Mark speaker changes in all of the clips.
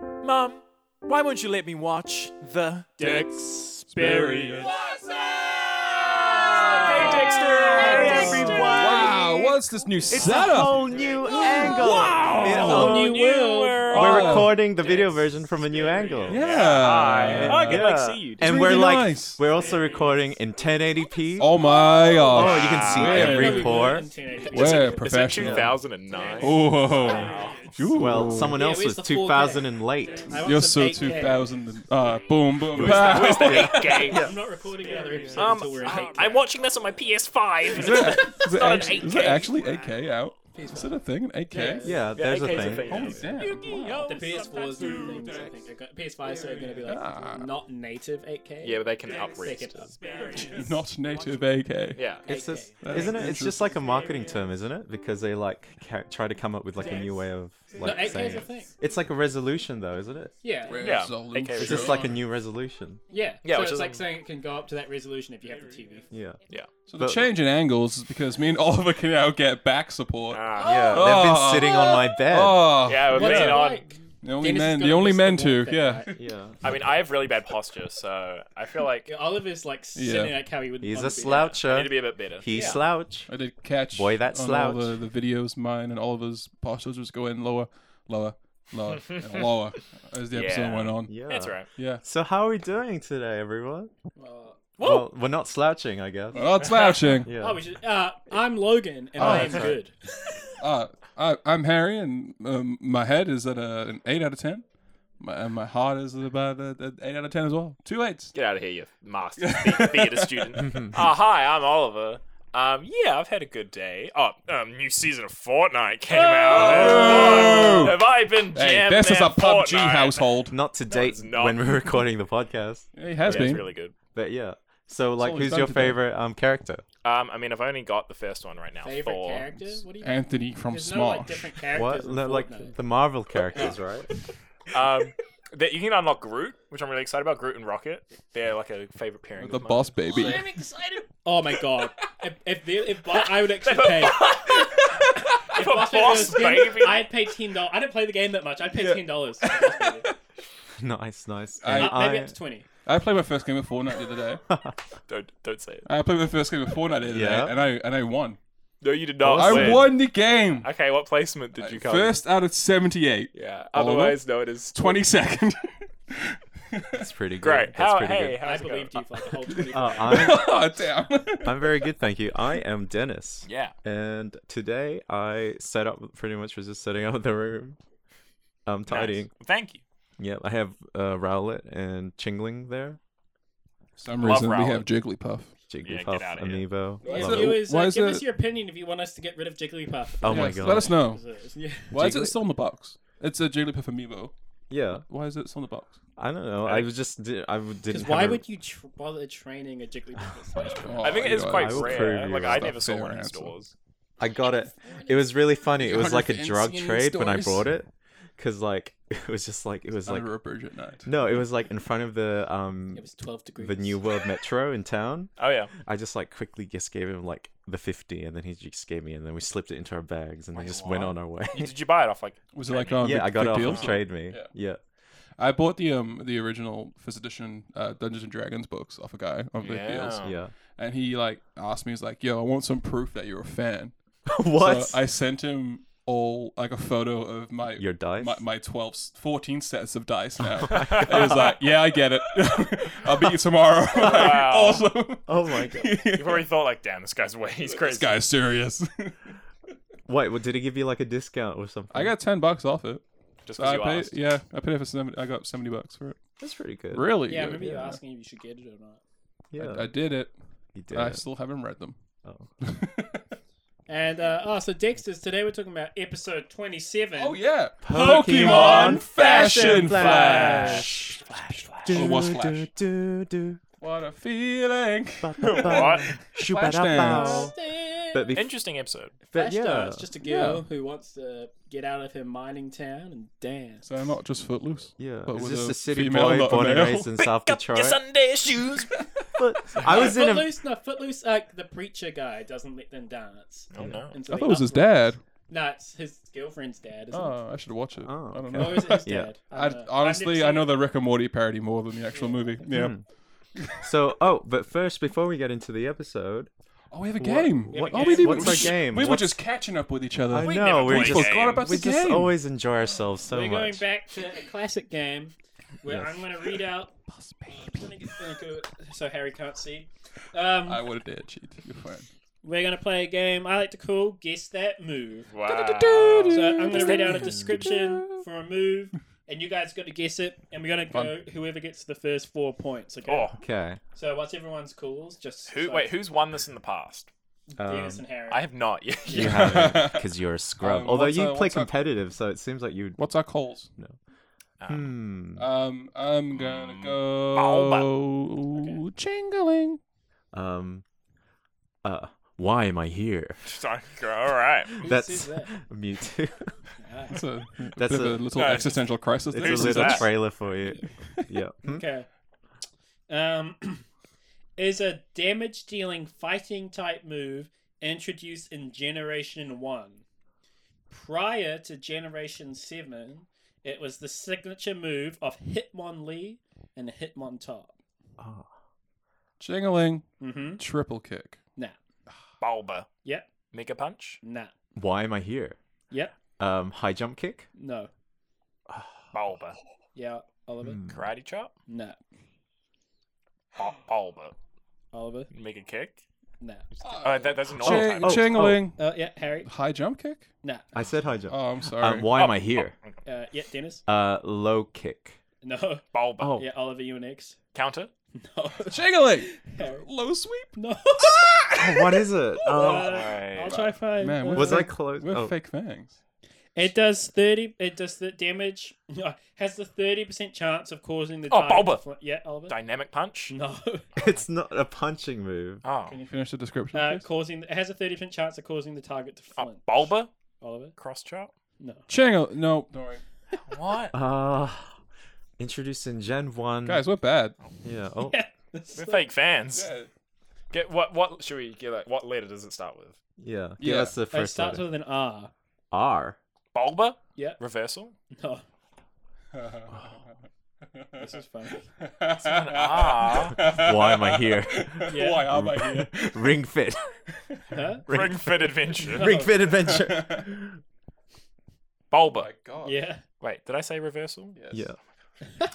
Speaker 1: Mom, why won't you let me watch the
Speaker 2: Dexperience.
Speaker 1: Hey Dexter!
Speaker 3: Hey, everyone.
Speaker 2: Wow, what's this new
Speaker 3: It's a
Speaker 2: setup?
Speaker 3: whole new angle. It's a
Speaker 2: Oh,
Speaker 3: whole
Speaker 1: you
Speaker 3: new-
Speaker 1: will.
Speaker 3: We're
Speaker 2: Oh.
Speaker 3: recording the video version from a new angle.
Speaker 2: Yeah.
Speaker 4: I can like
Speaker 3: Yeah.
Speaker 4: see you.
Speaker 3: And
Speaker 2: really
Speaker 3: we're like,
Speaker 2: nice.
Speaker 3: we're also recording in 1080p.
Speaker 2: Oh my gosh.
Speaker 3: Oh, you can see
Speaker 2: We're-
Speaker 3: every pore.
Speaker 2: We're
Speaker 5: It's in
Speaker 2: professional.
Speaker 5: 2009.
Speaker 2: Oh. Ooh.
Speaker 3: Well, someone
Speaker 6: Yeah,
Speaker 3: else
Speaker 6: where's
Speaker 3: was
Speaker 6: the full
Speaker 3: 2000 and late.
Speaker 2: You're so 2000. and- Uh, boom, boom. pow.
Speaker 6: I'm not recording another episode
Speaker 5: Um,
Speaker 6: until we're in
Speaker 5: I-
Speaker 6: 8K.
Speaker 5: I'm watching this on my
Speaker 2: Is
Speaker 5: PS5.
Speaker 2: that, is that
Speaker 5: not
Speaker 2: actually,
Speaker 5: an
Speaker 2: is that
Speaker 5: 8K.
Speaker 2: actually 8K out? Is it a thing? An 8K?
Speaker 3: Yeah, there's a thing.
Speaker 2: Holy damn. Wow.
Speaker 6: the PS4 is the thing, I think. They're go- PS5s are going to be like not native 8K.
Speaker 5: Yeah, but they can up
Speaker 6: They can
Speaker 5: it.
Speaker 6: up-
Speaker 2: Not native 8K.
Speaker 5: Yeah.
Speaker 3: It's just,
Speaker 2: That's
Speaker 3: isn't it? It's just like a marketing term, isn't it? Because they like ca- try to come up with like a new way of
Speaker 6: No,
Speaker 3: like
Speaker 6: 8K
Speaker 3: saying
Speaker 6: is a
Speaker 3: it.
Speaker 6: thing.
Speaker 3: It's like a resolution, though, isn't it?
Speaker 6: Yeah,
Speaker 5: Yeah.
Speaker 2: Resolution.
Speaker 5: Okay,
Speaker 3: It's just like a new resolution.
Speaker 6: yeah.
Speaker 5: Yeah,
Speaker 6: so
Speaker 5: which
Speaker 6: it's
Speaker 5: is-
Speaker 6: like saying it can go up to that resolution if you have the TV.
Speaker 3: Yeah.
Speaker 2: So the change in angles is because me and Oliver can now get back support.
Speaker 5: Ah.
Speaker 3: Yeah. They've been sitting on my bed.
Speaker 2: Oh,
Speaker 5: Yeah, we're
Speaker 6: What's it
Speaker 5: being on.
Speaker 6: like?
Speaker 2: the only
Speaker 6: Dennis is
Speaker 2: men,
Speaker 6: gonna
Speaker 2: the only
Speaker 6: miss the
Speaker 2: men
Speaker 6: walk
Speaker 2: to,
Speaker 6: that
Speaker 2: yeah.
Speaker 6: night.
Speaker 3: Yeah.
Speaker 5: I mean, I have really bad posture, so I feel like
Speaker 6: Yeah, Oliver's like sitting like how he would.
Speaker 3: He's
Speaker 6: want
Speaker 3: a
Speaker 6: to be.
Speaker 5: I
Speaker 3: sloucher.
Speaker 5: need to be a bit better.
Speaker 2: uh,
Speaker 3: He slouch.
Speaker 2: I did catch
Speaker 3: Boy, that
Speaker 2: on
Speaker 3: slouch.
Speaker 2: all the, the videos mine and Oliver's postures was going lower, lower, lower, and lower as the episode
Speaker 5: Yeah.
Speaker 2: went on. Yeah.
Speaker 3: Yeah.
Speaker 5: That's right. Uh,
Speaker 3: So how are we doing today, everyone?
Speaker 6: Well,
Speaker 3: Well, we're not slouching, I guess.
Speaker 2: We're not slouching.
Speaker 3: Yeah.
Speaker 6: Oh, we should. Uh, I'm Logan and I am
Speaker 2: Oh, that's right.
Speaker 6: good.
Speaker 2: uh, I, I'm Harry, and um, my head is at a, an 8 out of 10. My, and my heart is at about a, an 8 out of 10 as well. Two eights.
Speaker 5: Get out of here, you master the- theater student. Ah, hi, I'm Oliver. Um, yeah, I've had a good day. Oh, um, new season of Fortnite came
Speaker 6: Oh.
Speaker 5: out. Have I been
Speaker 2: Hey,
Speaker 5: jamming
Speaker 2: this is a
Speaker 5: at
Speaker 2: PUBG
Speaker 5: Fortnite?
Speaker 2: household.
Speaker 3: Not to date
Speaker 5: it's not.
Speaker 3: when we're recording the podcast,
Speaker 2: It has
Speaker 5: Yeah, it's
Speaker 2: been.
Speaker 5: really good.
Speaker 3: but yeah. So like,
Speaker 2: always
Speaker 3: who's
Speaker 2: done
Speaker 3: your
Speaker 2: today.
Speaker 3: favorite um character?
Speaker 5: Um, I mean, I've only got the first one right now.
Speaker 6: Favorite
Speaker 5: Thor.
Speaker 6: character? What do you?
Speaker 2: Anthony from
Speaker 6: There's no like
Speaker 2: Smosh.
Speaker 6: different characters.
Speaker 3: What?
Speaker 6: in
Speaker 3: No,
Speaker 6: Fortnite.
Speaker 3: like the Marvel characters, right?
Speaker 5: Um, that you can unlock Groot, which I'm really excited about. Groot and Rocket, they're like a favorite pairing.
Speaker 2: the
Speaker 5: of mine.
Speaker 2: boss baby.
Speaker 6: I'm excited. Oh my god! if if, they, if Bo- I would actually pay, if Boss Baby
Speaker 5: Boss
Speaker 6: was good,
Speaker 5: Baby.
Speaker 6: I'd pay ten dollars. I didn't play the game that much. I'd pay ten dollars.
Speaker 3: nice, nice.
Speaker 5: Uh,
Speaker 2: I-
Speaker 3: And
Speaker 6: Maybe up to twenty.
Speaker 2: I played my first game of Fortnite the other day.
Speaker 5: Don't don't say it.
Speaker 2: I played my first game of Fortnite the other
Speaker 3: Yeah.
Speaker 2: day, and I and I won.
Speaker 5: No, you did not.
Speaker 2: I
Speaker 5: win.
Speaker 2: won the game.
Speaker 5: Okay, what placement did you come?
Speaker 2: First out of 78.
Speaker 5: Yeah.
Speaker 2: Oliver?
Speaker 5: Otherwise, no, it is
Speaker 2: 22nd.
Speaker 3: That's pretty good.
Speaker 5: great.
Speaker 3: That's
Speaker 5: How?
Speaker 3: pretty
Speaker 5: Hey,
Speaker 3: good.
Speaker 5: how's
Speaker 6: I
Speaker 5: it
Speaker 6: believed
Speaker 5: going?
Speaker 6: you for like the whole twenty.
Speaker 3: Uh, I'm,
Speaker 2: oh, damn.
Speaker 3: I'm very good, thank you. I am Dennis.
Speaker 5: Yeah.
Speaker 3: And today I set up pretty much was just setting up the room. Um, tidying.
Speaker 5: Nice. Thank you.
Speaker 3: Yeah, I have uh, Rowlet and Chingling there.
Speaker 2: For some
Speaker 5: Love
Speaker 2: reason, we
Speaker 5: Rowlet.
Speaker 2: have Jigglypuff.
Speaker 5: get
Speaker 3: Jigglypuff,
Speaker 5: outta here.
Speaker 3: Amiibo.
Speaker 2: is
Speaker 3: Love
Speaker 2: it-
Speaker 3: it.
Speaker 6: Viewers,
Speaker 2: why
Speaker 6: uh,
Speaker 2: is
Speaker 6: give
Speaker 2: it-
Speaker 6: us your opinion if you want us to get rid of Jigglypuff.
Speaker 3: Oh my
Speaker 2: Yes,
Speaker 3: god.
Speaker 2: Let us know.
Speaker 6: Yeah.
Speaker 2: Why is it still in the box? It's a Jigglypuff amiibo.
Speaker 3: Yeah,
Speaker 2: Why is it still in the box?
Speaker 3: I don't know. I was just di- I w- didn't.
Speaker 6: Because why
Speaker 3: have a-
Speaker 6: would you tr- bother training a Jigglypuff? at Smash Bros?
Speaker 5: I think it is
Speaker 2: Oh,
Speaker 5: quite
Speaker 3: I will
Speaker 5: rare.
Speaker 3: prove you
Speaker 5: Like
Speaker 3: wrong.
Speaker 5: I never saw
Speaker 2: Fair
Speaker 5: one in
Speaker 2: answer.
Speaker 5: stores.
Speaker 3: I got it. It was really funny. It was like a
Speaker 2: 200
Speaker 3: drug
Speaker 2: fancy
Speaker 3: trade when I
Speaker 2: stores.
Speaker 3: bought it, because like it was just like it was like
Speaker 2: Under a bridge at night.
Speaker 3: no, it was like in front of the um
Speaker 6: It was twelve degrees.
Speaker 3: the New World Metro in town.
Speaker 5: Oh yeah.
Speaker 3: I just like quickly just gave him like the fifty, and then he just gave me, and then we slipped it into our bags, and then just went on our way.
Speaker 5: You- Did you buy it off like?
Speaker 2: Was it like on
Speaker 3: yeah,
Speaker 2: big,
Speaker 3: I got
Speaker 2: big
Speaker 3: it off
Speaker 2: deals?
Speaker 3: of Trade Me.
Speaker 2: Yeah.
Speaker 3: Yeah.
Speaker 2: I bought the um the original first edition uh, Dungeons and Dragons books off a guy on big deals,
Speaker 5: Yeah.
Speaker 3: yeah,
Speaker 2: and he like asked me, he's like, "Yo, I want some proof that you're a fan."
Speaker 3: what?
Speaker 2: So I sent him all like a photo of my
Speaker 3: Your dice?
Speaker 2: my, my 12 s- 14 sets of dice now it was like yeah i get it i'll beat you tomorrow Like,
Speaker 5: Wow.
Speaker 2: awesome
Speaker 3: Oh my god!
Speaker 5: You probably thought like, damn, this guy's way. He's
Speaker 2: this
Speaker 5: crazy.
Speaker 2: guy's serious
Speaker 3: Wait, what, did he give you like a discount or something?
Speaker 2: i got 10 bucks off it
Speaker 5: Just
Speaker 2: so
Speaker 5: because
Speaker 2: i
Speaker 5: you
Speaker 2: paid
Speaker 5: asked.
Speaker 2: yeah i paid it for 70 i got 70 bucks for it
Speaker 3: that's pretty good.
Speaker 2: really
Speaker 6: Yeah, I
Speaker 2: good.
Speaker 6: remember you asking if you should get it or not.
Speaker 3: Yeah,
Speaker 2: i did it
Speaker 3: you did.
Speaker 2: i
Speaker 3: it.
Speaker 2: still haven't read them
Speaker 3: Oh.
Speaker 6: And uh, oh, so Dexter's today we're talking about episode twenty-seven.
Speaker 2: oh yeah
Speaker 3: Pokemon
Speaker 2: fashion
Speaker 3: Fashion
Speaker 2: flash, Or was
Speaker 3: Do,
Speaker 2: Flash.
Speaker 3: do, do,
Speaker 2: what a feeling
Speaker 3: do.
Speaker 5: What?
Speaker 2: Flash
Speaker 3: Shu-ba-da-bow.
Speaker 2: dance.
Speaker 3: But, bef-
Speaker 5: Interesting episode.
Speaker 3: but yeah,
Speaker 6: It's just a girl who wants to get out of her mining town and dance.
Speaker 2: so i'm not just footloose
Speaker 3: yeah.
Speaker 2: but
Speaker 3: It's
Speaker 2: with
Speaker 3: just
Speaker 2: a
Speaker 3: a city
Speaker 2: female,
Speaker 3: boy
Speaker 2: not a
Speaker 3: born and
Speaker 2: male.
Speaker 3: raised in South Detroit.
Speaker 5: Sunday shoes.
Speaker 3: But I was in a
Speaker 6: Footloose, no, Footloose, like the preacher guy doesn't let them dance.
Speaker 5: Oh no.
Speaker 6: And so
Speaker 2: i
Speaker 6: they
Speaker 2: thought it was his
Speaker 6: uprise.
Speaker 2: dad
Speaker 6: No, it's his girlfriend's dad. Isn't it?
Speaker 2: Oh, I should watch it.
Speaker 3: Oh,
Speaker 2: I don't
Speaker 3: okay.
Speaker 6: Or is it his
Speaker 3: Yeah.
Speaker 6: dad? I
Speaker 2: I,
Speaker 6: don't know.
Speaker 2: honestly, I
Speaker 6: I've never
Speaker 2: know the Rick and Morty parody more than the actual movie.
Speaker 3: Hmm.
Speaker 2: Yeah.
Speaker 3: So, oh, but first, before we get into the episode,
Speaker 2: Oh, we have a game.
Speaker 3: what-
Speaker 2: oh, we didn't.
Speaker 3: what's our game?
Speaker 2: We were
Speaker 3: What's-
Speaker 2: just catching up with each other.
Speaker 3: I
Speaker 2: We
Speaker 3: know
Speaker 5: never
Speaker 3: we
Speaker 5: play
Speaker 3: just
Speaker 5: games.
Speaker 2: forgot about
Speaker 3: we
Speaker 2: the
Speaker 3: just
Speaker 2: game.
Speaker 3: always enjoy ourselves so
Speaker 6: We're going
Speaker 3: much.
Speaker 6: back to a classic game where
Speaker 3: Yes.
Speaker 6: I'm going to read out. I'm gonna get- gonna go- So Harry can't see. Um,
Speaker 2: I would have dared cheat. You're fine.
Speaker 6: we're going to play a game I like to call Guess That Move.
Speaker 5: Wow.
Speaker 3: Ah.
Speaker 6: So I'm going to read out a description for a move, and you guys got to guess it, and we're going to go whoever gets the first four points. Okay.
Speaker 5: Oh,
Speaker 3: Okay.
Speaker 6: So once everyone's calls, just
Speaker 5: who?
Speaker 6: so
Speaker 5: Wait, who's won this in the past?
Speaker 6: Dennis
Speaker 3: Um,
Speaker 6: and Harry.
Speaker 5: I have not yet.
Speaker 3: You haven't, because you're a scrub.
Speaker 2: Um,
Speaker 3: Although
Speaker 2: what's
Speaker 3: you
Speaker 2: our-
Speaker 3: play
Speaker 2: what's our-
Speaker 3: competitive, so it seems like you.
Speaker 2: What's our calls? Ah.
Speaker 3: Hmm.
Speaker 2: Um, I'm gonna
Speaker 5: Mm,
Speaker 2: go. Jingling.
Speaker 3: Um. Uh. Why am I here?
Speaker 5: All right.
Speaker 3: That's
Speaker 6: says that?
Speaker 3: Mewtwo.
Speaker 2: That's a, bit of
Speaker 3: That's a-
Speaker 2: a little
Speaker 5: no, it's-
Speaker 2: existential crisis.
Speaker 3: it's
Speaker 2: there.
Speaker 5: Who
Speaker 3: a
Speaker 5: says
Speaker 3: little
Speaker 5: that?
Speaker 3: trailer for you. yeah. Hmm?
Speaker 6: Okay. Um, is a damage dealing fighting type move introduced in Generation 1. Prior to Generation 7, it was the signature move of Hitmonlee and Hitmontop.
Speaker 3: Oh.
Speaker 2: Jingling.
Speaker 6: Mm-hmm.
Speaker 2: Triple kick.
Speaker 6: Nah.
Speaker 5: Bulba.
Speaker 6: Yep.
Speaker 5: Mega punch.
Speaker 6: Nah.
Speaker 3: Why am I here?
Speaker 6: Yep.
Speaker 3: Um. High jump kick.
Speaker 6: No.
Speaker 5: Bulba.
Speaker 6: Yeah. Oliver.
Speaker 3: Hmm.
Speaker 5: Karate chop.
Speaker 6: Nah.
Speaker 5: Bu- Bulba.
Speaker 6: Oliver.
Speaker 5: Mega kick.
Speaker 6: Nah.
Speaker 5: Oh, that, that's an all
Speaker 2: Ching-
Speaker 5: time.
Speaker 3: oh.
Speaker 2: Jingling.
Speaker 6: Oh, yeah. Harry.
Speaker 2: High jump kick.
Speaker 6: Nah.
Speaker 3: I said high jump.
Speaker 2: Oh, I'm sorry.
Speaker 3: um, why am I here?
Speaker 6: Uh, yeah. Dennis.
Speaker 3: Uh. Low kick.
Speaker 6: No.
Speaker 5: Bulba.
Speaker 3: Oh.
Speaker 6: Yeah. Oliver, you and X.
Speaker 5: Counter.
Speaker 6: No.
Speaker 2: Jingling.
Speaker 6: Harry.
Speaker 2: Low sweep.
Speaker 6: No.
Speaker 3: Oh, what is it? Um,
Speaker 6: Uh, I'll
Speaker 5: Alright.
Speaker 6: try find.
Speaker 2: Man,
Speaker 6: uh,
Speaker 2: we're
Speaker 3: was I
Speaker 2: fake-
Speaker 3: close?
Speaker 2: We're
Speaker 3: Oh.
Speaker 2: fake fangs.
Speaker 6: It does thirty. It does the damage. uh, Has the thirty percent chance of causing the.
Speaker 5: Oh,
Speaker 6: target
Speaker 5: Bulba.
Speaker 6: to fl- yeah, Oliver.
Speaker 5: Dynamic punch.
Speaker 6: No.
Speaker 3: It's not a punching move.
Speaker 5: Oh.
Speaker 2: Finish the description.
Speaker 6: Uh,
Speaker 2: please.
Speaker 6: causing it has a thirty percent chance of causing the target to
Speaker 5: oh
Speaker 6: flint.
Speaker 5: Bulba.
Speaker 6: Oliver.
Speaker 5: Cross chop.
Speaker 6: No.
Speaker 2: Jingle. No, don't worry.
Speaker 5: What?
Speaker 3: Uh, introduced in Gen One.
Speaker 2: Guys, we're bad.
Speaker 3: Yeah. Oh.
Speaker 6: Yeah.
Speaker 5: We're fake fans.
Speaker 2: Yeah.
Speaker 5: Get what? What should we get? Like, what letter does it start with?
Speaker 3: Yeah. Give
Speaker 2: Yeah.
Speaker 3: us the
Speaker 6: It
Speaker 3: first
Speaker 6: starts
Speaker 3: letter.
Speaker 6: with an R.
Speaker 3: R.
Speaker 5: Bulba.
Speaker 6: Yeah.
Speaker 5: Reversal.
Speaker 6: No. This is funny.
Speaker 5: Ah.
Speaker 3: Why am I here?
Speaker 6: Yeah.
Speaker 2: Why am I here?
Speaker 3: Ring fit.
Speaker 6: Huh?
Speaker 5: Ring Fit Adventure.
Speaker 3: Ring fit adventure.
Speaker 5: Bulba.
Speaker 2: God.
Speaker 6: Yeah.
Speaker 5: Wait, did I say reversal?
Speaker 2: Yes.
Speaker 3: Yeah.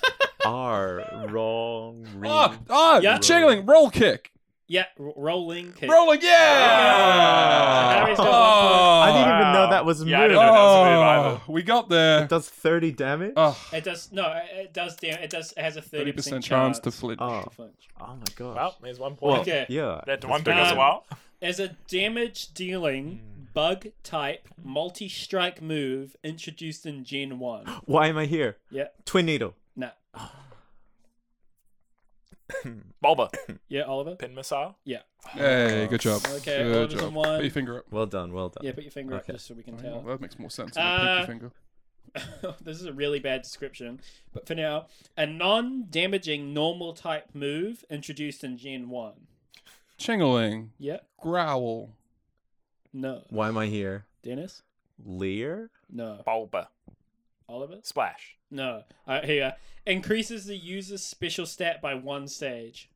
Speaker 3: R. Wrong. Ring.
Speaker 2: Oh, oh
Speaker 6: Yeah.
Speaker 2: jingling, roll kick.
Speaker 6: Yeah. R- rolling kick.
Speaker 2: Rolling, yeah!
Speaker 6: Harry's got one
Speaker 2: Oh,
Speaker 3: I didn't even know
Speaker 5: Wow.
Speaker 3: that was a
Speaker 5: Yeah, I
Speaker 3: move.
Speaker 5: didn't know that was a move either.
Speaker 2: oh, we got there.
Speaker 3: It does 30 damage.
Speaker 2: Oh,
Speaker 6: It does no. it- It does. dam- It does. It has a thirty
Speaker 2: 30%
Speaker 6: percent
Speaker 2: chance,
Speaker 6: chance
Speaker 2: to flinch.
Speaker 3: oh.
Speaker 6: to flinch.
Speaker 3: Oh my god.
Speaker 5: Well, there's one
Speaker 3: Well,
Speaker 5: point.
Speaker 6: okay.
Speaker 3: yeah.
Speaker 5: That one took
Speaker 6: pretty
Speaker 5: us a
Speaker 6: good.
Speaker 5: while.
Speaker 6: As a damage dealing bug type multi strike move introduced in Gen 1.
Speaker 3: Why am I here?
Speaker 6: Yeah,
Speaker 3: Twin needle.
Speaker 6: nah.
Speaker 5: Bulba.
Speaker 6: Yeah, Oliver?
Speaker 5: Pin missile.
Speaker 2: Hey, good job.
Speaker 6: Okay,
Speaker 2: good
Speaker 6: Oliver's in
Speaker 2: job.
Speaker 6: one.
Speaker 2: Put your finger up.
Speaker 3: Well done. Well done.
Speaker 6: Yeah, put your finger up
Speaker 3: Okay.
Speaker 6: just so we can
Speaker 2: Well,
Speaker 6: tell.
Speaker 2: that makes more sense than a
Speaker 6: Uh,
Speaker 2: pinky finger.
Speaker 6: this is a really bad description. But for now, a non damaging normal type move introduced in Gen 1.
Speaker 2: Jingling,
Speaker 6: Yeah,
Speaker 2: growl.
Speaker 6: no.
Speaker 3: Why am I here?
Speaker 6: Dennis?
Speaker 3: Lear.
Speaker 6: No.
Speaker 5: Bulba.
Speaker 6: Oliver?
Speaker 5: Splash.
Speaker 6: No. Alright, here you are. Increases the user's special stat by one stage.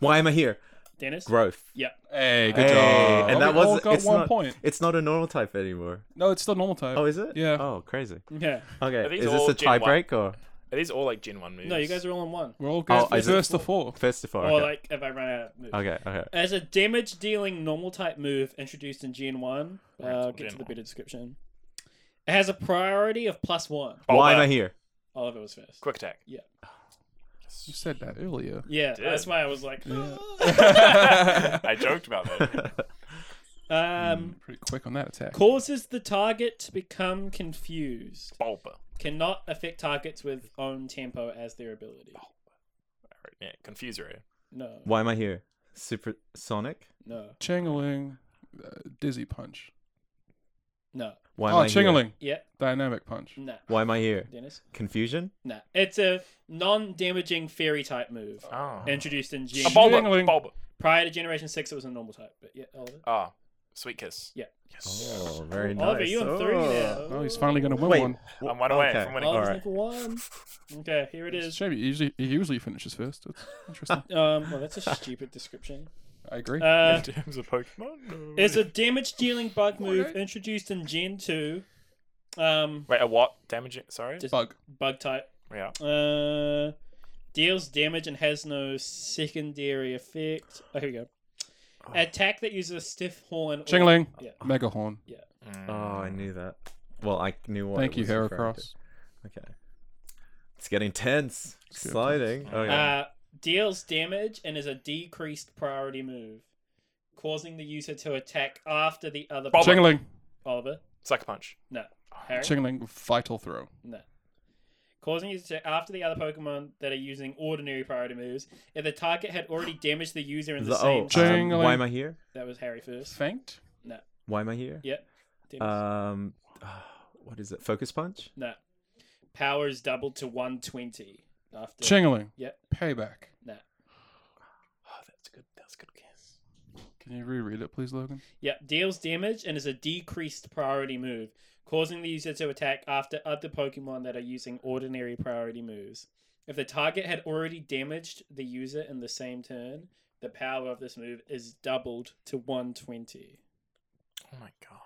Speaker 3: Why am I here?
Speaker 6: Dennis?
Speaker 3: Growth.
Speaker 6: yeah.
Speaker 2: Hey, good
Speaker 3: Hey,
Speaker 2: job. Oh,
Speaker 3: And that
Speaker 2: we all
Speaker 3: was
Speaker 2: got
Speaker 3: it's
Speaker 2: one
Speaker 3: not,
Speaker 2: point.
Speaker 3: It's not a normal type anymore.
Speaker 2: No, it's still normal type.
Speaker 3: Oh, is it?
Speaker 2: Yeah.
Speaker 3: Oh, crazy.
Speaker 6: Yeah.
Speaker 3: Okay.
Speaker 5: Are these
Speaker 3: Is this
Speaker 5: all
Speaker 3: a tie
Speaker 5: Gen one?
Speaker 3: break or
Speaker 5: Are these all like Gen 1 moves?
Speaker 6: No, you guys are all in one.
Speaker 2: We're all good.
Speaker 3: Oh, is it-
Speaker 2: first to four.
Speaker 3: first of all?
Speaker 6: Or
Speaker 3: Oh, Okay.
Speaker 6: like if I run out of moves.
Speaker 3: okay. Okay.
Speaker 2: uh,
Speaker 6: As a damage dealing normal type move introduced in Gen 1, uh,
Speaker 5: Right,
Speaker 6: I'll
Speaker 5: it's
Speaker 6: get to the
Speaker 5: Gen
Speaker 6: better description. It has a priority of plus one.
Speaker 5: Bulba.
Speaker 3: Why am I here?
Speaker 6: Oliver was first.
Speaker 5: Quick attack.
Speaker 2: You said that earlier.
Speaker 6: Yeah,
Speaker 5: Dude.
Speaker 6: that's why I was like,
Speaker 5: I joked about that.
Speaker 6: um,
Speaker 2: Pretty quick on that attack.
Speaker 6: causes the target to become confused.
Speaker 5: Bulba.
Speaker 6: Cannot affect targets with own tempo as their ability.
Speaker 5: Oh. Alright, Yeah, confusory.
Speaker 6: No,
Speaker 3: Why am I here? Super Sonic.
Speaker 6: no,
Speaker 2: Jingling, uh, dizzy punch.
Speaker 6: no.
Speaker 3: Why am
Speaker 2: oh,
Speaker 3: I here?
Speaker 2: jingling,
Speaker 6: Yeah,
Speaker 2: dynamic punch.
Speaker 6: nah.
Speaker 3: Why am I here?
Speaker 6: Dennis?
Speaker 3: Confusion.
Speaker 6: Nah. It's a non damaging fairy type move
Speaker 5: Oh.
Speaker 6: introduced in
Speaker 5: A
Speaker 6: Gen.
Speaker 5: Bulba.
Speaker 2: Jingling.
Speaker 5: Bulba.
Speaker 6: Prior to Generation 6, it was a normal type. But yeah, Oliver?
Speaker 5: Ah. Sweet kiss.
Speaker 6: Yeah.
Speaker 3: Oh, very nice.
Speaker 6: Oliver, you on three now.
Speaker 3: Oh.
Speaker 2: Oh, he's finally gonna win
Speaker 3: Wait.
Speaker 2: one.
Speaker 5: I'm one away
Speaker 3: Okay.
Speaker 5: from winning.
Speaker 6: Oliver's
Speaker 3: Alright.
Speaker 6: number one. Okay, here it
Speaker 2: It's a
Speaker 6: is.
Speaker 2: shame. He usually he usually finishes first. It's interesting.
Speaker 6: Um, well, that's a stupid description.
Speaker 2: I agree.
Speaker 6: Uh,
Speaker 5: In terms of Pokemon, no.
Speaker 6: is a damage dealing bug move introduced in Gen 2. Um,
Speaker 5: wait a what? Damaging? Sorry.
Speaker 6: Just-
Speaker 2: Bug.
Speaker 6: bug type.
Speaker 5: yeah.
Speaker 6: Uh, deals damage and has no secondary effect. Oh, here we go.
Speaker 3: Oh.
Speaker 6: Attack that uses a stiff horn. or-
Speaker 2: Jingling.
Speaker 6: Yeah.
Speaker 2: Mega horn.
Speaker 3: Oh, I knew that. Well, I knew what.
Speaker 2: Thank
Speaker 3: it
Speaker 2: you,
Speaker 3: was referring to.
Speaker 2: Heracross.
Speaker 3: Okay. It's getting tense.
Speaker 2: getting
Speaker 3: Exciting. Oh
Speaker 5: Ah,
Speaker 3: yeah.
Speaker 6: Uh, deals damage and is a decreased priority move, causing the user to attack after the other.
Speaker 5: Bob-
Speaker 6: player.
Speaker 2: Jingling.
Speaker 6: Oliver,
Speaker 5: Sucker punch.
Speaker 6: no,
Speaker 3: Oh,
Speaker 6: Harry,
Speaker 2: Jingling. Vital throw.
Speaker 6: no. Causing you to attack after the other Pokemon that are using ordinary priority moves. If the target had already damaged the user in
Speaker 3: Is
Speaker 6: the,
Speaker 3: that-
Speaker 6: same,
Speaker 3: oh,
Speaker 2: Jing-
Speaker 3: um, why am I here?
Speaker 6: that was Harry first.
Speaker 2: Faint.
Speaker 3: Why am I here?
Speaker 6: Yep. Damage.
Speaker 3: Um, what is it? Focus punch.
Speaker 6: no. Power is doubled to 120 after.
Speaker 2: Jingling.
Speaker 6: Yep.
Speaker 2: Payback.
Speaker 6: No.
Speaker 5: Oh, that's good. That's good kiss.
Speaker 2: Can you reread it, please, Logan?
Speaker 6: Yep, deals damage and is a decreased priority move, causing the user to attack after other Pokemon that are using ordinary priority moves. If the target had already damaged the user in the same turn, the power of this move is doubled to 120.
Speaker 5: Oh my god.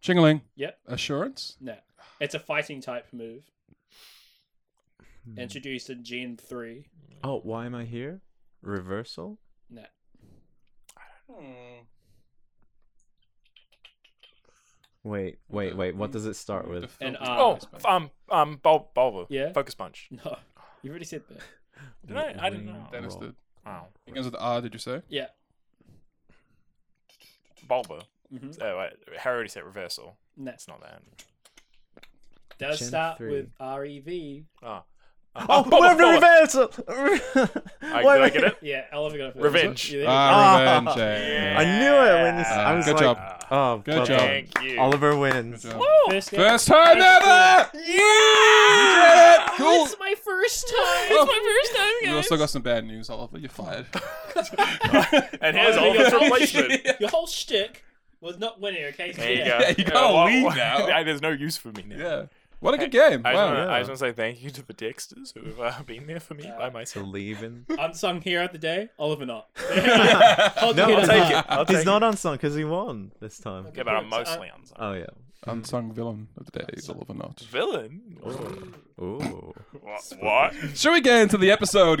Speaker 2: Jingling.
Speaker 6: Yep,
Speaker 2: Assurance.
Speaker 6: no. It's a fighting type move.
Speaker 3: Hmm.
Speaker 6: Introduced in Gen 3.
Speaker 3: Oh, why am I here? Reversal.
Speaker 6: No. Hmm.
Speaker 3: Wait, wait, wait. What does it start with?
Speaker 2: The
Speaker 6: And,
Speaker 2: focus
Speaker 6: uh,
Speaker 5: Oh,
Speaker 2: punch.
Speaker 5: f- um, um, Bul- Bulba.
Speaker 6: Yeah?
Speaker 5: Focus punch.
Speaker 6: No. You already said that.
Speaker 5: Did I? I didn't
Speaker 3: Ring
Speaker 5: know.
Speaker 2: Dennis
Speaker 6: Oh,
Speaker 3: roll.
Speaker 2: did.
Speaker 5: Wow.
Speaker 2: Begins with R. Did you say?
Speaker 6: Yeah.
Speaker 5: Bulba.
Speaker 6: hmm
Speaker 5: Oh, wait. Harry already said reversal.
Speaker 6: No.
Speaker 5: It's not that.
Speaker 6: Does
Speaker 3: Gen
Speaker 6: start
Speaker 3: 3.
Speaker 6: with E REV.
Speaker 5: Oh. Uh,
Speaker 3: Oh,
Speaker 5: Bulba,
Speaker 3: we're
Speaker 5: Bulba!
Speaker 3: reversal.
Speaker 5: I,
Speaker 3: Why
Speaker 5: did
Speaker 3: am
Speaker 5: I get it?
Speaker 6: Yeah, Oliver got it first.
Speaker 5: Revenge. Uh,
Speaker 6: Yeah, there you go.
Speaker 2: Ah,
Speaker 3: Ah,
Speaker 2: revenge. eh?
Speaker 3: I knew it when you. s- I
Speaker 2: Uh,
Speaker 3: was
Speaker 2: good
Speaker 3: like,
Speaker 2: job.
Speaker 3: oh,
Speaker 2: Good
Speaker 3: well
Speaker 2: job.
Speaker 3: done.
Speaker 5: Thank you.
Speaker 3: Oliver wins.
Speaker 2: Good job.
Speaker 6: First game.
Speaker 2: First time ever. Yeah. Cool.
Speaker 6: my first time. It's my first time,
Speaker 2: You also got some bad news, Oliver. You're fired.
Speaker 5: And here's all
Speaker 6: Your
Speaker 5: the
Speaker 6: whole,
Speaker 5: replacement.
Speaker 6: your whole shtick was not winning, okay? So
Speaker 5: There you
Speaker 6: yeah.
Speaker 5: go.
Speaker 2: Yeah, you gotta
Speaker 5: wha-
Speaker 2: leave
Speaker 5: wha-
Speaker 2: now.
Speaker 5: There's no use for me now.
Speaker 2: yeah. What a good game.
Speaker 5: I just,
Speaker 2: wow.
Speaker 5: wanna, I
Speaker 3: yeah.
Speaker 5: just wanna say thank you to the Dexters who have uh, been there for me by
Speaker 3: To
Speaker 5: myself.
Speaker 3: leave in.
Speaker 6: Unsung hero of the day, Oliver not.
Speaker 3: No, I'll take it.
Speaker 5: I'll
Speaker 3: He's
Speaker 5: take
Speaker 3: not unsung because he won this time.
Speaker 5: Yeah, but I'm
Speaker 6: Points, uh,
Speaker 5: mostly on some
Speaker 3: Oh yeah.
Speaker 2: Unsung villain of the day, Oliver Notch.
Speaker 5: villain.
Speaker 3: Ooh.
Speaker 5: What? what?
Speaker 2: Should we get into the episode,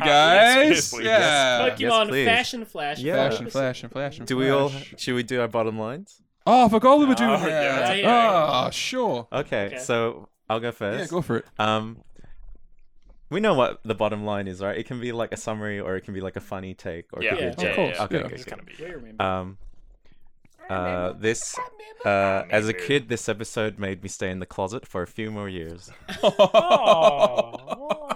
Speaker 2: guys?
Speaker 5: yes, please,
Speaker 2: yeah.
Speaker 3: yes.
Speaker 6: Pokemon
Speaker 3: please.
Speaker 6: Fashion Flash.
Speaker 3: Yeah.
Speaker 2: Fashion, flashing, flashing.
Speaker 3: Do we all? Should we do our bottom lines?
Speaker 2: Oh, I forgot we were doing
Speaker 5: Oh,
Speaker 2: that.
Speaker 5: yeah.
Speaker 6: Yeah,
Speaker 2: Ah,
Speaker 6: yeah.
Speaker 2: sure.
Speaker 3: Okay,
Speaker 6: Okay.
Speaker 3: so I'll go first.
Speaker 2: Yeah, go for it.
Speaker 3: Um, we know what the bottom line is, right? It can be like a summary, or it can be like a funny take, or it
Speaker 5: Yeah,
Speaker 3: could be a
Speaker 6: Yeah.
Speaker 3: joke.
Speaker 5: yeah,
Speaker 2: Of course,
Speaker 5: yeah.
Speaker 3: Okay,
Speaker 2: yeah.
Speaker 3: good,
Speaker 5: It's gonna be.
Speaker 6: We remember.
Speaker 3: Um, uh, this, uh, as a kid, this episode made me stay in the closet for a few more years.
Speaker 5: Oh.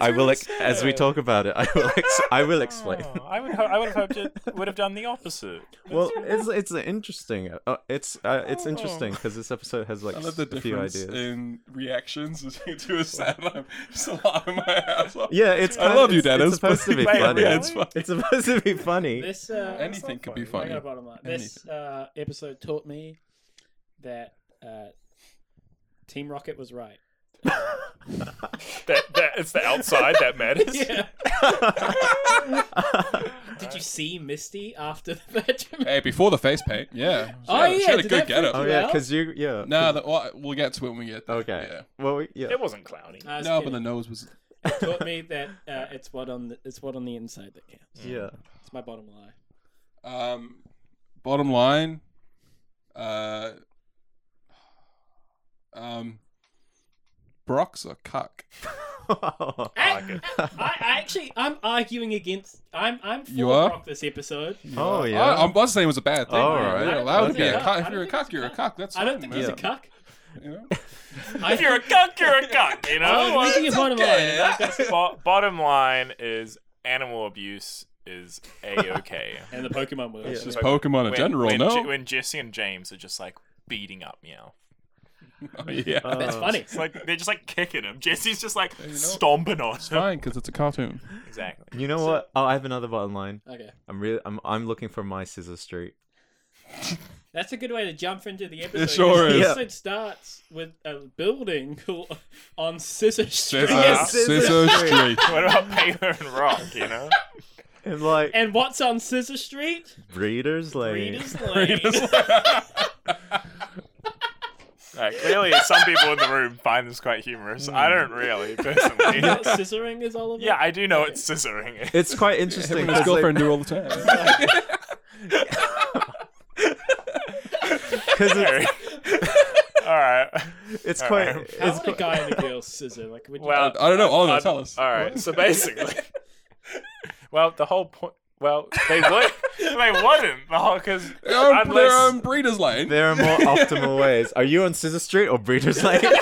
Speaker 3: I will, ex- as we talk about it, I will, ex- I will explain.
Speaker 5: Oh, I would, ho- I would have hoped it would have done the opposite.
Speaker 3: Well, it's it's an interesting. Uh, it's uh, it's interesting because this episode has like
Speaker 2: I love the
Speaker 3: a few
Speaker 2: difference
Speaker 3: ideas.
Speaker 2: in reactions to a sad I'm just alive in my house.
Speaker 3: Yeah, it's.
Speaker 2: I
Speaker 3: kind-
Speaker 2: love you,
Speaker 3: it's-
Speaker 2: Dennis,
Speaker 3: It's supposed to be
Speaker 5: but-
Speaker 3: funny.
Speaker 5: Yeah, it's
Speaker 2: funny.
Speaker 3: It's supposed to be funny.
Speaker 6: This, uh,
Speaker 2: Anything could be
Speaker 6: I
Speaker 2: funny.
Speaker 6: got a bottom line. This uh, episode taught me that uh, Team Rocket was right.
Speaker 5: That, that it's the outside that matters.
Speaker 6: Yeah. Did you see Misty after that?
Speaker 2: Hey, before the face paint, yeah.
Speaker 6: Oh,
Speaker 2: she
Speaker 6: yeah,
Speaker 2: had a
Speaker 6: did
Speaker 2: good
Speaker 6: that
Speaker 2: get
Speaker 3: Oh
Speaker 2: up.
Speaker 6: freak
Speaker 3: yeah,
Speaker 6: Well-
Speaker 3: because you yeah.
Speaker 2: No, the, well, we'll get to it when we get there.
Speaker 3: Okay.
Speaker 2: Yeah.
Speaker 3: Well, we, yeah.
Speaker 5: It wasn't clowny.
Speaker 6: I was
Speaker 2: No, but
Speaker 6: kidding.
Speaker 2: the nose was.
Speaker 6: taught me that uh, it's what on the, it's what on the inside that counts.
Speaker 3: yeah.
Speaker 6: It's my bottom line.
Speaker 2: Um, bottom line, uh, um, Brock's a cuck.
Speaker 3: Oh,
Speaker 6: I, I, actually, I'm arguing against. I'm I'm for
Speaker 2: You are?
Speaker 6: Brock this episode.
Speaker 3: oh yeah.
Speaker 2: I, I wasn't saying it was a bad thing.
Speaker 3: All
Speaker 2: man.
Speaker 3: right.
Speaker 2: You're allowed to be a
Speaker 3: Okay.
Speaker 2: cuck.
Speaker 6: I
Speaker 2: If you're a
Speaker 6: don't think
Speaker 2: cuck, you're a cuck. That's
Speaker 6: I don't
Speaker 2: fine,
Speaker 6: think
Speaker 2: man.
Speaker 6: he's a cuck.
Speaker 2: You know?
Speaker 6: I
Speaker 5: If you're a cuck, you're a cuck. Oh, You know.
Speaker 6: I'm making a bottom
Speaker 2: Oh, okay.
Speaker 6: line. I've got-
Speaker 5: Bo- bottom line is animal abuse is a okay.
Speaker 6: And the Pokemon world.
Speaker 3: It's
Speaker 6: Yeah.
Speaker 2: Just Pokemon in general,
Speaker 5: when,
Speaker 2: no?
Speaker 5: Je- when Jesse and James are just like beating up Meow.
Speaker 2: Oh, yeah.
Speaker 3: Uh,
Speaker 6: That's funny.
Speaker 5: It's like they're just like kicking him. Jesse's just like
Speaker 2: you know.
Speaker 5: stomping on
Speaker 2: it's
Speaker 5: him.
Speaker 2: fine because it's a cartoon.
Speaker 5: Exactly.
Speaker 3: You know what? Oh, I have another bottom line.
Speaker 6: Okay.
Speaker 3: I'm really I'm I'm looking for my Scissor Street.
Speaker 6: That's a good way to jump into the episode.
Speaker 2: sure
Speaker 6: 'cause
Speaker 2: is.
Speaker 6: The episode starts with a building called on Scissor Street.
Speaker 2: Scissor,
Speaker 3: Scissor
Speaker 2: Scissor
Speaker 3: Street.
Speaker 2: Street.
Speaker 5: What about paper and rock? You know,
Speaker 3: And like
Speaker 6: And what's on Scissor Street?
Speaker 3: Breeders Lane.
Speaker 6: Reader's Lane.
Speaker 5: like, clearly some people in the room find this quite humorous. I don't really personally.
Speaker 6: What scissoring is all about?
Speaker 5: Yeah, I do know it's scissoring.
Speaker 3: It's quite interesting.
Speaker 2: Him and his
Speaker 3: 'cause, like,
Speaker 2: girlfriend do all the time.
Speaker 3: Cause it's,
Speaker 5: All right.
Speaker 3: it's
Speaker 5: All
Speaker 3: quite.
Speaker 5: right.
Speaker 6: How
Speaker 3: It's
Speaker 6: would a
Speaker 3: quite
Speaker 6: guy and a girl scissor? Like, would you
Speaker 5: Well,
Speaker 2: I don't know. Oliver,
Speaker 5: I'm-
Speaker 2: tell us.
Speaker 5: All right. So basically, well, the whole point. Well, they would. they wouldn't. The whole because
Speaker 2: They're on,
Speaker 5: unless
Speaker 2: they're on Breeders Lane.
Speaker 3: there are more optimal ways. Are you on Scissor Street or Breeders Lane?
Speaker 5: all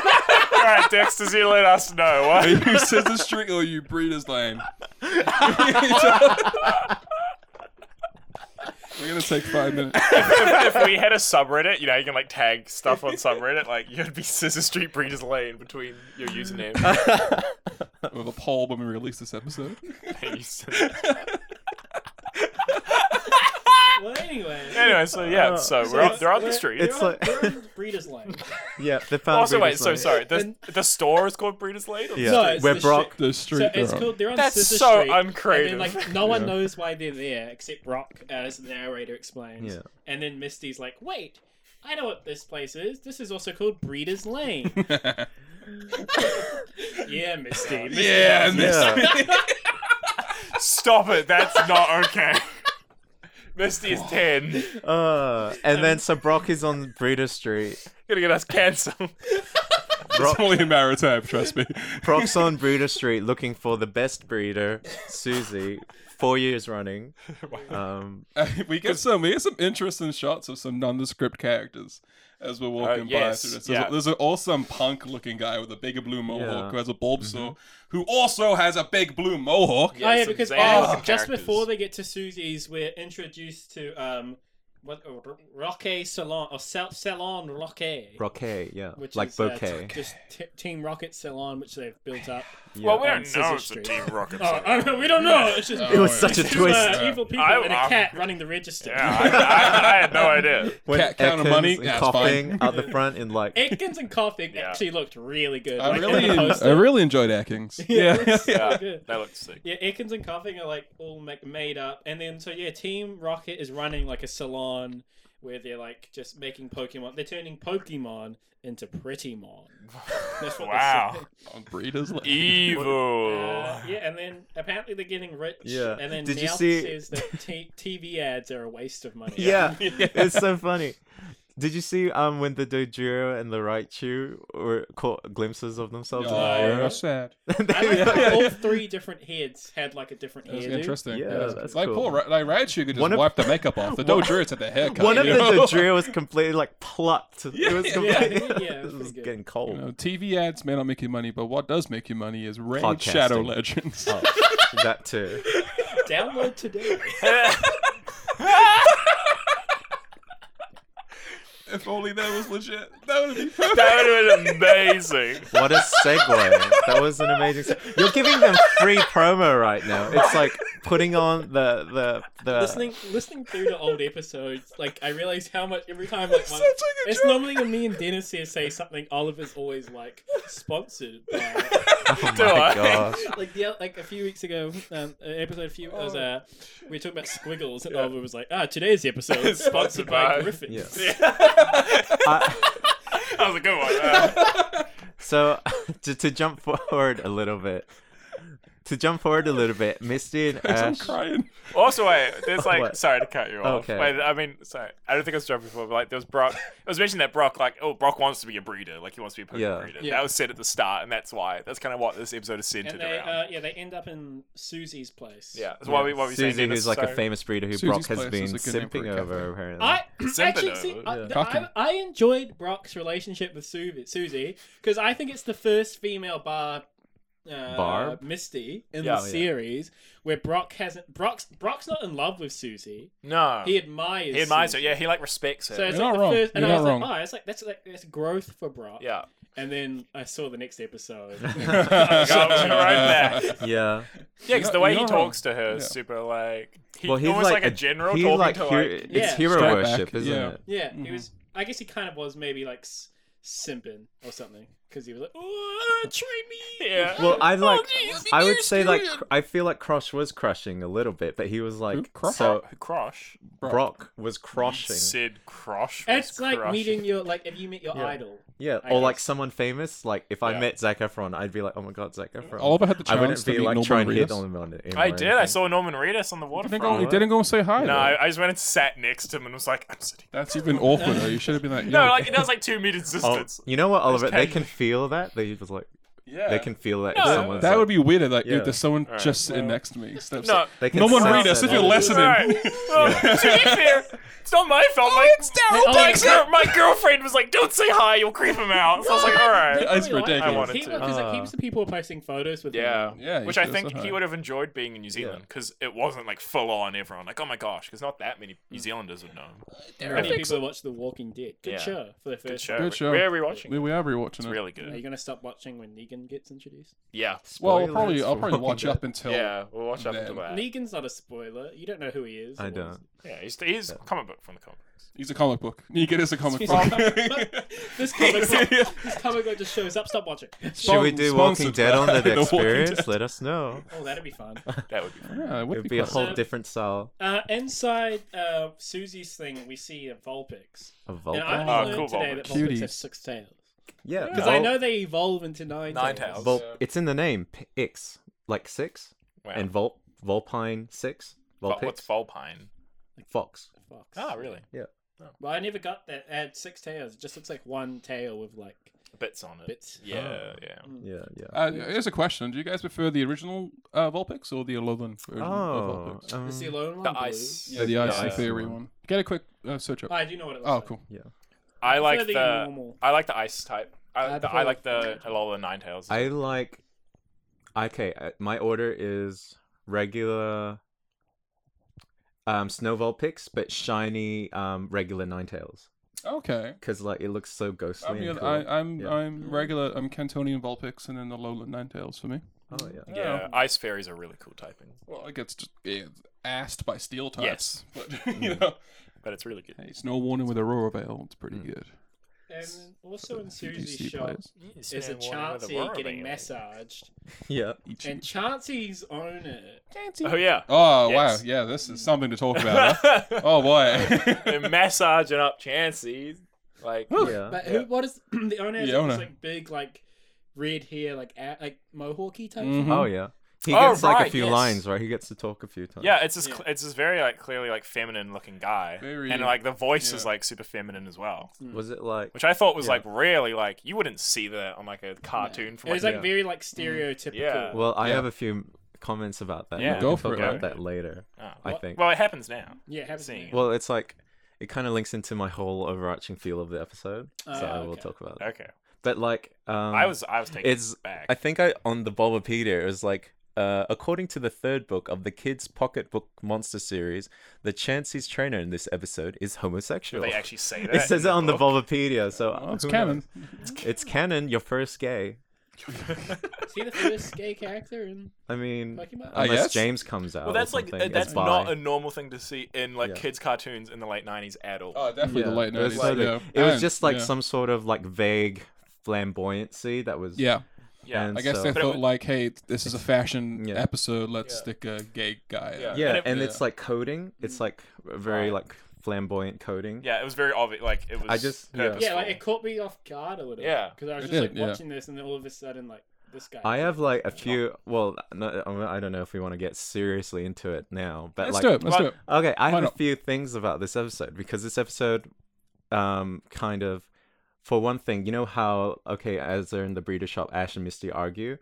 Speaker 5: right, Dexter, you let us know.
Speaker 2: Are
Speaker 5: What?
Speaker 2: you Scissor Street or are you Breeders Lane? We're gonna take five minutes.
Speaker 5: if, if we had a subreddit, you know, you can like tag stuff on subreddit. Like you'd be Scissor Street Breeders Lane between your username.
Speaker 2: With a poll when we release this episode.
Speaker 5: and your username.
Speaker 6: Well, anyway.
Speaker 5: anyway, so yeah, Uh, so we're on, they're on the
Speaker 6: We're-
Speaker 5: street.
Speaker 6: we're
Speaker 3: It's
Speaker 6: on-
Speaker 3: like-
Speaker 6: we're in Breeders Lane.
Speaker 3: yeah, they found.
Speaker 5: also, wait,
Speaker 3: Breeders
Speaker 5: so
Speaker 3: Lane.
Speaker 5: sorry. The, the store is called Breeders Lane. or the
Speaker 3: Yeah.
Speaker 6: No,
Speaker 5: street?
Speaker 6: it's
Speaker 3: Where
Speaker 6: the
Speaker 3: Brock-
Speaker 6: shit-
Speaker 2: The street.
Speaker 6: So it's
Speaker 2: they're on.
Speaker 6: called. They're on
Speaker 5: That's
Speaker 6: Scissor
Speaker 5: so
Speaker 6: Street.
Speaker 5: uncreative.
Speaker 6: And then, like, no one knows why they're there except Brock, as the narrator explains.
Speaker 3: Yeah.
Speaker 6: And then Misty's like, "Wait, I know what this place is. This is also called Breeders Lane." yeah, Misty. Misty
Speaker 2: Yeah, miss.
Speaker 3: Yeah.
Speaker 5: Stop it. That's not okay. Misty is ten.
Speaker 3: Uh, and then so Brock is on Breeders Street.
Speaker 5: Gonna get us cancelled.
Speaker 2: It's only in maritime, trust me.
Speaker 3: Brock's on Breeder Street looking for the best breeder, Susie, four years running. Um,
Speaker 2: we get some we get some interesting shots of some nondescript characters as we're walking
Speaker 5: yes,
Speaker 2: by through this.
Speaker 5: yeah.
Speaker 2: There's, a, there's an awesome punk looking guy with a bigger blue mohawk
Speaker 3: Yeah. Mm-hmm.
Speaker 2: who has a bulb saw, who also has a big blue mohawk.
Speaker 6: Oh yeah,
Speaker 5: some
Speaker 6: because
Speaker 5: Xanax
Speaker 6: oh,
Speaker 5: characters.
Speaker 6: just before they get to Susie's, we're introduced to um, what uh, Roque Salon or Sal- Salon Roque,
Speaker 3: Roquet, yeah,
Speaker 6: which
Speaker 3: like
Speaker 6: is, uh,
Speaker 3: bouquet.
Speaker 6: t- just t- Team Rocket Salon, which they've built up.
Speaker 3: yeah.
Speaker 5: Well, we
Speaker 6: on
Speaker 5: don't
Speaker 6: Scissor
Speaker 5: know it's a
Speaker 6: Street.
Speaker 5: Team Rocket.
Speaker 6: Oh, I mean, we don't know. It's just
Speaker 2: Oh,
Speaker 3: it was
Speaker 2: yeah.
Speaker 3: such a
Speaker 6: it's just,
Speaker 3: twist.
Speaker 6: Uh, evil people
Speaker 5: I-
Speaker 6: and a
Speaker 5: I'm-
Speaker 6: cat running the register.
Speaker 5: Yeah, I, I, I had no idea.
Speaker 3: When
Speaker 2: Cat count of
Speaker 3: Ekins
Speaker 2: money,
Speaker 3: and
Speaker 2: that's
Speaker 3: coughing out the front and like
Speaker 6: Atkins and Coughing
Speaker 5: Yeah.
Speaker 6: actually looked really good.
Speaker 2: I
Speaker 6: like, in
Speaker 2: really
Speaker 6: the poster.
Speaker 2: I really enjoyed Atkins. Yeah.
Speaker 6: Yeah, it looks so
Speaker 5: Yeah,
Speaker 6: good.
Speaker 5: that looked sick.
Speaker 6: Yeah, Atkins and Coughing are like all make, made up, and then so yeah, Team Rocket is running like a salon where they're like just making Pokemon. They're turning Pokemon into Prettymon. That's what
Speaker 5: Wow.
Speaker 6: They're saying.
Speaker 2: On Breeders Lane.
Speaker 5: E- Evil.
Speaker 6: Uh, yeah, and then apparently they're getting rich.
Speaker 3: Yeah.
Speaker 6: And then
Speaker 3: Did you
Speaker 6: Meowth
Speaker 3: see-
Speaker 6: says that t- TV ads are a waste of money.
Speaker 3: yeah, it's so funny. Did you see um when the Dojiro and the Raichu were caught glimpses of themselves? in the
Speaker 6: Oh,
Speaker 3: mirror?
Speaker 6: yeah.
Speaker 2: that's sad.
Speaker 6: I like how all three different heads had like a different
Speaker 2: That's
Speaker 6: hairdo.
Speaker 2: interesting.
Speaker 3: Yeah,
Speaker 2: that's
Speaker 3: that's
Speaker 2: like
Speaker 3: cool.
Speaker 2: poor Ra- like Raichu could just
Speaker 3: One of-
Speaker 2: wipe the makeup off. The Dodrius had the haircut.
Speaker 3: One of
Speaker 2: you
Speaker 3: the
Speaker 2: know?
Speaker 3: Dojiro was completely like plucked. it was
Speaker 2: yeah.
Speaker 3: completely
Speaker 6: Yeah, it was
Speaker 3: it was
Speaker 6: pretty good.
Speaker 3: getting
Speaker 2: You
Speaker 3: cold.
Speaker 2: know, TV ads may not make you money, but what does make you money is Raid
Speaker 3: Podcasting.
Speaker 2: Shadow Legends.
Speaker 3: Oh, that too.
Speaker 6: Download today.
Speaker 2: if only that was legit. That would be perfect.
Speaker 5: That would have been amazing.
Speaker 3: What a segue. That was an amazing segue. You're giving them free promo right now. It's like putting on the the the
Speaker 6: listening listening through to old episodes, like I realize how much every time like
Speaker 2: such a
Speaker 6: one,
Speaker 2: good
Speaker 6: it's
Speaker 2: joke.
Speaker 6: normally when me and Dennis here say something, Oliver's always like sponsored. By,
Speaker 3: Oh
Speaker 5: Do
Speaker 3: my
Speaker 5: I?
Speaker 3: gosh.
Speaker 6: like the like a few weeks ago, um, an episode a few was uh, we were talking about squiggles, and Oliver was like, "Ah, today's episode is sponsored by
Speaker 5: by-
Speaker 6: Griffin."
Speaker 3: Yeah. I-
Speaker 5: That was a good one. Uh,
Speaker 3: so to, to jump forward a little bit. To jump forward a little bit, Misty and
Speaker 2: I'm
Speaker 3: Ash.
Speaker 2: crying.
Speaker 5: also, wait, there's like,
Speaker 3: What?
Speaker 5: sorry to cut you off.
Speaker 3: Okay.
Speaker 5: Wait, I mean, sorry, I don't think I was joking before, but like, there was Brock. I was mentioning that Brock, like, oh, Brock wants to be a breeder, like he wants to be a Pokemon
Speaker 3: Yeah.
Speaker 5: breeder.
Speaker 6: Yeah.
Speaker 5: That was said at the start, and that's why. That's kind of what this episode is centered
Speaker 6: And they,
Speaker 5: around.
Speaker 6: uh, yeah, they end up in Susie's place.
Speaker 5: yeah, that's why we, why we say
Speaker 3: Susie, who's like a famous breeder who Brock
Speaker 2: Susie's
Speaker 3: has
Speaker 2: place
Speaker 3: been
Speaker 2: is a good name for
Speaker 3: simping
Speaker 2: a cafe.
Speaker 3: over, apparently.
Speaker 6: I actually
Speaker 5: Simping
Speaker 6: see.
Speaker 5: over,
Speaker 6: I,
Speaker 3: yeah.
Speaker 6: th-
Speaker 2: Cocking.
Speaker 6: I, I enjoyed Brock's relationship with Suvi- Susie because I think it's the first female bar. Uh,
Speaker 3: Barb?
Speaker 6: Misty in
Speaker 5: Yeah.
Speaker 6: the
Speaker 5: Oh,
Speaker 3: yeah.
Speaker 6: series where Brock hasn't Brock's Brock's not in love with Susie.
Speaker 5: No,
Speaker 6: He admires.
Speaker 5: Oh. he admires her.
Speaker 6: Susie.
Speaker 5: Yeah, he like respects her.
Speaker 6: So it's
Speaker 2: You're not
Speaker 6: like the
Speaker 2: wrong.
Speaker 6: first, and
Speaker 2: You're
Speaker 6: I
Speaker 2: not
Speaker 6: was
Speaker 2: wrong.
Speaker 6: like, oh, it's like that's like that's growth for Brock.
Speaker 5: yeah,
Speaker 6: And then I saw the next episode.
Speaker 5: Go right back.
Speaker 3: yeah.
Speaker 5: Yeah, because
Speaker 2: You're
Speaker 5: the
Speaker 2: not-
Speaker 5: way
Speaker 2: you're
Speaker 5: he
Speaker 2: not wrong.
Speaker 5: talks to her is
Speaker 2: Yeah.
Speaker 5: super like he,
Speaker 3: well, he's
Speaker 5: almost
Speaker 3: like,
Speaker 5: like, a general
Speaker 3: he's
Speaker 5: talking
Speaker 3: like
Speaker 5: to
Speaker 3: hero-
Speaker 5: like
Speaker 6: Yeah.
Speaker 3: it's hero
Speaker 2: Straight back,
Speaker 3: worship, isn't
Speaker 2: yeah.
Speaker 3: it?
Speaker 6: Yeah,
Speaker 2: Mm-hmm.
Speaker 6: he was. I guess he kind of was maybe like s- simping or something because he was like, "Oh, train me."
Speaker 5: Yeah.
Speaker 3: Well, I like.
Speaker 5: jeez,
Speaker 3: I would say like cr- I feel like Crush was crushing a little bit, but he was like
Speaker 2: Crush?
Speaker 3: so.
Speaker 5: Crush.
Speaker 2: Brock.
Speaker 3: Brock. was crushing.
Speaker 5: Sid Crush. was
Speaker 6: It's like
Speaker 5: crushing.
Speaker 6: meeting your like if you meet your
Speaker 3: Yeah.
Speaker 6: idol.
Speaker 3: Yeah,
Speaker 6: I
Speaker 3: or like
Speaker 6: guess.
Speaker 3: someone famous. Like if I
Speaker 5: Yeah.
Speaker 3: met Zac Efron, I'd be like, oh my god, Zac Efron.
Speaker 2: Oliver had the
Speaker 3: I
Speaker 2: chance
Speaker 3: wouldn't
Speaker 2: to
Speaker 3: be
Speaker 2: meet
Speaker 3: like
Speaker 2: Norman
Speaker 3: trying to hit
Speaker 2: Reedus.
Speaker 3: on him. or
Speaker 5: I did. I
Speaker 3: anything.
Speaker 5: saw Norman Reedus on the
Speaker 2: He didn't, go, he
Speaker 5: waterfront.
Speaker 2: didn't go and say hi.
Speaker 5: No,
Speaker 2: though.
Speaker 5: I, I just went and sat next to him and was like, I'm sitting.
Speaker 2: That's even awkward. You should have been like,
Speaker 5: No,
Speaker 2: yo,
Speaker 5: like that was like two meters
Speaker 3: Oh,
Speaker 5: distance.
Speaker 3: you know what, Oliver? They
Speaker 5: casually.
Speaker 3: can feel that. They was like,
Speaker 2: yeah.
Speaker 3: they can feel that. if
Speaker 5: No.
Speaker 3: someone's
Speaker 2: That
Speaker 3: like-
Speaker 2: would be weird. Like,
Speaker 3: Yeah.
Speaker 2: dude, there's someone
Speaker 5: Alright,
Speaker 2: just sitting next to me. Steps
Speaker 5: no,
Speaker 2: up.
Speaker 3: They Oh, can
Speaker 2: Norman
Speaker 3: sense
Speaker 2: Reedus,
Speaker 3: it.
Speaker 2: if you're listening.
Speaker 5: Well, to be fair, it's not my fault. My,
Speaker 6: Oh,
Speaker 5: my,
Speaker 6: it's
Speaker 5: girl- my girlfriend was like, "Don't say hi, you'll creep him out." So I was like, "All right."
Speaker 2: It's
Speaker 6: Probably liked
Speaker 2: ridiculous.
Speaker 6: it.
Speaker 5: I wanted
Speaker 6: He-
Speaker 5: to.
Speaker 6: 'cause, like,
Speaker 3: Ah.
Speaker 6: heaps of people were posting photos with
Speaker 5: Yeah.
Speaker 6: him.
Speaker 2: Yeah, you
Speaker 5: Which I
Speaker 2: should've
Speaker 5: think
Speaker 2: said
Speaker 5: he
Speaker 2: hi.
Speaker 5: would have enjoyed being in New Zealand because it wasn't like full on everyone. Like, oh my gosh, because not that many New Zealanders would know.
Speaker 6: There are people who watch The Walking Dead. Good
Speaker 5: Yeah.
Speaker 6: show for their first.
Speaker 5: Good show.
Speaker 2: Good show.
Speaker 5: Where are we watching?
Speaker 2: We, we are rewatching
Speaker 5: It's
Speaker 2: it.
Speaker 5: really
Speaker 6: Are you
Speaker 5: good.
Speaker 6: gonna stop watching when Negan gets introduced?
Speaker 5: Yeah.
Speaker 2: well, I'll
Speaker 3: Spoilers
Speaker 2: probably, I'll
Speaker 3: for
Speaker 2: probably
Speaker 3: Walking
Speaker 2: watch
Speaker 3: Dead.
Speaker 2: up until.
Speaker 5: Yeah, we'll watch up until
Speaker 2: Then.
Speaker 5: that.
Speaker 6: Negan's not a spoiler. You don't know who he is.
Speaker 3: I
Speaker 6: or what
Speaker 3: don't.
Speaker 5: Yeah, he's, he's a comic book from the comic books.
Speaker 2: He's a comic book. You get as a comic
Speaker 6: he's-
Speaker 2: book.
Speaker 6: This comic, book, this comic book just shows up. Stop watching.
Speaker 3: Should we do Walking
Speaker 2: Sponsored
Speaker 3: Dead on the
Speaker 2: by The Walking
Speaker 3: experience?
Speaker 2: Dead.
Speaker 3: Let us know.
Speaker 6: Oh, that'd be fun.
Speaker 5: That would be fun.
Speaker 2: Yeah, it
Speaker 3: It
Speaker 2: would
Speaker 3: would
Speaker 2: be,
Speaker 3: be a
Speaker 2: quite-
Speaker 3: whole
Speaker 6: So-
Speaker 3: different style
Speaker 6: Uh, inside uh, Susie's thing, we see a Vulpix.
Speaker 3: of
Speaker 6: And
Speaker 3: Vulpix.
Speaker 6: I
Speaker 5: Oh,
Speaker 6: learned
Speaker 5: cool
Speaker 6: today
Speaker 5: Vulpix.
Speaker 6: that Vulpix
Speaker 2: Cuties.
Speaker 6: have six tails.
Speaker 3: yeah,
Speaker 6: Because I know they evolve into nine,
Speaker 5: Ninetales.
Speaker 3: Vul-
Speaker 5: Yeah.
Speaker 3: it's in the name. P- X, like six,
Speaker 5: Wow.
Speaker 3: and Vol Volpine six.
Speaker 5: Vo-
Speaker 3: Vulpix.
Speaker 5: What's Volpine?
Speaker 3: Fox.
Speaker 6: Fox.
Speaker 5: Ah, really?
Speaker 6: Well, I never got that. It had six tails. It just looks like one tail with like
Speaker 5: Bits on it.
Speaker 6: bits. Oh. Hmm.
Speaker 5: Yeah, yeah.
Speaker 3: Yeah, yeah.
Speaker 2: Uh, here's a question: Do you guys prefer the original uh, Vulpix or the Alolan version
Speaker 3: Oh,
Speaker 2: of Vulpix?
Speaker 3: um,
Speaker 6: Is the alone one
Speaker 5: The
Speaker 6: blue?
Speaker 5: ice.
Speaker 2: Mm. yeah, the Ice
Speaker 5: ice
Speaker 2: Theory one. Get a quick uh, search up.
Speaker 6: I Ah, do know what it looks
Speaker 2: oh,
Speaker 6: like.
Speaker 2: cool.
Speaker 3: yeah.
Speaker 5: I like the
Speaker 6: prefer the normal.
Speaker 5: I like the ice type. I,
Speaker 6: I
Speaker 5: the, I
Speaker 6: prefer-
Speaker 5: like the Alola Ninetales.
Speaker 3: I like. Okay, uh, my order is regular. Um, snow Vulpix, but shiny. Um, regular Ninetales,
Speaker 2: Okay.
Speaker 3: because like it looks so ghostly.
Speaker 2: I'm,
Speaker 3: and
Speaker 2: yeah,
Speaker 3: cool.
Speaker 2: I, I'm,
Speaker 3: Yeah.
Speaker 2: I'm regular. I'm Cantonian Vulpix and then the Alolan Ninetales for me.
Speaker 3: oh yeah.
Speaker 5: yeah, ice fairies are really cool typing,
Speaker 2: Well, it gets just yeah, assed by steel
Speaker 5: Yes.
Speaker 2: types. But, you know.
Speaker 5: but it's really good.
Speaker 2: Hey, Snow Warning with Aurora Veil. It's pretty good.
Speaker 6: And then also in
Speaker 2: PTC
Speaker 6: Susie's shop
Speaker 2: players.
Speaker 6: is a Chansey getting massaged,
Speaker 3: Yeah.
Speaker 6: and Chansey's owner.
Speaker 5: Oh yeah.
Speaker 2: Oh,
Speaker 5: Yes.
Speaker 2: wow. Yeah, this is something to talk about. huh? oh, boy.
Speaker 5: They're massaging up Chansey. Like
Speaker 3: Yeah.
Speaker 6: But who? What is the owner? Has
Speaker 2: The
Speaker 6: like,
Speaker 2: owner.
Speaker 6: this, like big like red hair, like a, like mohawky type.
Speaker 2: Mhm.
Speaker 3: Oh yeah. He
Speaker 5: Oh,
Speaker 3: gets like
Speaker 5: right,
Speaker 3: a few
Speaker 5: yes.
Speaker 3: lines, right? He gets to talk a few times.
Speaker 5: yeah, it's this
Speaker 6: Yeah.
Speaker 5: cl- it's this very like clearly like feminine looking guy.
Speaker 2: Very-
Speaker 5: and like the voice is
Speaker 2: yeah.
Speaker 5: like super feminine as well.
Speaker 6: Hmm.
Speaker 3: Was it like
Speaker 5: Which I thought was
Speaker 3: Yeah.
Speaker 5: like really like you wouldn't see that on like a cartoon from
Speaker 6: It was
Speaker 5: like, Mm.
Speaker 6: like very like stereotypical.
Speaker 5: Yeah.
Speaker 3: Well, I
Speaker 2: Yeah.
Speaker 3: have a few comments about that.
Speaker 5: Yeah.
Speaker 3: We
Speaker 2: Go
Speaker 3: can
Speaker 2: for
Speaker 3: talk
Speaker 2: it,
Speaker 3: about
Speaker 2: Aaron.
Speaker 3: that later.
Speaker 5: Ah.
Speaker 3: I
Speaker 5: Well-
Speaker 3: think.
Speaker 5: Well, it happens now.
Speaker 6: Yeah, have
Speaker 5: Seeing
Speaker 6: seen.
Speaker 3: Well, it's like it kind of links into my whole overarching feel of the episode, so I
Speaker 6: Ah,
Speaker 3: will
Speaker 6: okay.
Speaker 3: talk about it.
Speaker 5: Oh, Okay.
Speaker 3: But like, um,
Speaker 5: I was I was taking
Speaker 3: it's
Speaker 5: it back.
Speaker 3: I think I on the Bulbapedia it was like. Uh, according to the third book of the kids' pocketbook monster series, the Chansey's trainer in this episode is homosexual.
Speaker 5: they actually say that.
Speaker 3: it says
Speaker 5: in
Speaker 3: it on the
Speaker 5: book.
Speaker 3: Bulbapedia, so
Speaker 2: Oh, it's
Speaker 3: who
Speaker 2: canon.
Speaker 3: knows? It's canon. Your first gay.
Speaker 6: Is he the first gay character in
Speaker 3: I mean,
Speaker 5: Mm.
Speaker 6: Pokemon?
Speaker 2: I
Speaker 3: unless
Speaker 2: guess.
Speaker 3: James comes out.
Speaker 5: Well, that's like uh, that's not a normal thing to see in like
Speaker 3: Yeah.
Speaker 5: kids' cartoons in the late '90s at all.
Speaker 2: Oh, definitely the late 90s. yeah.
Speaker 3: It was
Speaker 2: And-
Speaker 3: just like
Speaker 2: yeah.
Speaker 3: some sort of like vague flamboyancy that was.
Speaker 2: Yeah,
Speaker 5: yeah,
Speaker 3: and
Speaker 2: I guess
Speaker 3: so-
Speaker 2: they
Speaker 5: But it
Speaker 2: thought
Speaker 5: was-
Speaker 2: like, hey, this is a fashion
Speaker 3: Yeah.
Speaker 2: episode. Let's
Speaker 5: Yeah.
Speaker 2: stick a gay guy. in.
Speaker 5: Yeah.
Speaker 3: Yeah,
Speaker 5: And
Speaker 3: and,
Speaker 5: it-
Speaker 3: it's like coding. It's like very like flamboyant coding.
Speaker 5: yeah, it was very obvious. Like it was.
Speaker 3: I just- yeah.
Speaker 5: purposeful.
Speaker 6: yeah, like it caught me off guard a little.
Speaker 5: Yeah.
Speaker 6: because I was
Speaker 2: It
Speaker 6: just
Speaker 2: did,
Speaker 6: like
Speaker 2: yeah.
Speaker 6: watching this, and then all of a sudden, like this guy.
Speaker 3: I have like a few. Well, no, I don't know if we want to get seriously into it now, but
Speaker 2: Let's
Speaker 3: like,
Speaker 2: do it. Let's
Speaker 5: Well,
Speaker 2: do it.
Speaker 3: Okay, I
Speaker 2: Why
Speaker 3: have a
Speaker 2: not?
Speaker 3: few things about this episode because this episode, um, kind of, for one thing, you know how okay, as they're in the breeder shop, Ash and Misty argue,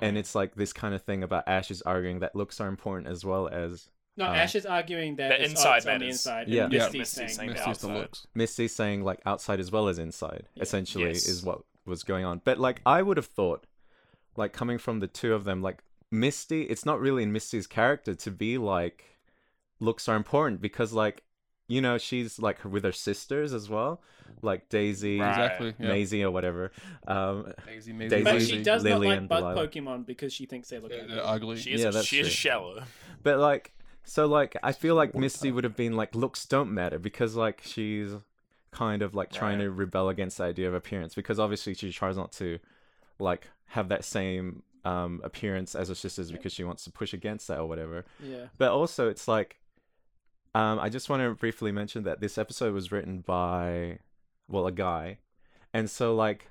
Speaker 3: and it's like this kind of thing about Ash is arguing that looks are important as well as
Speaker 6: no.
Speaker 3: um,
Speaker 6: Ash is arguing that
Speaker 5: Uh, the
Speaker 6: it's
Speaker 5: inside
Speaker 6: it's on the
Speaker 5: matters.
Speaker 6: inside.
Speaker 3: Yeah.
Speaker 6: and
Speaker 2: Yeah.
Speaker 6: Misty's
Speaker 5: Misty's
Speaker 6: saying
Speaker 5: saying
Speaker 6: that.
Speaker 5: that.
Speaker 2: Missy's the
Speaker 5: outside.
Speaker 2: looks.
Speaker 3: Misty saying like outside as well as inside, essentially
Speaker 5: Yes.
Speaker 3: is what was going on. But like I would have thought, like coming from the two of them, like Misty, it's not really in Misty's character to be like looks are important because like you know, she's like with her sisters as well, like Daisy,
Speaker 5: Right.
Speaker 2: Exactly. Yeah.
Speaker 3: Maisie, or whatever. Um,
Speaker 2: Daisy, Maisie,
Speaker 6: But
Speaker 3: Daisy.
Speaker 6: she does not
Speaker 3: Lillian
Speaker 6: like bug
Speaker 3: Delilah.
Speaker 6: Pokemon because she thinks they look
Speaker 2: They're,
Speaker 6: ugly.
Speaker 2: they're ugly.
Speaker 5: She is,
Speaker 3: Yeah,
Speaker 5: a,
Speaker 3: that's
Speaker 5: she is
Speaker 3: true.
Speaker 5: shallow.
Speaker 3: but like, so like, I feel like Misty would have been like, looks don't matter because like she's kind of like trying to rebel against the idea of appearance because obviously she tries not to like have that same um appearance as her sisters because she wants to push against that or whatever.
Speaker 6: Yeah.
Speaker 3: But also, it's like, um, I just want to briefly mention that this episode was written by, well, a guy, and so like,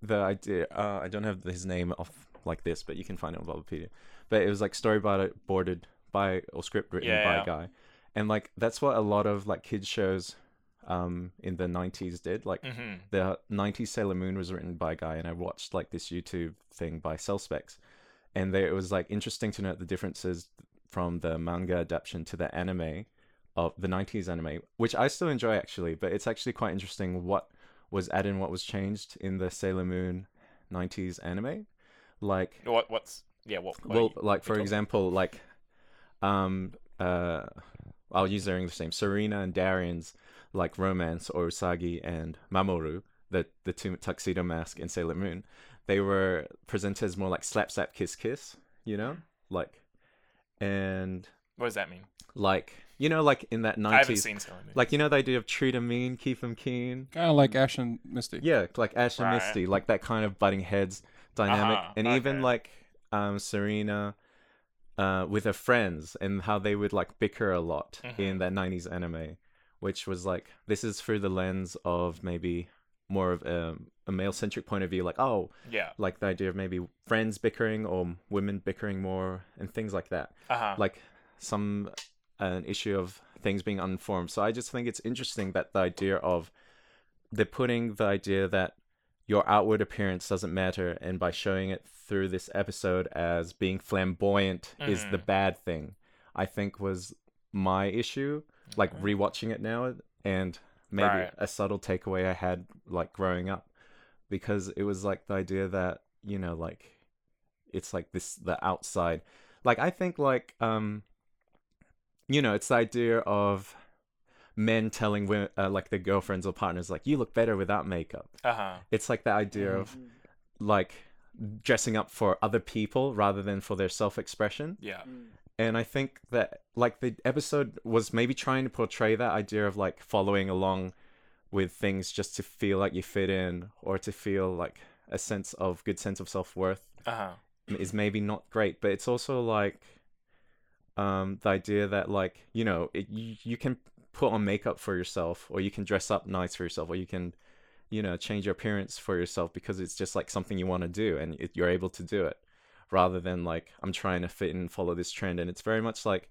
Speaker 3: the idea. Uh, I don't have his name off like this, but you can find it on Wikipedia. But it was like storyboarded by or script written
Speaker 5: Yeah,
Speaker 3: by
Speaker 5: yeah.
Speaker 3: a guy, and like that's what a lot of like kids shows, um, in the '90s did. Like
Speaker 5: Mm-hmm.
Speaker 3: the 90s Sailor Moon was written by a guy, and I watched like this YouTube thing by Cell Specs, and they, it was like interesting to note the differences from the manga adaptation to the anime of the 90s anime, which I still enjoy actually, but it's actually quite interesting what was added and what was changed in the Sailor Moon 90s anime. Like,
Speaker 5: What? What's? Yeah. What? what
Speaker 3: well,
Speaker 5: you-
Speaker 3: like for
Speaker 5: talking-
Speaker 3: example, like um uh I'll use their English name, Serena and Darian's like romance or Usagi and Mamoru, the the two tuxedo mask and Sailor Moon, they were presented as more like slap slap kiss kiss, you know? Like and
Speaker 5: What does that mean?
Speaker 3: like you know, like in that
Speaker 5: I haven't
Speaker 3: nineties
Speaker 5: seen Sailor Moon.
Speaker 3: like you know the idea of treat 'em mean, keep 'em keen.
Speaker 2: kind of like Ash and Misty.
Speaker 3: Yeah, like Ash and
Speaker 5: Right.
Speaker 3: Misty, like that kind of butting heads dynamic,
Speaker 5: Uh-huh,
Speaker 3: and even
Speaker 5: okay.
Speaker 3: like um, Serena uh, with her friends and how they would like bicker a lot
Speaker 5: Mm-hmm.
Speaker 3: in that '90s anime, which was like this is through the lens of maybe more of a, a male-centric point of view, like oh,
Speaker 5: yeah.
Speaker 3: like the idea of maybe friends bickering or women bickering more and things like that
Speaker 5: Uh huh.
Speaker 3: like some an issue of things being uninformed. So I just think it's interesting that the idea of they're putting the idea that your outward appearance doesn't matter, and by showing it through this episode as being flamboyant is the bad thing. I think was my issue, like rewatching it now, and maybe
Speaker 5: Right.
Speaker 3: a subtle takeaway I had like growing up, because it was like the idea that you know, like it's like this the outside like i think like um you know it's the idea of men telling women uh, like their girlfriends or partners like you look better without makeup
Speaker 5: Uh huh.
Speaker 3: it's like the idea of
Speaker 6: Mm.
Speaker 3: like dressing up for other people rather than for their self-expression
Speaker 5: Yeah.
Speaker 6: mm,
Speaker 3: and i think that like the episode was maybe trying to portray that idea of like following along with things just to feel like you fit in or to feel like a sense of good sense of self-worth
Speaker 5: Uh huh.
Speaker 3: is maybe not great, but it's also like um the idea that like you know it, you, you can put on makeup for yourself or you can dress up nice for yourself or you can you know change your appearance for yourself because it's just like something you want to do and it, you're able to do it rather than like I'm trying to fit in and follow this trend and it's very much like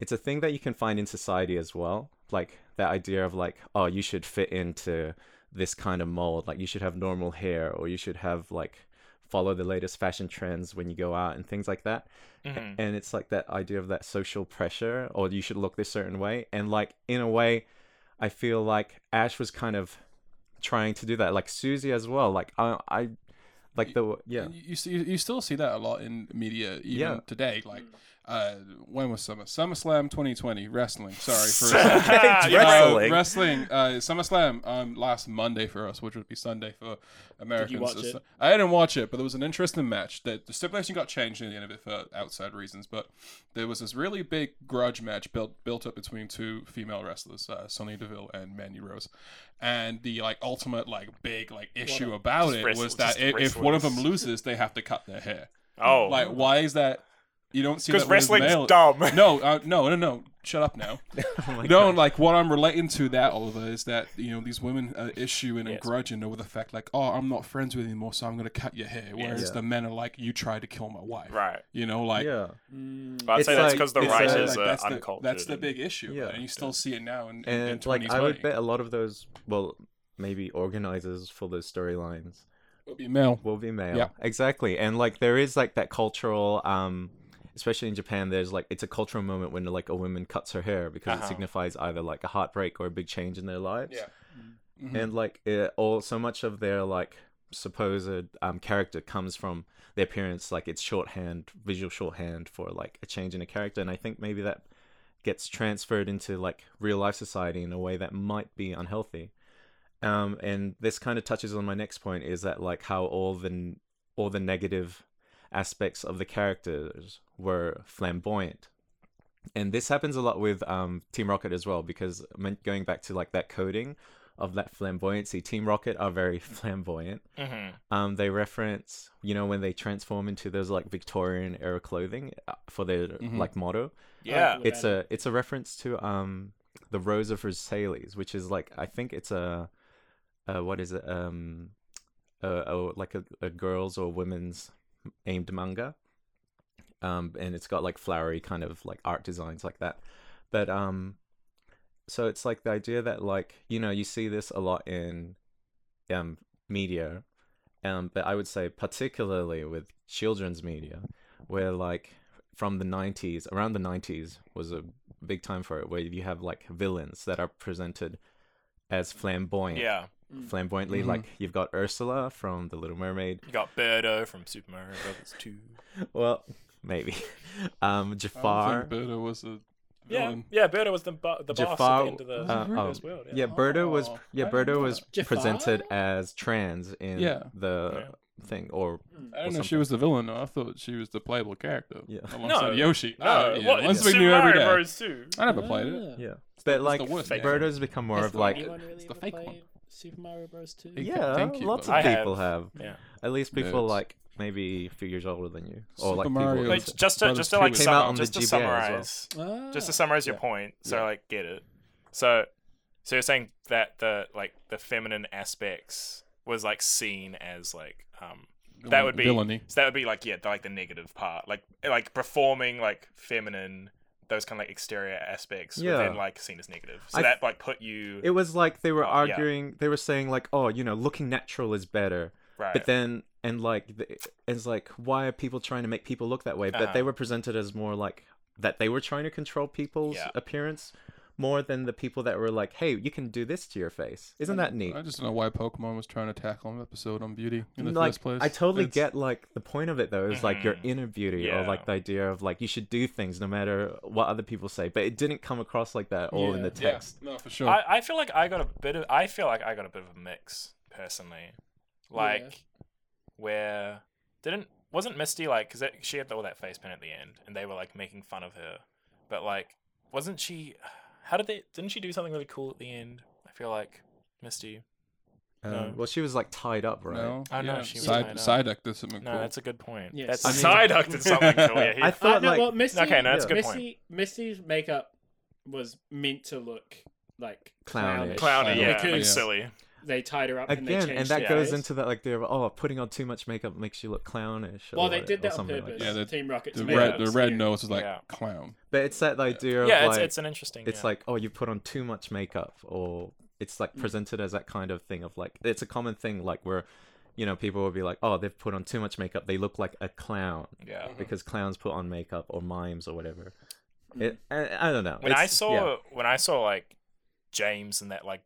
Speaker 3: it's a thing that you can find in society as well like that idea of like oh you should fit into this kind of mold like you should have normal hair or you should have like follow the latest fashion trends when you go out and things like that
Speaker 2: Mm.
Speaker 5: hmm
Speaker 3: and it's like that idea of that social pressure or you should look this certain way and like in a way i feel like ash was kind of trying to do that like susie as well like i i like the yeah
Speaker 2: And you, you see, you still see that a lot in media even
Speaker 3: Yeah.
Speaker 2: today. Like, uh, when was Summer SummerSlam 2020 wrestling? Sorry for a second.
Speaker 5: Ah,
Speaker 3: Wrestling.
Speaker 2: Uh, wrestling. Uh, SummerSlam um, last Monday for us, which would be Sunday for Americans.
Speaker 6: watch
Speaker 2: It's-
Speaker 6: it?
Speaker 2: I didn't watch it, but there was an interesting match. That the stipulation got changed in the end of it for outside reasons, but there was this really big grudge match built built up between two female wrestlers, uh, Sonya Deville and Mandy Rose, and the like ultimate like big like issue about
Speaker 5: Just
Speaker 2: it
Speaker 5: wrestle-
Speaker 2: was that
Speaker 5: just
Speaker 2: i- if
Speaker 5: wrestle
Speaker 2: one of
Speaker 5: this.
Speaker 2: them loses, they have to cut their hair.
Speaker 5: Oh.
Speaker 2: Like, why is that? You don't see that
Speaker 5: because
Speaker 2: when it's
Speaker 5: wrestling's
Speaker 2: male-
Speaker 5: dumb.
Speaker 2: no, uh, no, no, no. Shut up now. no, like what I'm relating to that, Oliver, is that you know these women are issuing and
Speaker 5: Yes.
Speaker 2: grudging over the fact like, oh, I'm not friends with you anymore, so I'm gonna cut your hair. Whereas
Speaker 3: Yeah.
Speaker 2: the men are like, you tried to kill my wife.
Speaker 5: Right.
Speaker 2: You know, like
Speaker 3: yeah
Speaker 6: mm.
Speaker 5: But I'd
Speaker 3: It's
Speaker 5: say that's
Speaker 3: like-
Speaker 5: because the
Speaker 3: it's
Speaker 2: like,
Speaker 5: writers
Speaker 2: like,
Speaker 5: are
Speaker 2: that's
Speaker 5: uh, uncultured.
Speaker 2: The, that's the
Speaker 5: and-
Speaker 2: big issue,
Speaker 3: Yeah.
Speaker 2: and you still see it now in, in,
Speaker 3: and
Speaker 2: in
Speaker 3: like i would
Speaker 2: 2020.
Speaker 3: bet a lot of those well maybe organizers for those storylines
Speaker 2: It'll be male.
Speaker 3: will be male.
Speaker 2: Yeah.
Speaker 3: Exactly. And like there is like that cultural um especially in Japan there's like it's a cultural moment when like a woman cuts her hair because
Speaker 5: Uh-huh.
Speaker 3: it signifies either like a heartbreak or a big change in their lives.
Speaker 2: Yeah. Mm-hmm.
Speaker 3: And like it, all so much of their like supposed um character comes from their parents like it's shorthand visual shorthand for like a change in a character and I think maybe that gets transferred into like real life society in a way that might be unhealthy. Um, and this kind of touches on my next point is that like how all the n- all the negative aspects of the characters were flamboyant. And this happens a lot with um, Team Rocket as well because I mean, going back to like that coding of that flamboyancy, Team Rocket are very flamboyant.
Speaker 5: Mm-hmm.
Speaker 3: Um, they reference, you know, when they transform into those like Victorian era clothing uh, for their
Speaker 2: Mhm.
Speaker 3: like motto.
Speaker 5: Yeah.
Speaker 6: Look
Speaker 3: It's
Speaker 6: at it.
Speaker 3: a it's a reference to um the Rose of Versailles, which is like I think it's a, uh what is it um a, a like a, a girls or women's aimed manga, um and it's got like flowery kind of like art designs like that, but um so it's like the idea that like you know you see this a lot in um media um but i would say particularly with children's media where like from the 90s around the 90s was a big time for it where you have like villains that are presented as flamboyant
Speaker 5: Yeah.
Speaker 3: flamboyantly
Speaker 2: Mhm.
Speaker 3: like you've got ursula from the little mermaid
Speaker 5: You got Birdo from Super Mario Brothers 2.
Speaker 3: well maybe um
Speaker 2: I
Speaker 3: jafar
Speaker 2: don't think Birdo was a
Speaker 5: Yeah,
Speaker 2: villain.
Speaker 5: yeah, Birdo was the bu- the boss at
Speaker 3: Jafar-
Speaker 5: the end of the
Speaker 3: uh,
Speaker 5: Birdo's
Speaker 3: oh,
Speaker 5: world.
Speaker 3: yeah birdo was
Speaker 2: Oh,
Speaker 3: yeah
Speaker 2: I didn't
Speaker 3: birdo
Speaker 2: know
Speaker 3: was
Speaker 2: that.
Speaker 6: Jafar?
Speaker 3: presented as trans in
Speaker 2: Yeah.
Speaker 3: the thing or
Speaker 2: I don't know if
Speaker 3: or
Speaker 2: she
Speaker 3: something.
Speaker 2: was the villain. though. I thought she was the playable character.
Speaker 3: Yeah.
Speaker 2: Alongside
Speaker 5: No,
Speaker 2: Yoshi.
Speaker 5: No,
Speaker 2: oh, yeah.
Speaker 5: what?
Speaker 2: Once
Speaker 5: it's
Speaker 2: we
Speaker 5: Super
Speaker 2: knew every
Speaker 5: Mario
Speaker 2: day.
Speaker 5: Bros. 2.
Speaker 2: I never played it.
Speaker 3: yeah but
Speaker 2: the
Speaker 3: like
Speaker 2: worst
Speaker 3: Birdo's
Speaker 2: game.
Speaker 3: become more
Speaker 2: It's
Speaker 3: of
Speaker 2: the
Speaker 3: like
Speaker 2: one.
Speaker 6: Ah. Anyone really
Speaker 2: the
Speaker 6: ever
Speaker 2: fake one.
Speaker 6: played Super Mario Bros. 2?
Speaker 2: Yeah,
Speaker 3: yeah
Speaker 2: thank you,
Speaker 3: lots
Speaker 2: Bob.
Speaker 3: of
Speaker 5: I have.
Speaker 3: people have.
Speaker 5: Yeah.
Speaker 3: at least people
Speaker 2: Nerds.
Speaker 3: like maybe a few years older than you or
Speaker 2: Super
Speaker 3: like
Speaker 2: Mario
Speaker 3: people
Speaker 5: Like,
Speaker 2: Brothers-
Speaker 5: just to,
Speaker 2: Brothers
Speaker 5: just to
Speaker 2: 2
Speaker 5: like
Speaker 2: came
Speaker 5: sum,
Speaker 3: out on the
Speaker 5: just to
Speaker 3: GBA as well.
Speaker 5: summarize,
Speaker 6: Ah,
Speaker 5: just to summarize your
Speaker 3: Yeah.
Speaker 5: point, so
Speaker 3: Yeah.
Speaker 5: I like get it. So, so you're saying that the like the feminine aspects was like seen as like um that would be
Speaker 2: villainy.
Speaker 5: So that would be like yeah, the, like the negative part, like like performing like feminine those kind of like exterior aspects yeah.
Speaker 3: Yeah.
Speaker 5: within like seen as negative. So
Speaker 3: I
Speaker 5: that like put you
Speaker 3: it was like they were
Speaker 5: Oh, yeah.
Speaker 3: arguing they were saying like oh you know looking natural is better
Speaker 5: right.
Speaker 3: but then and like the- it's like why are people trying to make people look that way but they
Speaker 5: Uh-huh.
Speaker 3: were presented as more like that they were trying to control people's
Speaker 5: Yeah.
Speaker 3: appearance more than the people that were like hey you can do this to your face isn't that neat Mm,
Speaker 2: I just don't know why Pokemon was trying to tackle an episode on beauty in the
Speaker 3: like
Speaker 2: first place.
Speaker 3: I totally
Speaker 2: It's-
Speaker 3: get like the point of it though is like your
Speaker 5: Mhm.
Speaker 3: inner beauty or
Speaker 5: Yeah.
Speaker 3: like the idea of like you should do things no matter what other people say, but it didn't come across like that all in
Speaker 6: Yeah.
Speaker 3: the text.
Speaker 2: Yeah, no, for sure.
Speaker 5: I, I feel like I got a bit of I feel like I got a bit of a mix personally, like where didn't wasn't Misty like because she had all that face paint at the end and they were like making fun of her, but like wasn't she? How did they? Didn't she do something really cool at the end? I feel like Misty.
Speaker 3: Um,
Speaker 5: No.
Speaker 3: Well, she was like tied up, right?
Speaker 2: No,
Speaker 5: Oh, no,
Speaker 2: yeah.
Speaker 5: she was
Speaker 2: Psy-
Speaker 5: tied up.
Speaker 2: Psyduck did something
Speaker 5: No,
Speaker 2: cool.
Speaker 5: that's a good point.
Speaker 6: Yes.
Speaker 5: That's
Speaker 3: I
Speaker 5: side did something cool. Yeah, he-
Speaker 3: I
Speaker 6: Uh,
Speaker 3: thought
Speaker 6: no,
Speaker 3: like
Speaker 6: well, Misty,
Speaker 5: Okay, no, that's a good point.
Speaker 6: Misty, Misty's makeup was meant to look like
Speaker 3: Clownish.
Speaker 6: clownish.
Speaker 5: clowny.
Speaker 2: Clowny,
Speaker 5: Yeah,
Speaker 6: yeah.
Speaker 5: it's silly.
Speaker 6: They tied her up and they
Speaker 3: again,
Speaker 6: changed
Speaker 3: and that
Speaker 6: her
Speaker 3: goes
Speaker 6: face.
Speaker 3: into that like the oh putting on too much makeup makes you look clownish. or
Speaker 6: Well, they
Speaker 3: what-
Speaker 6: did
Speaker 3: or
Speaker 6: that on
Speaker 3: something like
Speaker 6: purpose.
Speaker 2: that. Yeah, the-
Speaker 6: Team Rocket.
Speaker 2: the
Speaker 5: made
Speaker 2: red,
Speaker 5: up.
Speaker 2: the red nose was like
Speaker 5: Yeah.
Speaker 2: clown.
Speaker 3: But it's that idea of
Speaker 5: Yeah, it's
Speaker 3: like
Speaker 5: it's an interesting.
Speaker 3: it's
Speaker 5: yeah. Mm.
Speaker 3: like oh you put on too much makeup or it's like presented as that kind of thing of like it's a common thing like where you know people will be like oh they've put on too much makeup they look like a clown
Speaker 5: yeah.
Speaker 3: because clowns put on makeup or mimes or whatever it, I, I don't know
Speaker 5: Mm. when
Speaker 3: It's-
Speaker 5: I saw
Speaker 3: yeah.
Speaker 5: when I saw like James in that like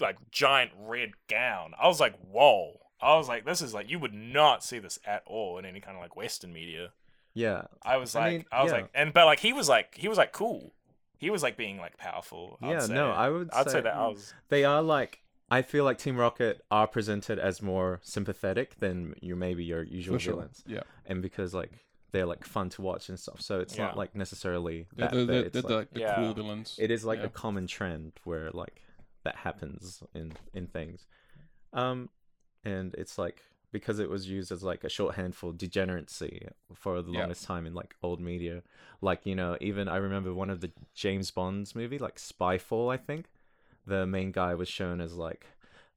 Speaker 5: like giant red gown, I was like, whoa. I was like, this is like you would not see this at all in any kind of like Western media.
Speaker 3: yeah
Speaker 5: I was
Speaker 3: I
Speaker 5: like, I,
Speaker 3: mean,
Speaker 5: was
Speaker 3: yeah.
Speaker 5: like, and but like he was like he was like cool. He was like being like powerful. I'd
Speaker 3: Yeah,
Speaker 5: say.
Speaker 3: no, I would
Speaker 5: I'd say,
Speaker 3: say- mm,
Speaker 5: that I was.
Speaker 3: they are like I feel like Team Rocket are presented as more sympathetic than you maybe your usual
Speaker 2: For sure.
Speaker 3: villains
Speaker 2: Yeah.
Speaker 3: and because like they're like fun to watch and stuff so it's
Speaker 5: Yeah.
Speaker 3: not like necessarily
Speaker 2: They're,
Speaker 3: that
Speaker 2: they're,
Speaker 3: but
Speaker 2: they're,
Speaker 3: it's,
Speaker 2: they're
Speaker 3: like-
Speaker 2: like the
Speaker 5: Yeah.
Speaker 2: cool villains.
Speaker 3: it is like
Speaker 2: Yeah.
Speaker 3: a common trend where like that happens in in things um and it's like because it was used as like a shorthand for degeneracy for the
Speaker 2: Yeah.
Speaker 3: longest time in like old media like you know even i remember one of the james bond's movie like spyfall i think the main guy was shown as like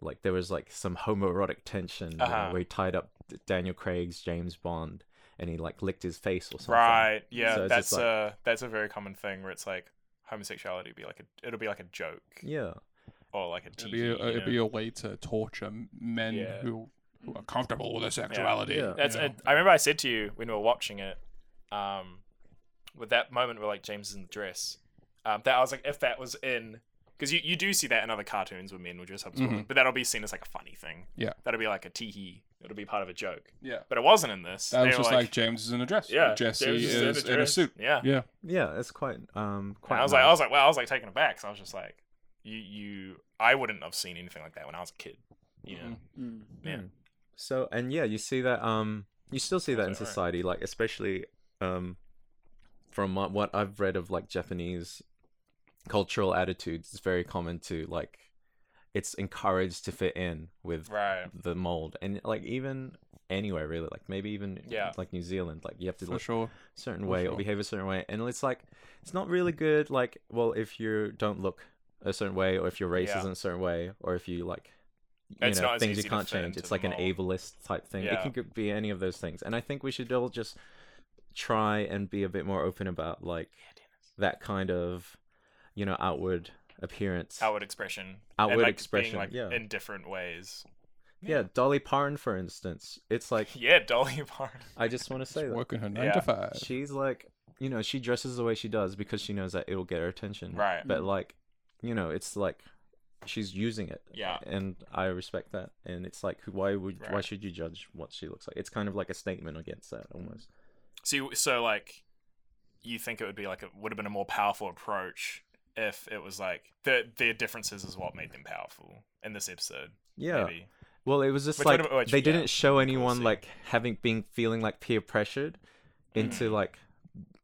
Speaker 3: like there was like some homoerotic tension you know,
Speaker 5: Uh-huh.
Speaker 3: where he tied up D- daniel craig's james bond and he like licked his face or something
Speaker 5: Right. Yeah,
Speaker 3: So it's
Speaker 5: that's
Speaker 3: just like-
Speaker 5: a that's a very common thing where it's like homosexuality be like a, it'll be like a joke
Speaker 3: yeah
Speaker 5: or like a
Speaker 2: It'd
Speaker 5: TV,
Speaker 2: be a,
Speaker 3: E,
Speaker 5: you
Speaker 2: it'd
Speaker 5: know?
Speaker 2: be a way to torture men
Speaker 5: Yeah.
Speaker 2: who who are comfortable with their sexuality.
Speaker 3: Yeah.
Speaker 2: you
Speaker 5: That's.
Speaker 2: know?
Speaker 5: I I remember I said to you when we were watching it, um, with that moment where like James is in the dress, um, that I was like, if that was in, because you, you do see that in other cartoons where men will dress up as women, but that'll be seen as like a funny thing.
Speaker 2: Mm-hmm. Yeah.
Speaker 5: That'll be like a teehee it'll be part of a joke.
Speaker 2: Yeah.
Speaker 5: But it wasn't in this.
Speaker 2: That
Speaker 5: They
Speaker 2: was
Speaker 5: were
Speaker 2: just like, James is in a dress.
Speaker 5: yeah,
Speaker 2: Jesse
Speaker 5: James
Speaker 2: is,
Speaker 5: in a
Speaker 2: in a
Speaker 5: dress.
Speaker 2: suit.
Speaker 5: Yeah.
Speaker 2: Yeah.
Speaker 3: Yeah, it's quite um
Speaker 5: And
Speaker 3: quite.
Speaker 5: I was like, I
Speaker 3: nice.
Speaker 5: was like, wow, I was like taken aback. 'cause I was just like, you, you, I wouldn't have seen anything like that when I was a kid. You know,
Speaker 2: Mhm.
Speaker 6: Mm.
Speaker 5: yeah.
Speaker 3: So and yeah, you see that um you still see that in
Speaker 5: Alright.
Speaker 3: society, like especially um from what, what I've read of like Japanese cultural attitudes, it's very common to like it's encouraged to fit in with
Speaker 5: right?
Speaker 3: the mold and like even anywhere really, like maybe even
Speaker 5: Yeah.
Speaker 3: like New Zealand, like you have to
Speaker 2: For
Speaker 3: look
Speaker 2: sure.
Speaker 3: certain
Speaker 2: For
Speaker 3: way
Speaker 2: sure.
Speaker 3: or behave a certain way and it's like it's not really good like well if you don't look a certain way or if your race
Speaker 5: Yeah.
Speaker 3: isn't a certain way or if you like you
Speaker 5: It's not
Speaker 3: know
Speaker 5: as
Speaker 3: things you
Speaker 5: easy to
Speaker 3: can't
Speaker 5: fit
Speaker 3: change
Speaker 5: into
Speaker 3: it's
Speaker 5: the
Speaker 3: like an
Speaker 5: mold.
Speaker 3: ableist type thing
Speaker 5: Yeah.
Speaker 3: it can could be any of those things and i think we should all just try and be a bit more open about like that kind of you know outward appearance
Speaker 5: Outward expression,
Speaker 3: Outward
Speaker 5: and, like,
Speaker 3: expression,
Speaker 5: being, like
Speaker 3: yeah.
Speaker 5: in different ways.
Speaker 3: yeah dolly parton for instance it's like
Speaker 5: Yeah, Dolly Parton.
Speaker 3: i just want to say that
Speaker 2: Working her nine
Speaker 5: Yeah.
Speaker 2: to five.
Speaker 3: she's like you know she dresses the way she does because she knows that it'll get her
Speaker 2: Mm.
Speaker 3: attention
Speaker 5: Right.
Speaker 3: but like you know it's like she's using it
Speaker 5: Yeah.
Speaker 3: and i respect that and it's like why would why
Speaker 5: Right.
Speaker 3: should you judge what she looks like it's kind of like a statement against that almost
Speaker 5: So, you, so like, you think it would be like it would have been a more powerful approach if it was like their their differences is what made them powerful in this episode.
Speaker 3: yeah
Speaker 5: maybe.
Speaker 3: well it was just
Speaker 5: Which
Speaker 3: like
Speaker 5: would've- which-
Speaker 3: they
Speaker 5: yeah,
Speaker 3: didn't show anyone
Speaker 5: see.
Speaker 3: like having been feeling like peer pressured into
Speaker 5: Mm.
Speaker 3: like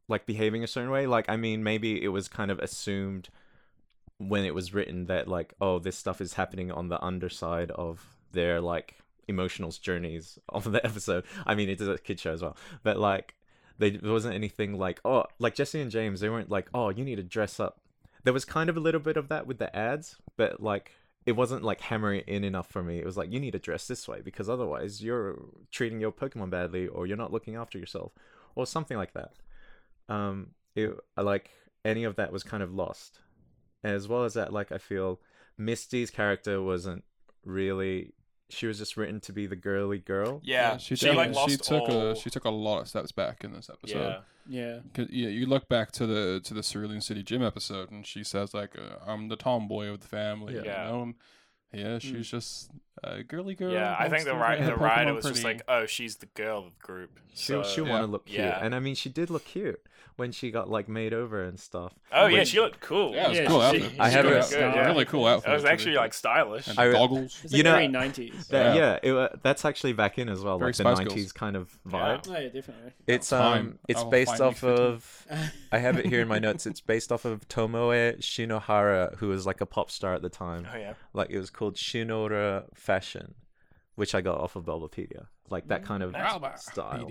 Speaker 3: like behaving a certain way like i mean maybe it was kind of assumed when it was written that like oh this stuff is happening on the underside of their like emotional journeys of the episode i mean it's a kid show as well but like they, there wasn't anything like oh like jesse and james they weren't like oh you need to dress up there was kind of a little bit of that with the ads but like it wasn't like hammering in enough for me it was like you need to dress this way because otherwise you're treating your pokemon badly or you're not looking after yourself or something like that um it like any of that was kind of lost as well as that like i feel misty's character wasn't really she was just written to be the girly girl
Speaker 5: Yeah,
Speaker 2: she,
Speaker 5: she like
Speaker 2: definitely-
Speaker 5: lost
Speaker 2: she took
Speaker 5: all.
Speaker 2: a she took a lot of steps back in this episode.
Speaker 5: yeah,
Speaker 6: Yeah.
Speaker 2: 'Cause, yeah, you look back to the to the Cerulean City Gym episode, and she says like, uh, "I'm the tomboy of the family."
Speaker 3: Yeah.
Speaker 2: you
Speaker 5: Yeah.
Speaker 2: know, and
Speaker 3: Hmm.
Speaker 2: yeah, she's just a girly girl.
Speaker 5: yeah. I think
Speaker 2: wants
Speaker 5: the
Speaker 2: to
Speaker 5: ri-
Speaker 2: have
Speaker 5: the writer
Speaker 2: Pokemon
Speaker 5: was just
Speaker 2: pretty.
Speaker 5: like, oh, she's the girl of the group.
Speaker 3: She'll,
Speaker 5: so-
Speaker 3: she'll want to
Speaker 2: Yeah.
Speaker 3: look cute.
Speaker 5: Yeah.
Speaker 3: And I mean, she did look cute when she got like made over and stuff.
Speaker 5: Oh yeah,
Speaker 3: When-
Speaker 5: she looked cool.
Speaker 2: yeah, it's
Speaker 6: Yeah,
Speaker 2: a cool
Speaker 6: she-
Speaker 2: outfit.
Speaker 6: she
Speaker 3: I haven't-
Speaker 2: It's a
Speaker 5: good, yeah.
Speaker 2: really cool outfit.
Speaker 5: That was actually like stylish.
Speaker 2: and
Speaker 3: I-
Speaker 2: goggles.
Speaker 6: It's
Speaker 3: You
Speaker 6: like
Speaker 3: know-
Speaker 6: very 90s.
Speaker 3: That,
Speaker 2: Yeah.
Speaker 3: yeah, it, wa that's actually back in as well,
Speaker 2: Very
Speaker 3: like the
Speaker 2: Spice
Speaker 3: 90s
Speaker 2: Girls.
Speaker 3: kind of
Speaker 5: Yeah.
Speaker 3: vibe.
Speaker 6: Oh, yeah, definitely.
Speaker 3: It's
Speaker 2: Time.
Speaker 3: um,
Speaker 2: I
Speaker 3: it's
Speaker 2: will
Speaker 3: based
Speaker 2: finally
Speaker 3: off
Speaker 2: fit in.
Speaker 3: of. I have it here in my notes. It's based off of Tomoe Shinohara, who was like a pop star at the time.
Speaker 5: Oh yeah.
Speaker 3: Like it was called Shinohara Fashion, which I got off of Bulbapedia. Like that kind of
Speaker 2: Bulbapedia.
Speaker 3: style,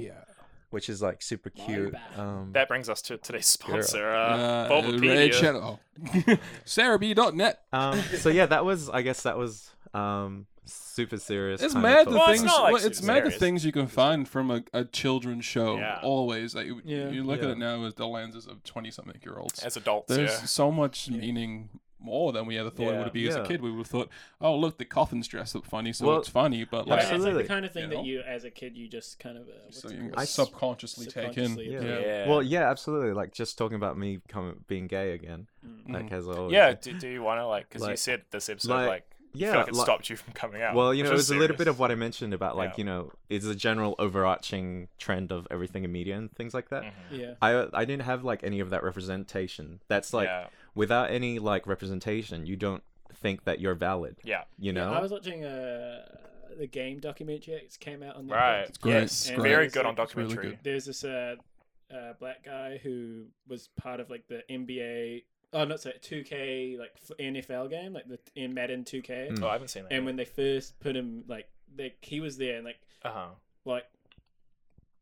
Speaker 3: which is like super cute.
Speaker 6: Bulba.
Speaker 3: Um,
Speaker 5: That brings us to today's sponsor, uh,
Speaker 2: Uh, Red
Speaker 5: Bulbapedia.
Speaker 2: Shadow. SarahB.net.
Speaker 3: um, so yeah, that was. I guess that was um, super serious.
Speaker 2: It's
Speaker 3: kind of
Speaker 2: mad
Speaker 3: thought
Speaker 2: the
Speaker 5: Well, it's
Speaker 2: things.
Speaker 5: not, like,
Speaker 2: well, it's
Speaker 5: super
Speaker 2: mad the
Speaker 5: serious.
Speaker 2: things you can find from a, a children's show.
Speaker 5: Yeah.
Speaker 2: Always, like you-
Speaker 1: Yeah.
Speaker 2: you look at
Speaker 3: Yeah.
Speaker 2: it now as the lenses of twenty-something year olds.
Speaker 5: As adults,
Speaker 2: There's
Speaker 5: yeah.
Speaker 2: so much meaning more than we ever thought it
Speaker 5: Yeah.
Speaker 2: would be as a
Speaker 3: Yeah.
Speaker 2: kid. We would have thought, oh, look, the coffin's dressed up funny, so
Speaker 3: Well,
Speaker 2: it's funny. But
Speaker 6: But
Speaker 2: like,
Speaker 6: it's like the
Speaker 3: Absolutely.
Speaker 6: kind of thing
Speaker 2: You know?
Speaker 6: that you, as a kid, you just kind of. Uh, what's
Speaker 2: so
Speaker 6: it
Speaker 2: you
Speaker 6: called?
Speaker 2: can subconsciously,
Speaker 6: Subconsciously,
Speaker 2: take in.
Speaker 3: yeah.
Speaker 2: Yeah.
Speaker 5: Yeah.
Speaker 3: Well, yeah, absolutely. Like just talking about me coming, being gay again, like as well.
Speaker 5: Mm-hmm. yeah. Do, do you want to like? Because you
Speaker 3: Oh, Like-
Speaker 5: said this episode like,
Speaker 3: like-
Speaker 5: you feel like it
Speaker 3: like-
Speaker 5: stopped you from coming out.
Speaker 3: Well, you
Speaker 5: which
Speaker 3: know, it
Speaker 5: is
Speaker 3: was a little bit
Speaker 5: serious.
Speaker 3: of what I mentioned about like
Speaker 5: Yeah.
Speaker 3: you know, it's a general overarching trend of everything in media and things like that.
Speaker 5: Mm. Mm-hmm.
Speaker 6: Yeah.
Speaker 3: I I didn't have like any of that representation. That's like
Speaker 5: Yeah.
Speaker 3: without any like representation, you don't think that you're valid.
Speaker 5: Yeah.
Speaker 3: You know.
Speaker 6: I was watching uh, the game documentary. It came out on Netflix.
Speaker 5: Right.
Speaker 2: great,
Speaker 5: Yes.
Speaker 2: it's
Speaker 5: and
Speaker 2: great.
Speaker 5: Very good on
Speaker 6: It's
Speaker 2: really
Speaker 5: documentary.
Speaker 2: good.
Speaker 6: There's this uh, uh, black guy who was part of like the NBA. Oh, not sorry, 2K like f- NFL game, like the in Madden 2K.
Speaker 3: Mm.
Speaker 5: Oh, I haven't seen that.
Speaker 6: And when they first put him, like, they, he was there, and like,
Speaker 5: uh huh.
Speaker 6: like.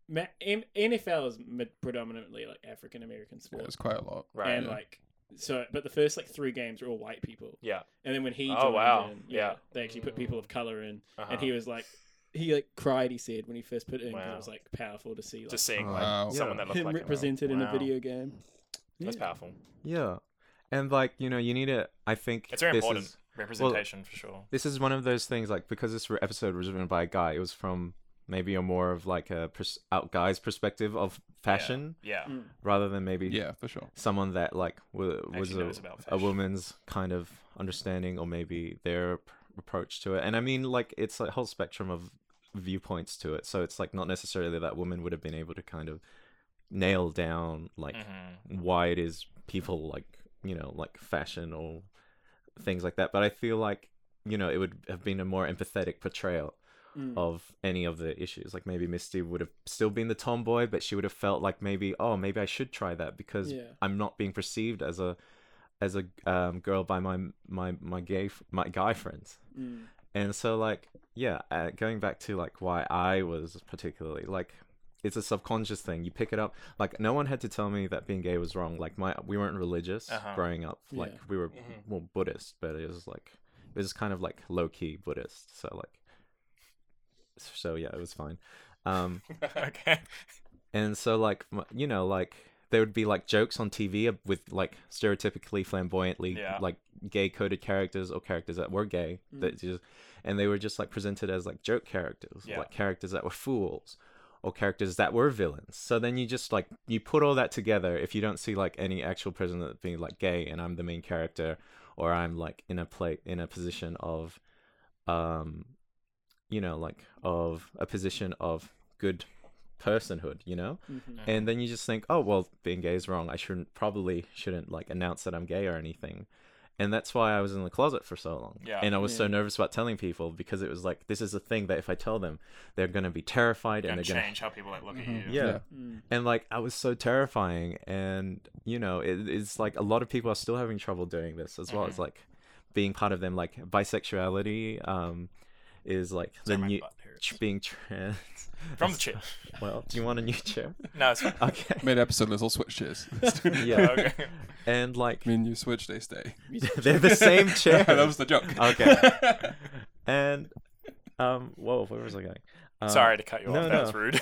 Speaker 6: Ma- M- NFL is ma- predominantly like African American
Speaker 2: Yeah,
Speaker 6: sport,
Speaker 2: it's quite a lot.
Speaker 5: Right.
Speaker 6: and like so. But the first like three games were all white people,
Speaker 5: yeah.
Speaker 6: and then when he
Speaker 5: Oh,
Speaker 6: joined
Speaker 5: wow.
Speaker 6: in,
Speaker 5: Yeah.
Speaker 6: they actually put people of color in,
Speaker 5: Uh-huh.
Speaker 6: and he was like, he like cried. He said when he first put it in, 'cause
Speaker 5: Wow.
Speaker 6: it was like powerful to see like,
Speaker 5: just seeing like
Speaker 2: Wow.
Speaker 5: someone that looked
Speaker 6: him
Speaker 5: like him.
Speaker 6: represented in a
Speaker 5: Wow.
Speaker 6: video game.
Speaker 5: That's
Speaker 6: Yeah.
Speaker 5: powerful.
Speaker 3: yeah. And like you know, you need to. I think
Speaker 5: It's very
Speaker 3: this
Speaker 5: important
Speaker 3: is-
Speaker 5: representation for sure.
Speaker 3: this is one of those things like because this re- episode was written by a guy it was from maybe a more of like a pers- out guy's perspective of fashion
Speaker 5: Yeah.
Speaker 6: Mm.
Speaker 3: rather than maybe
Speaker 2: Yeah, for sure.
Speaker 3: someone that like w- was
Speaker 5: Actually knows
Speaker 3: a,
Speaker 5: about
Speaker 3: a
Speaker 5: fashion.
Speaker 3: woman's kind of understanding or maybe their p- approach to it and i mean like it's a whole spectrum of viewpoints to it. So it's like not necessarily that women would have been able to kind of nail down like
Speaker 5: Mhm.
Speaker 3: why it is people like you know like fashion or things like that. But I feel like you know it would have been a more empathetic portrayal
Speaker 6: Mm.
Speaker 2: Oh,
Speaker 3: of any of the issues. Like maybe Misty would have still been the tomboy, but she would have felt like maybe oh maybe I should try that because
Speaker 6: Yeah.
Speaker 3: I'm not being perceived as a as a um, girl by my my my gay f- my guy friends.
Speaker 6: Mm.
Speaker 3: And so like yeah, uh, going back to like why I was particularly like it's a subconscious thing. You pick it up. Like no one had to tell me that being gay was wrong. Like my we weren't religious
Speaker 5: Uh-huh.
Speaker 3: growing up. Like
Speaker 6: Yeah.
Speaker 3: we were
Speaker 2: Mhm.
Speaker 3: well Buddhist, but it was like it was kind of like low key Buddhist. So like so yeah, it was fine. Um
Speaker 5: okay.
Speaker 3: and so like m- you know like there would be like jokes on TV ab- with like stereotypically flamboyantly
Speaker 5: Yeah.
Speaker 3: like gay coded characters or characters that were gay
Speaker 6: Mm.
Speaker 3: that just and they were just like presented as like joke characters
Speaker 5: Yeah.
Speaker 3: like characters that were fools or characters that were villains so then you just like you put all that together if you don't see like any actual person that being like gay and I'm the main character or I'm like in a play in a position of um you know like of a position of good personhood you know
Speaker 6: Mhm.
Speaker 3: and then you just think oh well being gay is wrong i shouldn't probably shouldn't like announce that i'm gay or anything and that's why i was in the closet for so long
Speaker 5: Yeah.
Speaker 3: and i was so
Speaker 6: Yeah.
Speaker 3: nervous about telling people because it was like this is a thing that if i tell them they're going to be terrified
Speaker 5: Gonna
Speaker 3: and they're going to
Speaker 5: change how people like look
Speaker 2: Mhm.
Speaker 5: at you.
Speaker 3: yeah.
Speaker 6: Mm.
Speaker 3: and like i was so terrifying and you know it, it's like a lot of people are still having trouble doing this as well
Speaker 5: Mhm.
Speaker 3: it's like being part of them like bisexuality um is like the
Speaker 5: Sorry, my
Speaker 3: new
Speaker 5: butt hurts.
Speaker 3: tr- being trans
Speaker 5: From the chair.
Speaker 3: well do you want a new chair
Speaker 5: No, it's fine.
Speaker 3: okay
Speaker 2: Mid episode, let's all switch chairs.
Speaker 3: yeah
Speaker 5: okay.
Speaker 3: and like
Speaker 2: I mean, you switch, they stay.
Speaker 3: they're the same chair
Speaker 2: that was the joke.
Speaker 3: Okay. and um whoa where was i going um,
Speaker 5: Sorry to cut you off.
Speaker 3: no,
Speaker 5: that was
Speaker 3: no.
Speaker 5: rude.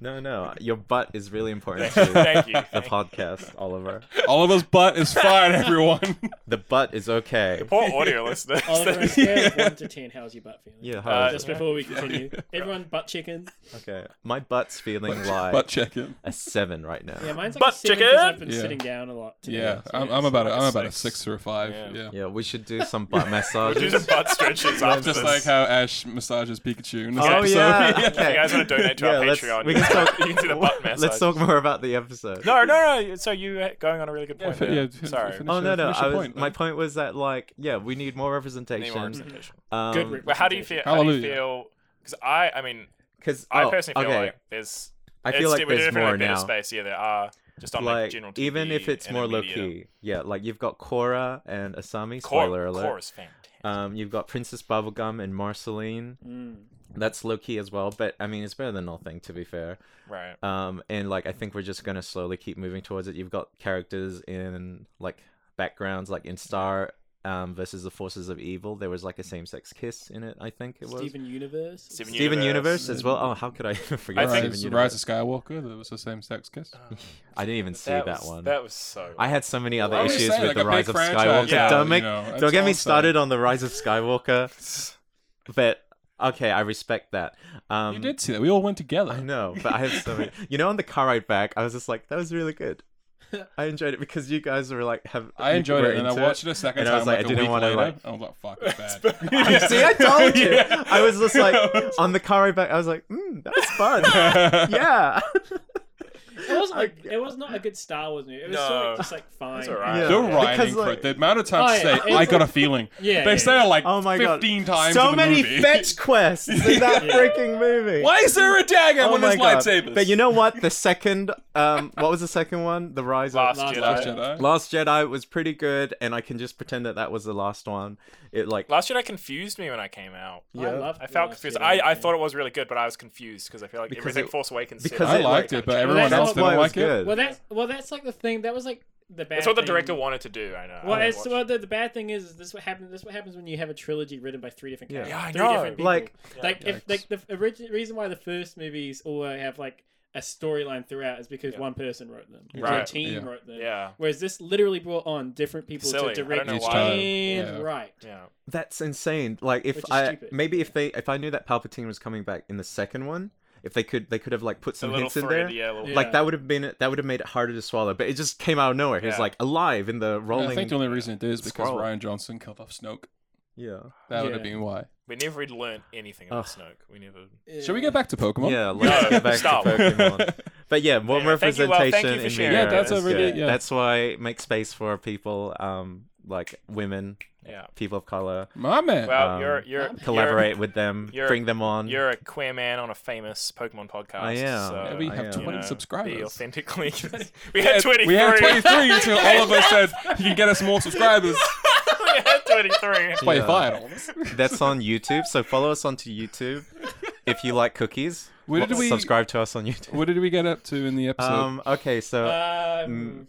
Speaker 3: no no your butt is really important to
Speaker 5: Thank you.
Speaker 3: the podcast oliver
Speaker 2: Oliver's butt is fine, everyone.
Speaker 3: the butt is okay
Speaker 5: Poor audio listeners.
Speaker 6: Oliver, on a scale of one to ten, how's your butt feeling?
Speaker 3: yeah how
Speaker 5: Uh,
Speaker 3: is
Speaker 6: Just
Speaker 3: it?
Speaker 6: before we continue, everyone butt chicken.
Speaker 3: okay my butt's feeling like
Speaker 2: butt checking.
Speaker 3: a seven right now
Speaker 6: Yeah, mine's like
Speaker 5: Butt
Speaker 6: a seven 'cause I've
Speaker 5: chicken!
Speaker 6: been
Speaker 2: Yeah.
Speaker 6: sitting down a lot. Today,
Speaker 2: Yeah,
Speaker 6: so
Speaker 2: I'm,
Speaker 6: it's
Speaker 2: I'm about
Speaker 5: like
Speaker 2: a,
Speaker 5: a
Speaker 2: I'm about a
Speaker 5: six.
Speaker 2: six or a five.
Speaker 5: Yeah.
Speaker 2: Yeah.
Speaker 3: yeah we should do some butt
Speaker 5: Do
Speaker 3: massages
Speaker 5: some butt stretches after
Speaker 2: Just
Speaker 5: this.
Speaker 2: like uh, how Ash massages Pikachu in this
Speaker 3: Oh
Speaker 2: episode.
Speaker 3: yeah!
Speaker 5: If you guys want to donate to our
Speaker 3: Yeah, let's-
Speaker 5: Patreon,
Speaker 3: we can talk-
Speaker 5: you can do the butt massage.
Speaker 3: Let's talk more about the episode.
Speaker 5: No, no, no. So you uh, going on a really good
Speaker 2: Yeah,
Speaker 5: point.
Speaker 2: fi-
Speaker 5: there.
Speaker 2: yeah, fi-
Speaker 5: Sorry.
Speaker 2: finish
Speaker 3: Oh
Speaker 2: your-
Speaker 3: no, no.
Speaker 2: finish
Speaker 3: I
Speaker 2: your
Speaker 3: was,
Speaker 2: point,
Speaker 3: my
Speaker 2: though.
Speaker 3: point was that like, yeah, we need more representation.
Speaker 5: Any more representation?
Speaker 6: Good
Speaker 3: Um,
Speaker 6: re-
Speaker 5: But how do you feel? How do you
Speaker 2: Hallelujah.
Speaker 5: feel? Because I, I mean,
Speaker 3: because
Speaker 5: I
Speaker 3: oh,
Speaker 5: personally feel
Speaker 3: okay.
Speaker 5: like there's.
Speaker 3: I feel
Speaker 5: it's,
Speaker 3: like
Speaker 5: we
Speaker 3: there's
Speaker 5: definitely
Speaker 3: more
Speaker 5: have better
Speaker 3: now.
Speaker 5: Space, yeah, there are. Just on like,
Speaker 3: like
Speaker 5: general
Speaker 3: even
Speaker 5: TV
Speaker 3: if it's
Speaker 5: and
Speaker 3: more
Speaker 5: the
Speaker 3: low
Speaker 5: media.
Speaker 3: key, yeah. Like you've got Cora and Asami.
Speaker 5: Cor-
Speaker 3: Spoiler alert.
Speaker 5: Cora's fantastic.
Speaker 3: Um, you've got Princess Bubblegum and Marceline.
Speaker 6: Mm.
Speaker 3: That's low key as well, but I mean it's better than nothing to be fair.
Speaker 5: right.
Speaker 3: Um, and like I think we're just gonna slowly keep moving towards it. You've got characters in like backgrounds, like in Star um, versus the Forces of Evil. There was like a same-sex kiss in it. I think it was
Speaker 6: Steven Universe.
Speaker 5: Steven
Speaker 3: Steven
Speaker 5: Universe.
Speaker 3: Universe as well. Oh, how could I forget
Speaker 5: I think-
Speaker 3: Steven
Speaker 2: Rise,
Speaker 3: Universe?
Speaker 2: Rise of Skywalker, that was the same sex kiss.
Speaker 3: I didn't even see that,
Speaker 5: that was,
Speaker 3: one.
Speaker 5: That was so.
Speaker 3: I had so many other
Speaker 2: I was
Speaker 3: issues
Speaker 2: saying,
Speaker 3: with
Speaker 2: like,
Speaker 3: the
Speaker 2: a big
Speaker 3: Rise of
Speaker 2: franchise,
Speaker 3: Skywalker.
Speaker 5: yeah,
Speaker 3: don't
Speaker 2: you
Speaker 3: make,
Speaker 2: know, that's
Speaker 3: don't get
Speaker 2: all
Speaker 3: me
Speaker 2: I'm saying.
Speaker 3: started on the Rise of Skywalker. but okay, I respect that. Um,
Speaker 2: you did see that. We all went together.
Speaker 3: I know, but I have so many. You know, on the car ride back, I was just like, that was really good. I enjoyed it because you guys were like, have
Speaker 2: I
Speaker 3: you
Speaker 2: enjoyed
Speaker 3: were
Speaker 2: it, and I
Speaker 3: into
Speaker 2: watched it a second
Speaker 3: and
Speaker 2: time.
Speaker 3: I was like, I didn't
Speaker 2: want
Speaker 3: wanna,
Speaker 2: to
Speaker 3: like-
Speaker 2: I was like, fuck, it's bad.
Speaker 3: See, I told you.
Speaker 2: Yeah.
Speaker 3: I was just like on the car ride back. I was like, mm, that was fun. yeah.
Speaker 6: It was like it was not a good Star Wars movie. It was sort
Speaker 5: No.
Speaker 6: of just like fine.
Speaker 5: It's alright.
Speaker 3: Yeah.
Speaker 2: They're
Speaker 3: Because,
Speaker 2: riding for
Speaker 3: like-
Speaker 2: it. The amount of times
Speaker 6: Oh,
Speaker 2: they
Speaker 6: yeah,
Speaker 2: say,
Speaker 6: it's
Speaker 2: I got
Speaker 6: like-
Speaker 2: a feeling.
Speaker 6: Yeah,
Speaker 2: They
Speaker 6: yeah,
Speaker 2: say it like
Speaker 3: Oh my god!
Speaker 2: 15 times
Speaker 3: So
Speaker 2: in the
Speaker 3: many
Speaker 2: movie.
Speaker 3: fetch quests in that
Speaker 6: Yeah.
Speaker 3: freaking movie.
Speaker 2: Why is there a dagger
Speaker 3: Oh
Speaker 2: when
Speaker 3: my
Speaker 2: there's
Speaker 3: god!
Speaker 2: lightsabers?
Speaker 3: But you know what? The second, um, what was the second one? The Rise
Speaker 5: Last,
Speaker 3: of
Speaker 6: Last
Speaker 5: Jedi.
Speaker 2: Last
Speaker 5: Last
Speaker 6: Jedi.
Speaker 5: Jedi.
Speaker 2: Jedi.
Speaker 3: Last Jedi was pretty good, and I can just pretend that that was the last one. It like
Speaker 5: confused me when I came out.
Speaker 3: Yeah.
Speaker 6: I loved
Speaker 5: I
Speaker 6: The
Speaker 5: felt
Speaker 6: Last
Speaker 5: confused.
Speaker 6: Jedi,
Speaker 5: I, I
Speaker 6: yeah.
Speaker 5: thought it was really good, but I was confused because I feel like
Speaker 3: Because
Speaker 5: everything
Speaker 3: it-
Speaker 5: Force Awakens.
Speaker 3: because
Speaker 2: I
Speaker 3: it,
Speaker 2: liked
Speaker 5: like-
Speaker 2: it, but
Speaker 5: Well,
Speaker 2: everyone
Speaker 6: that's
Speaker 2: else
Speaker 6: not
Speaker 2: didn't
Speaker 3: why it was
Speaker 2: like it.
Speaker 3: good.
Speaker 6: Well, that's well, that's like the thing. That was like the bad.
Speaker 5: That's what the
Speaker 6: thing-
Speaker 5: director wanted to do. I know. I
Speaker 6: Well,
Speaker 5: haven't
Speaker 6: it's,
Speaker 5: watched
Speaker 6: well the, the bad thing is this what happens. This what happens when you have a trilogy written by three different
Speaker 3: Yeah.
Speaker 6: characters.
Speaker 5: Yeah, I
Speaker 6: three
Speaker 5: know.
Speaker 6: Different people.
Speaker 3: Like-
Speaker 6: like if
Speaker 2: Yikes.
Speaker 6: like the origin reason why the first movies all have like a storyline throughout is because
Speaker 5: Yeah.
Speaker 6: one person wrote them, or a
Speaker 5: Right,
Speaker 6: team
Speaker 2: yeah.
Speaker 6: wrote them.
Speaker 5: Yeah.
Speaker 6: Whereas this literally brought on different people
Speaker 5: Silly, I
Speaker 6: to
Speaker 5: don't
Speaker 6: direct
Speaker 5: know
Speaker 2: Each why. time.
Speaker 6: and
Speaker 2: Yeah.
Speaker 6: write.
Speaker 5: Yeah.
Speaker 3: that's insane. Like
Speaker 6: Which
Speaker 3: if
Speaker 6: is
Speaker 3: I
Speaker 6: stupid.
Speaker 3: maybe if they if I knew that Palpatine was coming back in the second one, if they could they could have like put
Speaker 5: The
Speaker 3: some
Speaker 5: little
Speaker 3: hints in
Speaker 5: thread,
Speaker 3: there.
Speaker 5: yeah, little-
Speaker 6: Yeah.
Speaker 3: Like that would have been that would have made it harder to swallow. But it just came out of nowhere. He was
Speaker 5: Yeah.
Speaker 3: like alive in the rolling.
Speaker 2: I think the only reason it did is because
Speaker 3: scroll.
Speaker 2: Ryan Johnson killed off Snoke.
Speaker 3: Yeah.
Speaker 2: That would have
Speaker 6: Yeah.
Speaker 2: been why.
Speaker 5: We never really learned anything about Snoke. We never.
Speaker 2: Should we get back to Pokemon?
Speaker 3: Yeah, let's
Speaker 5: No,
Speaker 3: get back
Speaker 5: stop.
Speaker 3: to Pokemon. But yeah, more
Speaker 5: Yeah, thank you,
Speaker 3: representation
Speaker 5: well, thank you for
Speaker 3: in
Speaker 5: sharing
Speaker 3: media.
Speaker 2: Yeah, that's a
Speaker 3: is
Speaker 2: really-
Speaker 3: good.
Speaker 2: yeah.
Speaker 3: That's why make space for people um like women,
Speaker 5: Yeah.
Speaker 3: people of color.
Speaker 2: My man.
Speaker 5: Well,
Speaker 3: Um,
Speaker 5: you're you're
Speaker 6: I'm-
Speaker 3: Collaborate with them,
Speaker 5: you're-
Speaker 3: bring them on.
Speaker 5: You're, you're a queer man on a famous Pokemon podcast.
Speaker 3: I am.
Speaker 5: So,
Speaker 2: Yeah, we
Speaker 3: I
Speaker 2: have
Speaker 3: am.
Speaker 2: 20
Speaker 5: you know, Be
Speaker 2: subscribers.
Speaker 5: authentically. we had twenty.
Speaker 2: We had 23 until all of us said, you can get us more subscribers.
Speaker 5: we had twenty-three.
Speaker 2: Play
Speaker 3: Yeah.
Speaker 2: Fire Emblems.
Speaker 3: That's on YouTube, so follow us onto YouTube. If you like cookies,
Speaker 2: Where
Speaker 3: lo-
Speaker 2: did we-
Speaker 3: subscribe to us on YouTube.
Speaker 2: What did we get up to in the episode?
Speaker 3: Um, okay, so
Speaker 2: Uh, Mm.
Speaker 6: Um,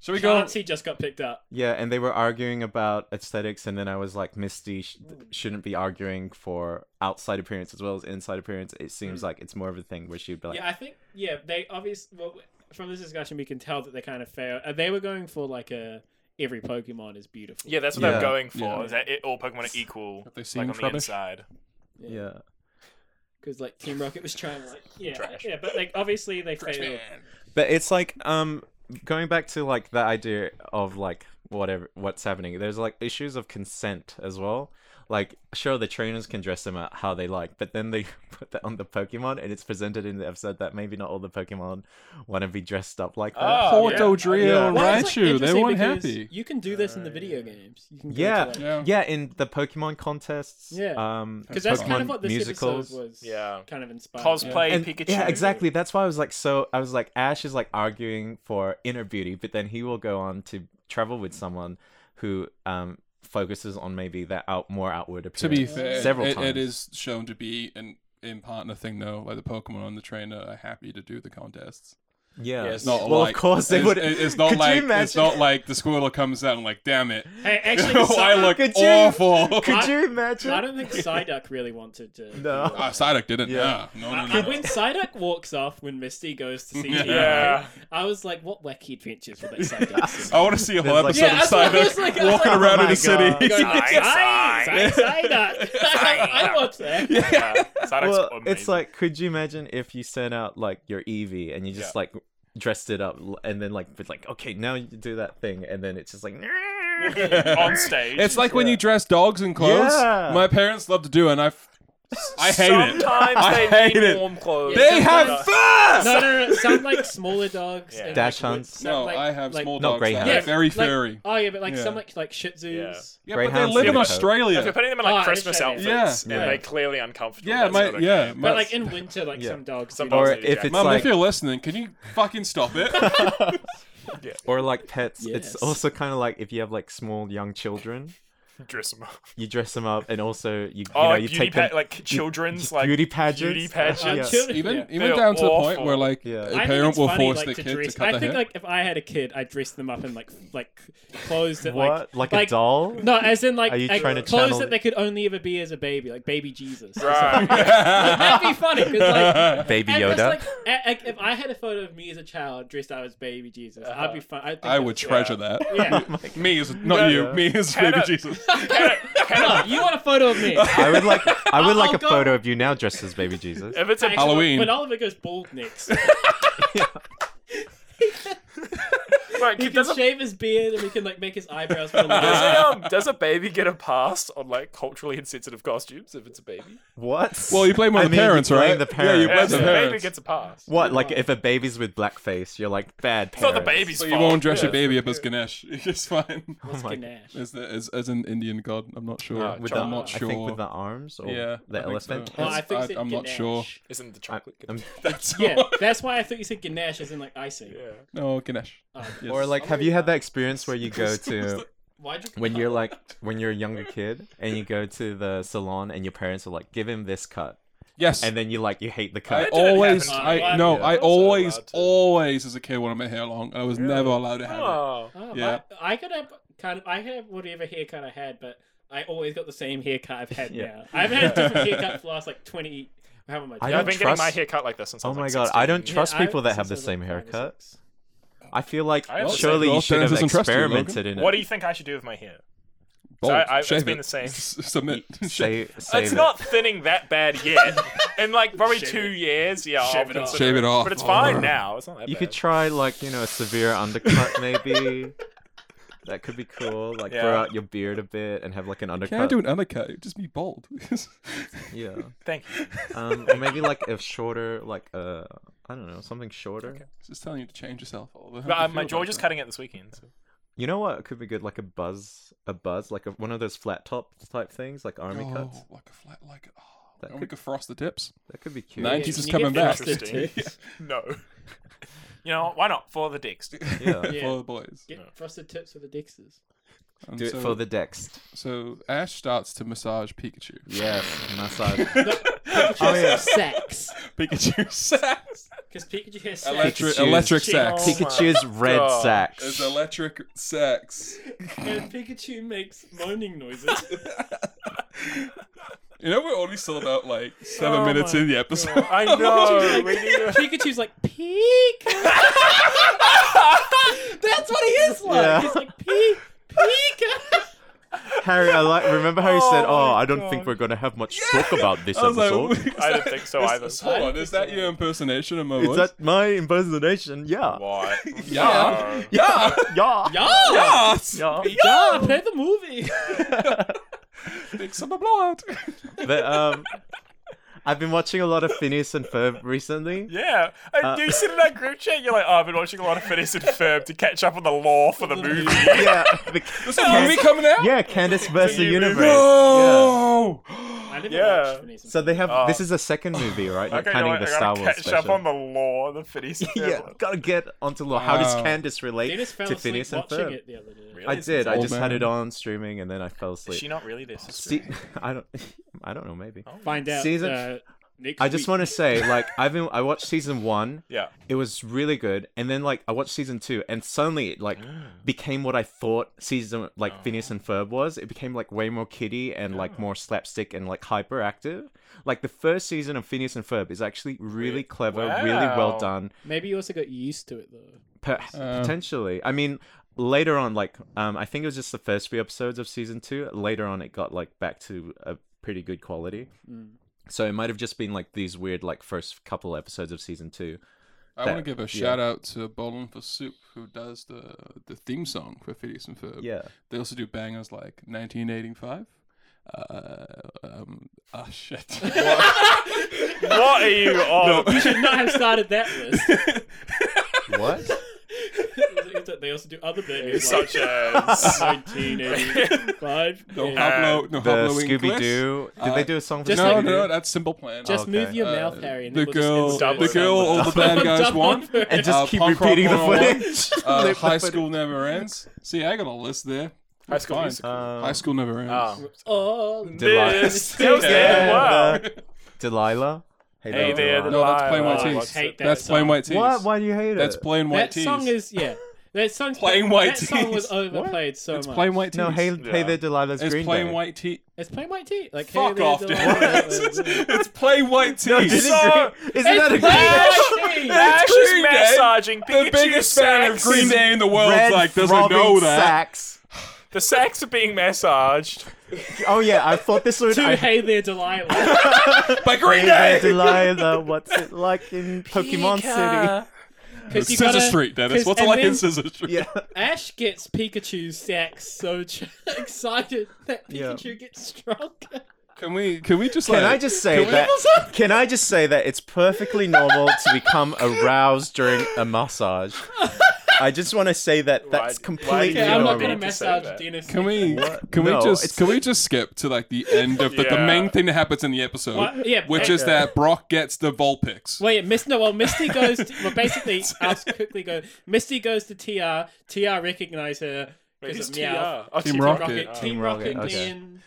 Speaker 2: Should we go?
Speaker 6: Chauncey just got picked up.
Speaker 3: yeah, and they were arguing about aesthetics, and then I was like, Misty sh- shouldn't be arguing for outside appearance as well as inside appearance. It
Speaker 2: Mm.
Speaker 3: seems like it's more of a thing where she'd be like,
Speaker 6: Yeah, I think yeah they obviously well, from this discussion we can tell that they kind of failed. Uh, They were going for like a every Pokemon is beautiful.
Speaker 5: Yeah, that's what
Speaker 3: Yeah.
Speaker 5: they're going for.
Speaker 2: Yeah.
Speaker 5: Is that it, all Pokemon are equal?
Speaker 2: Have they
Speaker 5: like
Speaker 2: seen
Speaker 5: on the
Speaker 2: rubbish?
Speaker 5: inside.
Speaker 3: yeah.
Speaker 6: because like Team Rocket was trying to like yeah
Speaker 5: Trash.
Speaker 6: yeah, but like obviously they failed.
Speaker 3: But it's like um going back to like the idea of like whatever what's happening. There's like issues of consent as well. Like sure the trainers can dress them up how they like, but then they put that on the Pokemon and it's presented in the episode that maybe not all the Pokemon want to be dressed up like that.
Speaker 6: Ah.
Speaker 5: Oh, yeah.
Speaker 2: Porto Drill,
Speaker 6: Well, it's, like,
Speaker 2: Raichu, they
Speaker 6: interesting
Speaker 2: weren't
Speaker 6: because
Speaker 2: happy.
Speaker 6: You can do this in the video games. You can go to,
Speaker 3: Uh, Yeah.
Speaker 6: like-
Speaker 2: Yeah.
Speaker 3: Yeah, in the Pokemon contests.
Speaker 6: Yeah.
Speaker 3: Um
Speaker 6: Because that's kind of
Speaker 3: Pokemon
Speaker 6: what this
Speaker 3: musicals.
Speaker 6: episode was.
Speaker 5: Yeah.
Speaker 6: Kind of inspired. by.
Speaker 5: Cosplay
Speaker 3: And-
Speaker 5: Pikachu.
Speaker 3: Yeah, exactly. That's why I was like so I was like Ash is like arguing for inner beauty, but then he will go on to travel with someone who um focuses on maybe that out more outward appearance.
Speaker 2: To be fair,
Speaker 3: several
Speaker 2: it,
Speaker 3: times.
Speaker 2: it is shown to be an in partner thing though. Like the Pokemon and the trainer are happy to do the contests.
Speaker 3: yeah.
Speaker 5: Yes.
Speaker 2: Not
Speaker 3: well,
Speaker 2: like,
Speaker 3: of course they
Speaker 2: it's,
Speaker 3: would.
Speaker 2: it- It's not
Speaker 3: Could you
Speaker 2: like it's
Speaker 3: imagine-
Speaker 2: not like the Squirtle comes out and like, damn it,
Speaker 6: Hey, actually,
Speaker 2: Oh, I
Speaker 6: Psyduck,
Speaker 2: look
Speaker 3: Could you-
Speaker 2: awful.
Speaker 3: Could
Speaker 6: I-
Speaker 3: you imagine?
Speaker 6: I don't think Psyduck really wanted to.
Speaker 3: No.
Speaker 2: Ah, Psyduck didn't.
Speaker 3: Yeah.
Speaker 2: Yeah. No, no,
Speaker 6: I-
Speaker 2: no.
Speaker 6: I- when Psyduck walks off when Misty goes to see
Speaker 2: Yeah.
Speaker 6: Team
Speaker 5: Yeah.
Speaker 6: Rocket, I was see. what wacky adventures will that Psyduck see?
Speaker 2: I want to see a whole
Speaker 3: There's like-
Speaker 2: episode
Speaker 3: Yeah,
Speaker 2: of
Speaker 6: that's what I was
Speaker 2: Psyduck
Speaker 6: like- I was
Speaker 2: walking
Speaker 6: like,
Speaker 3: oh
Speaker 2: around
Speaker 3: my
Speaker 2: in a city.
Speaker 3: God.
Speaker 6: Going,
Speaker 5: Psy,
Speaker 6: Psy,
Speaker 5: Psy.
Speaker 6: Psy, Psyduck. I watched that.
Speaker 5: Yeah. Psyduck's
Speaker 3: well,
Speaker 5: amazing.
Speaker 3: it's like, could you imagine if you sent out like your Eevee and you just like dressed it up, l- and then like, was like, okay, now you do that thing, and then it's just like,
Speaker 5: on stage.
Speaker 2: It's like when you dress dogs in clothes.
Speaker 3: Yeah.
Speaker 2: My parents love to do, it, and I, f- I hate it.
Speaker 5: Sometimes
Speaker 2: I
Speaker 5: they
Speaker 2: hate
Speaker 5: need
Speaker 2: it.
Speaker 5: warm clothes.
Speaker 2: They
Speaker 5: Sometimes-
Speaker 2: have fur.
Speaker 6: No, no, no. Some like smaller dogs.
Speaker 5: Yeah.
Speaker 6: and,
Speaker 3: Dash
Speaker 6: like, with-
Speaker 3: hunts.
Speaker 6: some,
Speaker 2: No,
Speaker 6: like-
Speaker 2: I have
Speaker 6: like-
Speaker 2: small
Speaker 3: Not
Speaker 2: dogs. that
Speaker 3: greyhounds.
Speaker 2: are very
Speaker 6: like-
Speaker 2: furry.
Speaker 6: Oh yeah, but like
Speaker 2: Yeah.
Speaker 6: some like like Shih Tzus.
Speaker 5: Yeah.
Speaker 2: Yeah, but they
Speaker 3: greyhounds
Speaker 2: live in
Speaker 3: do it.
Speaker 5: If you're
Speaker 2: Australia.
Speaker 5: putting them in
Speaker 6: Oh,
Speaker 5: like
Speaker 6: I
Speaker 5: Christmas
Speaker 6: understand.
Speaker 5: outfits,
Speaker 2: Yeah.
Speaker 5: and
Speaker 2: Yeah.
Speaker 5: they're clearly uncomfortable.
Speaker 2: Yeah,
Speaker 5: that's
Speaker 2: my
Speaker 5: not okay.
Speaker 2: yeah, my,
Speaker 6: But like in winter, like
Speaker 3: Yeah.
Speaker 6: some dogs.
Speaker 5: Some
Speaker 6: do that.
Speaker 3: or
Speaker 5: dogs-
Speaker 3: if it's
Speaker 2: Mum,
Speaker 3: like,
Speaker 2: if you're listening, can you fucking stop it?
Speaker 3: or like pets, it's
Speaker 6: Yes.
Speaker 3: also kind of like if you have like small young children,
Speaker 5: dress them up.
Speaker 3: you dress them up, and also you, you
Speaker 5: Oh,
Speaker 3: know
Speaker 5: like
Speaker 3: you
Speaker 5: beauty
Speaker 3: take
Speaker 5: pa-
Speaker 3: them,
Speaker 5: like children's like
Speaker 3: beauty pageants.
Speaker 5: Beauty
Speaker 6: Uh,
Speaker 5: pageants.
Speaker 3: Yeah.
Speaker 6: children-
Speaker 2: even
Speaker 6: yeah.
Speaker 2: even
Speaker 5: They're
Speaker 2: down to the point
Speaker 5: awful.
Speaker 2: where like
Speaker 3: Yeah.
Speaker 2: a
Speaker 3: I
Speaker 6: I think
Speaker 2: parent
Speaker 6: it's
Speaker 2: will
Speaker 6: funny,
Speaker 2: force
Speaker 6: like,
Speaker 2: the
Speaker 6: to
Speaker 2: kid
Speaker 6: dress-
Speaker 2: to cut
Speaker 6: I
Speaker 2: their
Speaker 6: think
Speaker 2: hair.
Speaker 6: like if I had a kid, I'd dress them up in like f- like clothes that
Speaker 3: What? Like
Speaker 6: like
Speaker 3: a doll?
Speaker 6: No, as in like,
Speaker 3: Are you
Speaker 6: like,
Speaker 3: trying to channel-
Speaker 6: clothes that they could only ever be as a baby, like baby Jesus.
Speaker 5: Right.
Speaker 6: That'd be funny 'cause, like.
Speaker 3: Baby
Speaker 6: and just,
Speaker 3: Yoda.
Speaker 6: like, a- like, if I had a photo of me as a child dressed up as baby Jesus, I'd be fun. I'd think
Speaker 2: I would
Speaker 6: that's-
Speaker 2: treasure that.
Speaker 6: Yeah.
Speaker 2: me is not you. Me is baby
Speaker 5: Hannah-
Speaker 2: Jesus.
Speaker 6: No, you want a photo of me?
Speaker 3: I would like I would
Speaker 2: Oh,
Speaker 3: like
Speaker 6: I'll
Speaker 3: a
Speaker 6: go-
Speaker 3: photo of you now dressed as baby Jesus.
Speaker 5: if it's a
Speaker 6: Actually,
Speaker 2: Halloween.
Speaker 6: When Oliver goes bald next,
Speaker 5: like,
Speaker 6: he can
Speaker 5: does, a,
Speaker 6: shave his beard and we can like make his eyebrows more
Speaker 5: does,
Speaker 6: large.
Speaker 5: a, um, does a baby get a pass on like culturally insensitive costumes if it's a baby?
Speaker 3: What?
Speaker 2: Well, you blame on
Speaker 3: I
Speaker 2: the
Speaker 3: mean, you
Speaker 2: parents,
Speaker 3: blame
Speaker 2: right?
Speaker 3: The
Speaker 2: Yeah,
Speaker 3: parents.
Speaker 2: you blame
Speaker 5: Yeah,
Speaker 2: the
Speaker 5: so the baby
Speaker 2: parents.
Speaker 5: gets a pass.
Speaker 3: What? Like if a baby's with blackface, you're like bad
Speaker 5: It's not
Speaker 3: parents.
Speaker 5: the baby's
Speaker 2: So
Speaker 5: fault.
Speaker 2: you won't dress your
Speaker 5: Yeah.
Speaker 2: baby up as Ganesh. It's fine.
Speaker 3: Oh my God.
Speaker 6: Ganesh.
Speaker 2: As, the, as, as an Indian god, I'm not sure.
Speaker 5: Ah,
Speaker 3: With
Speaker 5: Char-
Speaker 3: the,
Speaker 2: I'm not
Speaker 3: I
Speaker 2: sure.
Speaker 3: think with the arms or
Speaker 2: Yeah, I
Speaker 3: the
Speaker 2: think
Speaker 3: elephant.
Speaker 2: so.
Speaker 6: Oh, I think
Speaker 2: I-
Speaker 6: it's
Speaker 2: I'm not
Speaker 6: Ganesh.
Speaker 2: sure.
Speaker 5: Isn't the chocolate? good?
Speaker 3: I'm-
Speaker 2: That's
Speaker 6: Yeah,
Speaker 2: all.
Speaker 6: that's why I thought you said Ganesh is in like icing.
Speaker 5: yeah.
Speaker 2: No, Ganesh.
Speaker 5: Uh,
Speaker 6: Oh.
Speaker 2: Yes.
Speaker 3: Or like, have you
Speaker 2: uh,
Speaker 3: had that experience where you go
Speaker 2: What's the- what's
Speaker 3: to
Speaker 6: Why'd you?
Speaker 3: when you're like when you're a younger kid and you go to the salon and your parents are like, give him this cut,
Speaker 2: yes.
Speaker 3: and then you like you hate the
Speaker 2: I
Speaker 3: cut.
Speaker 5: didn't have
Speaker 2: always,
Speaker 5: to
Speaker 2: I
Speaker 6: do that.
Speaker 2: no,
Speaker 5: Yeah.
Speaker 2: I
Speaker 5: Also
Speaker 2: always,
Speaker 5: allowed to-
Speaker 2: always as a kid wanted my hair long, and I was never allowed to have it.
Speaker 5: Oh.
Speaker 6: Oh,
Speaker 2: Yeah.
Speaker 6: my, I could have kind of I could have whatever haircut I had, but I always got the same haircut I've had
Speaker 3: Yeah.
Speaker 6: now. I've had a different haircut for the last like twenty. How am I?
Speaker 3: I
Speaker 5: Yeah, I've
Speaker 3: don't
Speaker 5: been getting my
Speaker 3: trust-
Speaker 5: hair cut like this since I
Speaker 3: Oh
Speaker 5: was
Speaker 3: my
Speaker 5: like
Speaker 3: god,
Speaker 5: 16.
Speaker 3: I don't trust
Speaker 6: Yeah, I-
Speaker 3: people that have the
Speaker 6: since I was
Speaker 3: same
Speaker 6: like five or
Speaker 3: haircut.
Speaker 6: six.
Speaker 3: I feel like
Speaker 5: I have the same-
Speaker 3: surely you
Speaker 2: Well,
Speaker 3: should have
Speaker 2: Dennis doesn't trust you, Logan.
Speaker 3: experimented in it.
Speaker 5: What do you think I should do with my hair?
Speaker 2: Bold,
Speaker 5: I- I- it's
Speaker 2: shave
Speaker 5: been
Speaker 2: it.
Speaker 5: the same.
Speaker 2: S- Submit.
Speaker 3: say? say
Speaker 5: it's
Speaker 3: that.
Speaker 5: not thinning that bad yet. In like probably two years, yeah, I'll
Speaker 6: Shave it off.
Speaker 5: consider
Speaker 2: Shave it off.
Speaker 5: But it's fine now. It's not that
Speaker 3: You
Speaker 5: bad.
Speaker 3: could try like you know a severe undercut maybe. That could be cool. Like
Speaker 5: Yeah.
Speaker 3: grow out your beard a bit and have like an
Speaker 2: Can I
Speaker 3: undercut.
Speaker 2: do an undercut? It'd Just be bold.
Speaker 3: yeah.
Speaker 5: Thank you.
Speaker 3: Um, or maybe like a shorter, like uh, I don't know, something shorter.
Speaker 2: just telling you to change yourself. All the,
Speaker 5: But, uh, my George is cutting it this weekend. So.
Speaker 3: You know what? It could be good, like a buzz, a buzz, like a, one of those flat top type things, like army
Speaker 2: oh,
Speaker 3: cuts.
Speaker 2: like a flat, like oh,
Speaker 3: That
Speaker 2: and we
Speaker 3: could-
Speaker 2: could frost the tips.
Speaker 3: That could be cute.
Speaker 2: 90s
Speaker 6: Can
Speaker 2: is
Speaker 6: you
Speaker 2: coming
Speaker 6: get
Speaker 2: back.
Speaker 6: frosted
Speaker 5: Interesting.
Speaker 6: tips?
Speaker 5: No. you know, why not for the dicks?
Speaker 3: Yeah.
Speaker 6: Yeah.
Speaker 2: for the boys.
Speaker 6: Get frosted tips for the Dexes.
Speaker 2: And
Speaker 3: Do it
Speaker 2: so,
Speaker 3: for the Dex.
Speaker 2: so Ash starts to massage Pikachu.
Speaker 3: Yes, massage.
Speaker 6: Pikachu
Speaker 3: yeah.
Speaker 6: has sex.
Speaker 2: Pikachu sax.
Speaker 6: Because Pikachu has sex.
Speaker 2: Electric,
Speaker 3: Pikachu's-
Speaker 2: electric
Speaker 5: She-
Speaker 2: sax.
Speaker 5: Oh my
Speaker 3: Pikachu's red
Speaker 5: God.
Speaker 2: It's
Speaker 3: sacks.
Speaker 2: electric sex.
Speaker 6: And Pikachu makes moaning noises.
Speaker 2: You know, we're only still about like seven
Speaker 5: Oh
Speaker 2: minutes
Speaker 5: my
Speaker 2: in the episode.
Speaker 5: I know. we need to-
Speaker 6: Pikachu's like, Peek! That's what he is like!
Speaker 3: Yeah.
Speaker 6: He's like, Peek! Pika!
Speaker 3: Harry, I like. Remember how he said,
Speaker 5: Oh
Speaker 3: "Oh,
Speaker 5: my
Speaker 3: I don't think
Speaker 5: God.
Speaker 3: we're gonna have much talk about this
Speaker 2: I was like,
Speaker 3: episode."
Speaker 2: is
Speaker 5: I
Speaker 2: that-
Speaker 5: don't think so
Speaker 2: is-
Speaker 5: either.
Speaker 2: is- Hold on, is that your impersonation of my
Speaker 3: Is
Speaker 2: voice?
Speaker 3: that my impersonation? Yeah.
Speaker 5: What?
Speaker 2: Yeah.
Speaker 5: No.
Speaker 2: yeah.
Speaker 3: Yeah.
Speaker 6: Yeah!
Speaker 2: Yes.
Speaker 3: Yeah.
Speaker 6: Yeah! Oh, Play the movie!
Speaker 2: Big summer blowout.
Speaker 3: But um, I've been watching a lot of Phineas and Ferb recently.
Speaker 5: Yeah. I,
Speaker 3: Uh,
Speaker 5: you sit in that group chat, you're like, oh, I've been watching a lot of Phineas and Ferb to catch up on the lore for the movie.
Speaker 3: Yeah. the-
Speaker 2: Is a movie coming out? Oh.
Speaker 3: yeah. Candace versus the
Speaker 5: new movie.
Speaker 3: universe. Yeah.
Speaker 2: No.
Speaker 6: I never
Speaker 5: Yeah.
Speaker 6: watched Phineas and
Speaker 3: So they have.
Speaker 5: Oh.
Speaker 3: this is the second movie, right? Not
Speaker 5: Okay, you know
Speaker 3: counting
Speaker 5: what, I
Speaker 3: the Star
Speaker 5: gotta
Speaker 3: Wars
Speaker 5: catch
Speaker 3: special.
Speaker 5: up on the lore of the Phineas and Ferb.
Speaker 3: yeah,
Speaker 5: lore.
Speaker 3: gotta get onto law. How does
Speaker 2: Wow.
Speaker 3: Candace relate
Speaker 6: Dennis fell
Speaker 3: to
Speaker 6: asleep
Speaker 3: Phineas and
Speaker 6: watching
Speaker 3: Ferb?
Speaker 6: it the other day.
Speaker 5: Really?
Speaker 3: I did. I
Speaker 2: old
Speaker 3: just had
Speaker 2: man.
Speaker 3: it on streaming and then I fell
Speaker 5: Is
Speaker 3: asleep.
Speaker 5: she not really their sister?
Speaker 3: See, I don't. I don't know. Maybe.
Speaker 6: Find out.
Speaker 3: Season-
Speaker 6: Uh, next
Speaker 3: I just
Speaker 6: week.
Speaker 3: want to say, like, I've been, I watched season one.
Speaker 5: Yeah.
Speaker 3: It was really good, and then like I watched season two, and suddenly it like became what I thought season like Phineas and Ferb was. It became like way more kiddie and like more slapstick and like hyperactive. Like the first season of Phineas and Ferb is actually really clever, really well
Speaker 5: Wow.
Speaker 3: done.
Speaker 6: Maybe you also got used to it though.
Speaker 3: Per-
Speaker 2: Um,
Speaker 3: potentially, I mean, later on, like um, I think it was just the first three episodes of season two. Later on, it got like back to a pretty good quality.
Speaker 2: Mm.
Speaker 3: So it might have just been like these weird like first couple episodes of season two.
Speaker 2: I want
Speaker 3: That-
Speaker 2: to give a shout out to Bowling for Soup, who does the the theme song for Phineas and Ferb.
Speaker 3: Yeah.
Speaker 2: They also do bangers like 1985. Uh, um, ah, shit.
Speaker 5: What are you on?
Speaker 6: You should not have started that list.
Speaker 3: What?
Speaker 6: they also do other
Speaker 5: You're
Speaker 6: things.
Speaker 5: Such as.
Speaker 6: 1985.
Speaker 2: no
Speaker 6: Yeah.
Speaker 2: Pablo, no
Speaker 3: The
Speaker 2: Pablo
Speaker 3: Scooby
Speaker 2: Inglés.
Speaker 3: Doo. Did they do a song for
Speaker 6: just
Speaker 2: No,
Speaker 3: Scooby Doo?
Speaker 2: no, that's Simple Plan.
Speaker 6: Just
Speaker 3: Okay.
Speaker 6: move your
Speaker 2: Uh,
Speaker 6: mouth, Harry. And
Speaker 2: the
Speaker 6: it will just
Speaker 2: girl,
Speaker 6: insert
Speaker 5: insert
Speaker 2: the
Speaker 5: it.
Speaker 2: girl, all the bad guys
Speaker 6: Double
Speaker 2: want.
Speaker 6: over.
Speaker 3: And just
Speaker 2: Uh,
Speaker 3: keep
Speaker 2: punk rock
Speaker 3: repeating the
Speaker 2: 101.
Speaker 3: footage.
Speaker 2: Uh,
Speaker 3: Loop the
Speaker 2: high
Speaker 3: footage.
Speaker 2: school never ends. See, I got a list there.
Speaker 5: High School
Speaker 2: Fine.
Speaker 5: Musical.
Speaker 3: Um,
Speaker 2: high school never ends.
Speaker 5: Oh.
Speaker 6: Oh,
Speaker 3: Delilah.
Speaker 5: This still
Speaker 3: Yeah,
Speaker 5: there. Wow.
Speaker 3: the- Delilah.
Speaker 5: Hey there,
Speaker 3: Delilah.
Speaker 2: No, that's plain white
Speaker 6: I
Speaker 2: tees.
Speaker 6: just hate that
Speaker 2: That's plain
Speaker 6: song.
Speaker 2: white tees.
Speaker 3: What? Why do you hate it?
Speaker 2: That's plain white
Speaker 6: that
Speaker 2: tees.
Speaker 6: song is yeah. That song's
Speaker 2: Plain White
Speaker 6: That song was
Speaker 2: Tees.
Speaker 6: overplayed so
Speaker 2: it's
Speaker 6: much.
Speaker 2: plain white tees.
Speaker 3: no, hey, hey
Speaker 5: Yeah.
Speaker 3: there, Delilah's
Speaker 2: It's
Speaker 3: Green
Speaker 2: plain
Speaker 3: Day.
Speaker 2: white tee.
Speaker 6: It's plain white tea. Like hey
Speaker 2: Fuck
Speaker 6: there,
Speaker 2: off, dude.
Speaker 6: Delilah.
Speaker 2: it's, it's plain white
Speaker 3: No,
Speaker 2: tees.
Speaker 3: didn't Green- isn't that a
Speaker 6: It's
Speaker 3: Green Day?
Speaker 6: plain white tea.
Speaker 5: Ash
Speaker 2: Green Day,
Speaker 5: is massaging Pikachu
Speaker 2: the biggest fan of
Speaker 5: sacks.
Speaker 2: Green Day in the world.
Speaker 3: Red
Speaker 2: like doesn't
Speaker 3: throbbing
Speaker 2: know that.
Speaker 3: sacks.
Speaker 5: The sacks are being massaged.
Speaker 3: Oh yeah, I thought this would.
Speaker 6: To
Speaker 3: I,
Speaker 6: hey there, Delilah.
Speaker 2: By Green
Speaker 3: Hey there,
Speaker 2: Day.
Speaker 3: Delilah, what's it like in Pokemon City?
Speaker 6: Because you
Speaker 2: Scissor
Speaker 6: gotta-
Speaker 2: Street, Dennis.
Speaker 6: 'cause-
Speaker 2: What's it
Speaker 6: and
Speaker 2: like in
Speaker 6: then
Speaker 2: Scissor Street?
Speaker 3: Yeah,
Speaker 6: Ash gets Pikachu's sack so ch- excited that
Speaker 3: Yeah.
Speaker 6: Pikachu gets stronger.
Speaker 2: Can we? Can we just?
Speaker 3: can
Speaker 2: like,
Speaker 3: I just say
Speaker 2: we-
Speaker 3: that? Can I just say that it's perfectly normal to become aroused during a massage? I just want to say that that's
Speaker 5: why
Speaker 3: completely
Speaker 5: do you
Speaker 6: Okay, I'm not
Speaker 3: normal.
Speaker 6: gonna
Speaker 5: need to say
Speaker 6: massage
Speaker 5: that.
Speaker 6: Dennis.
Speaker 2: Can we?
Speaker 3: What?
Speaker 2: Can
Speaker 3: No,
Speaker 2: we
Speaker 3: it's-
Speaker 2: just? Can we just skip to like the end of the, the
Speaker 5: Yeah.
Speaker 2: main thing that happens in the episode,
Speaker 6: What? Yeah,
Speaker 2: which
Speaker 6: I-
Speaker 2: is that Brock gets the Vulpix.
Speaker 6: Wait, Miss, no, well, Misty goes. To, well, basically, I'll quickly go. Misty goes to TR. TR recognize her.
Speaker 5: Who's
Speaker 6: Because of
Speaker 5: TR?
Speaker 6: meow.
Speaker 5: Oh,
Speaker 2: Team
Speaker 5: Team
Speaker 2: Rocket.
Speaker 5: Rocket.
Speaker 6: Rocket, Team
Speaker 3: Team
Speaker 6: Rocket,
Speaker 3: Rocket, okay.
Speaker 6: and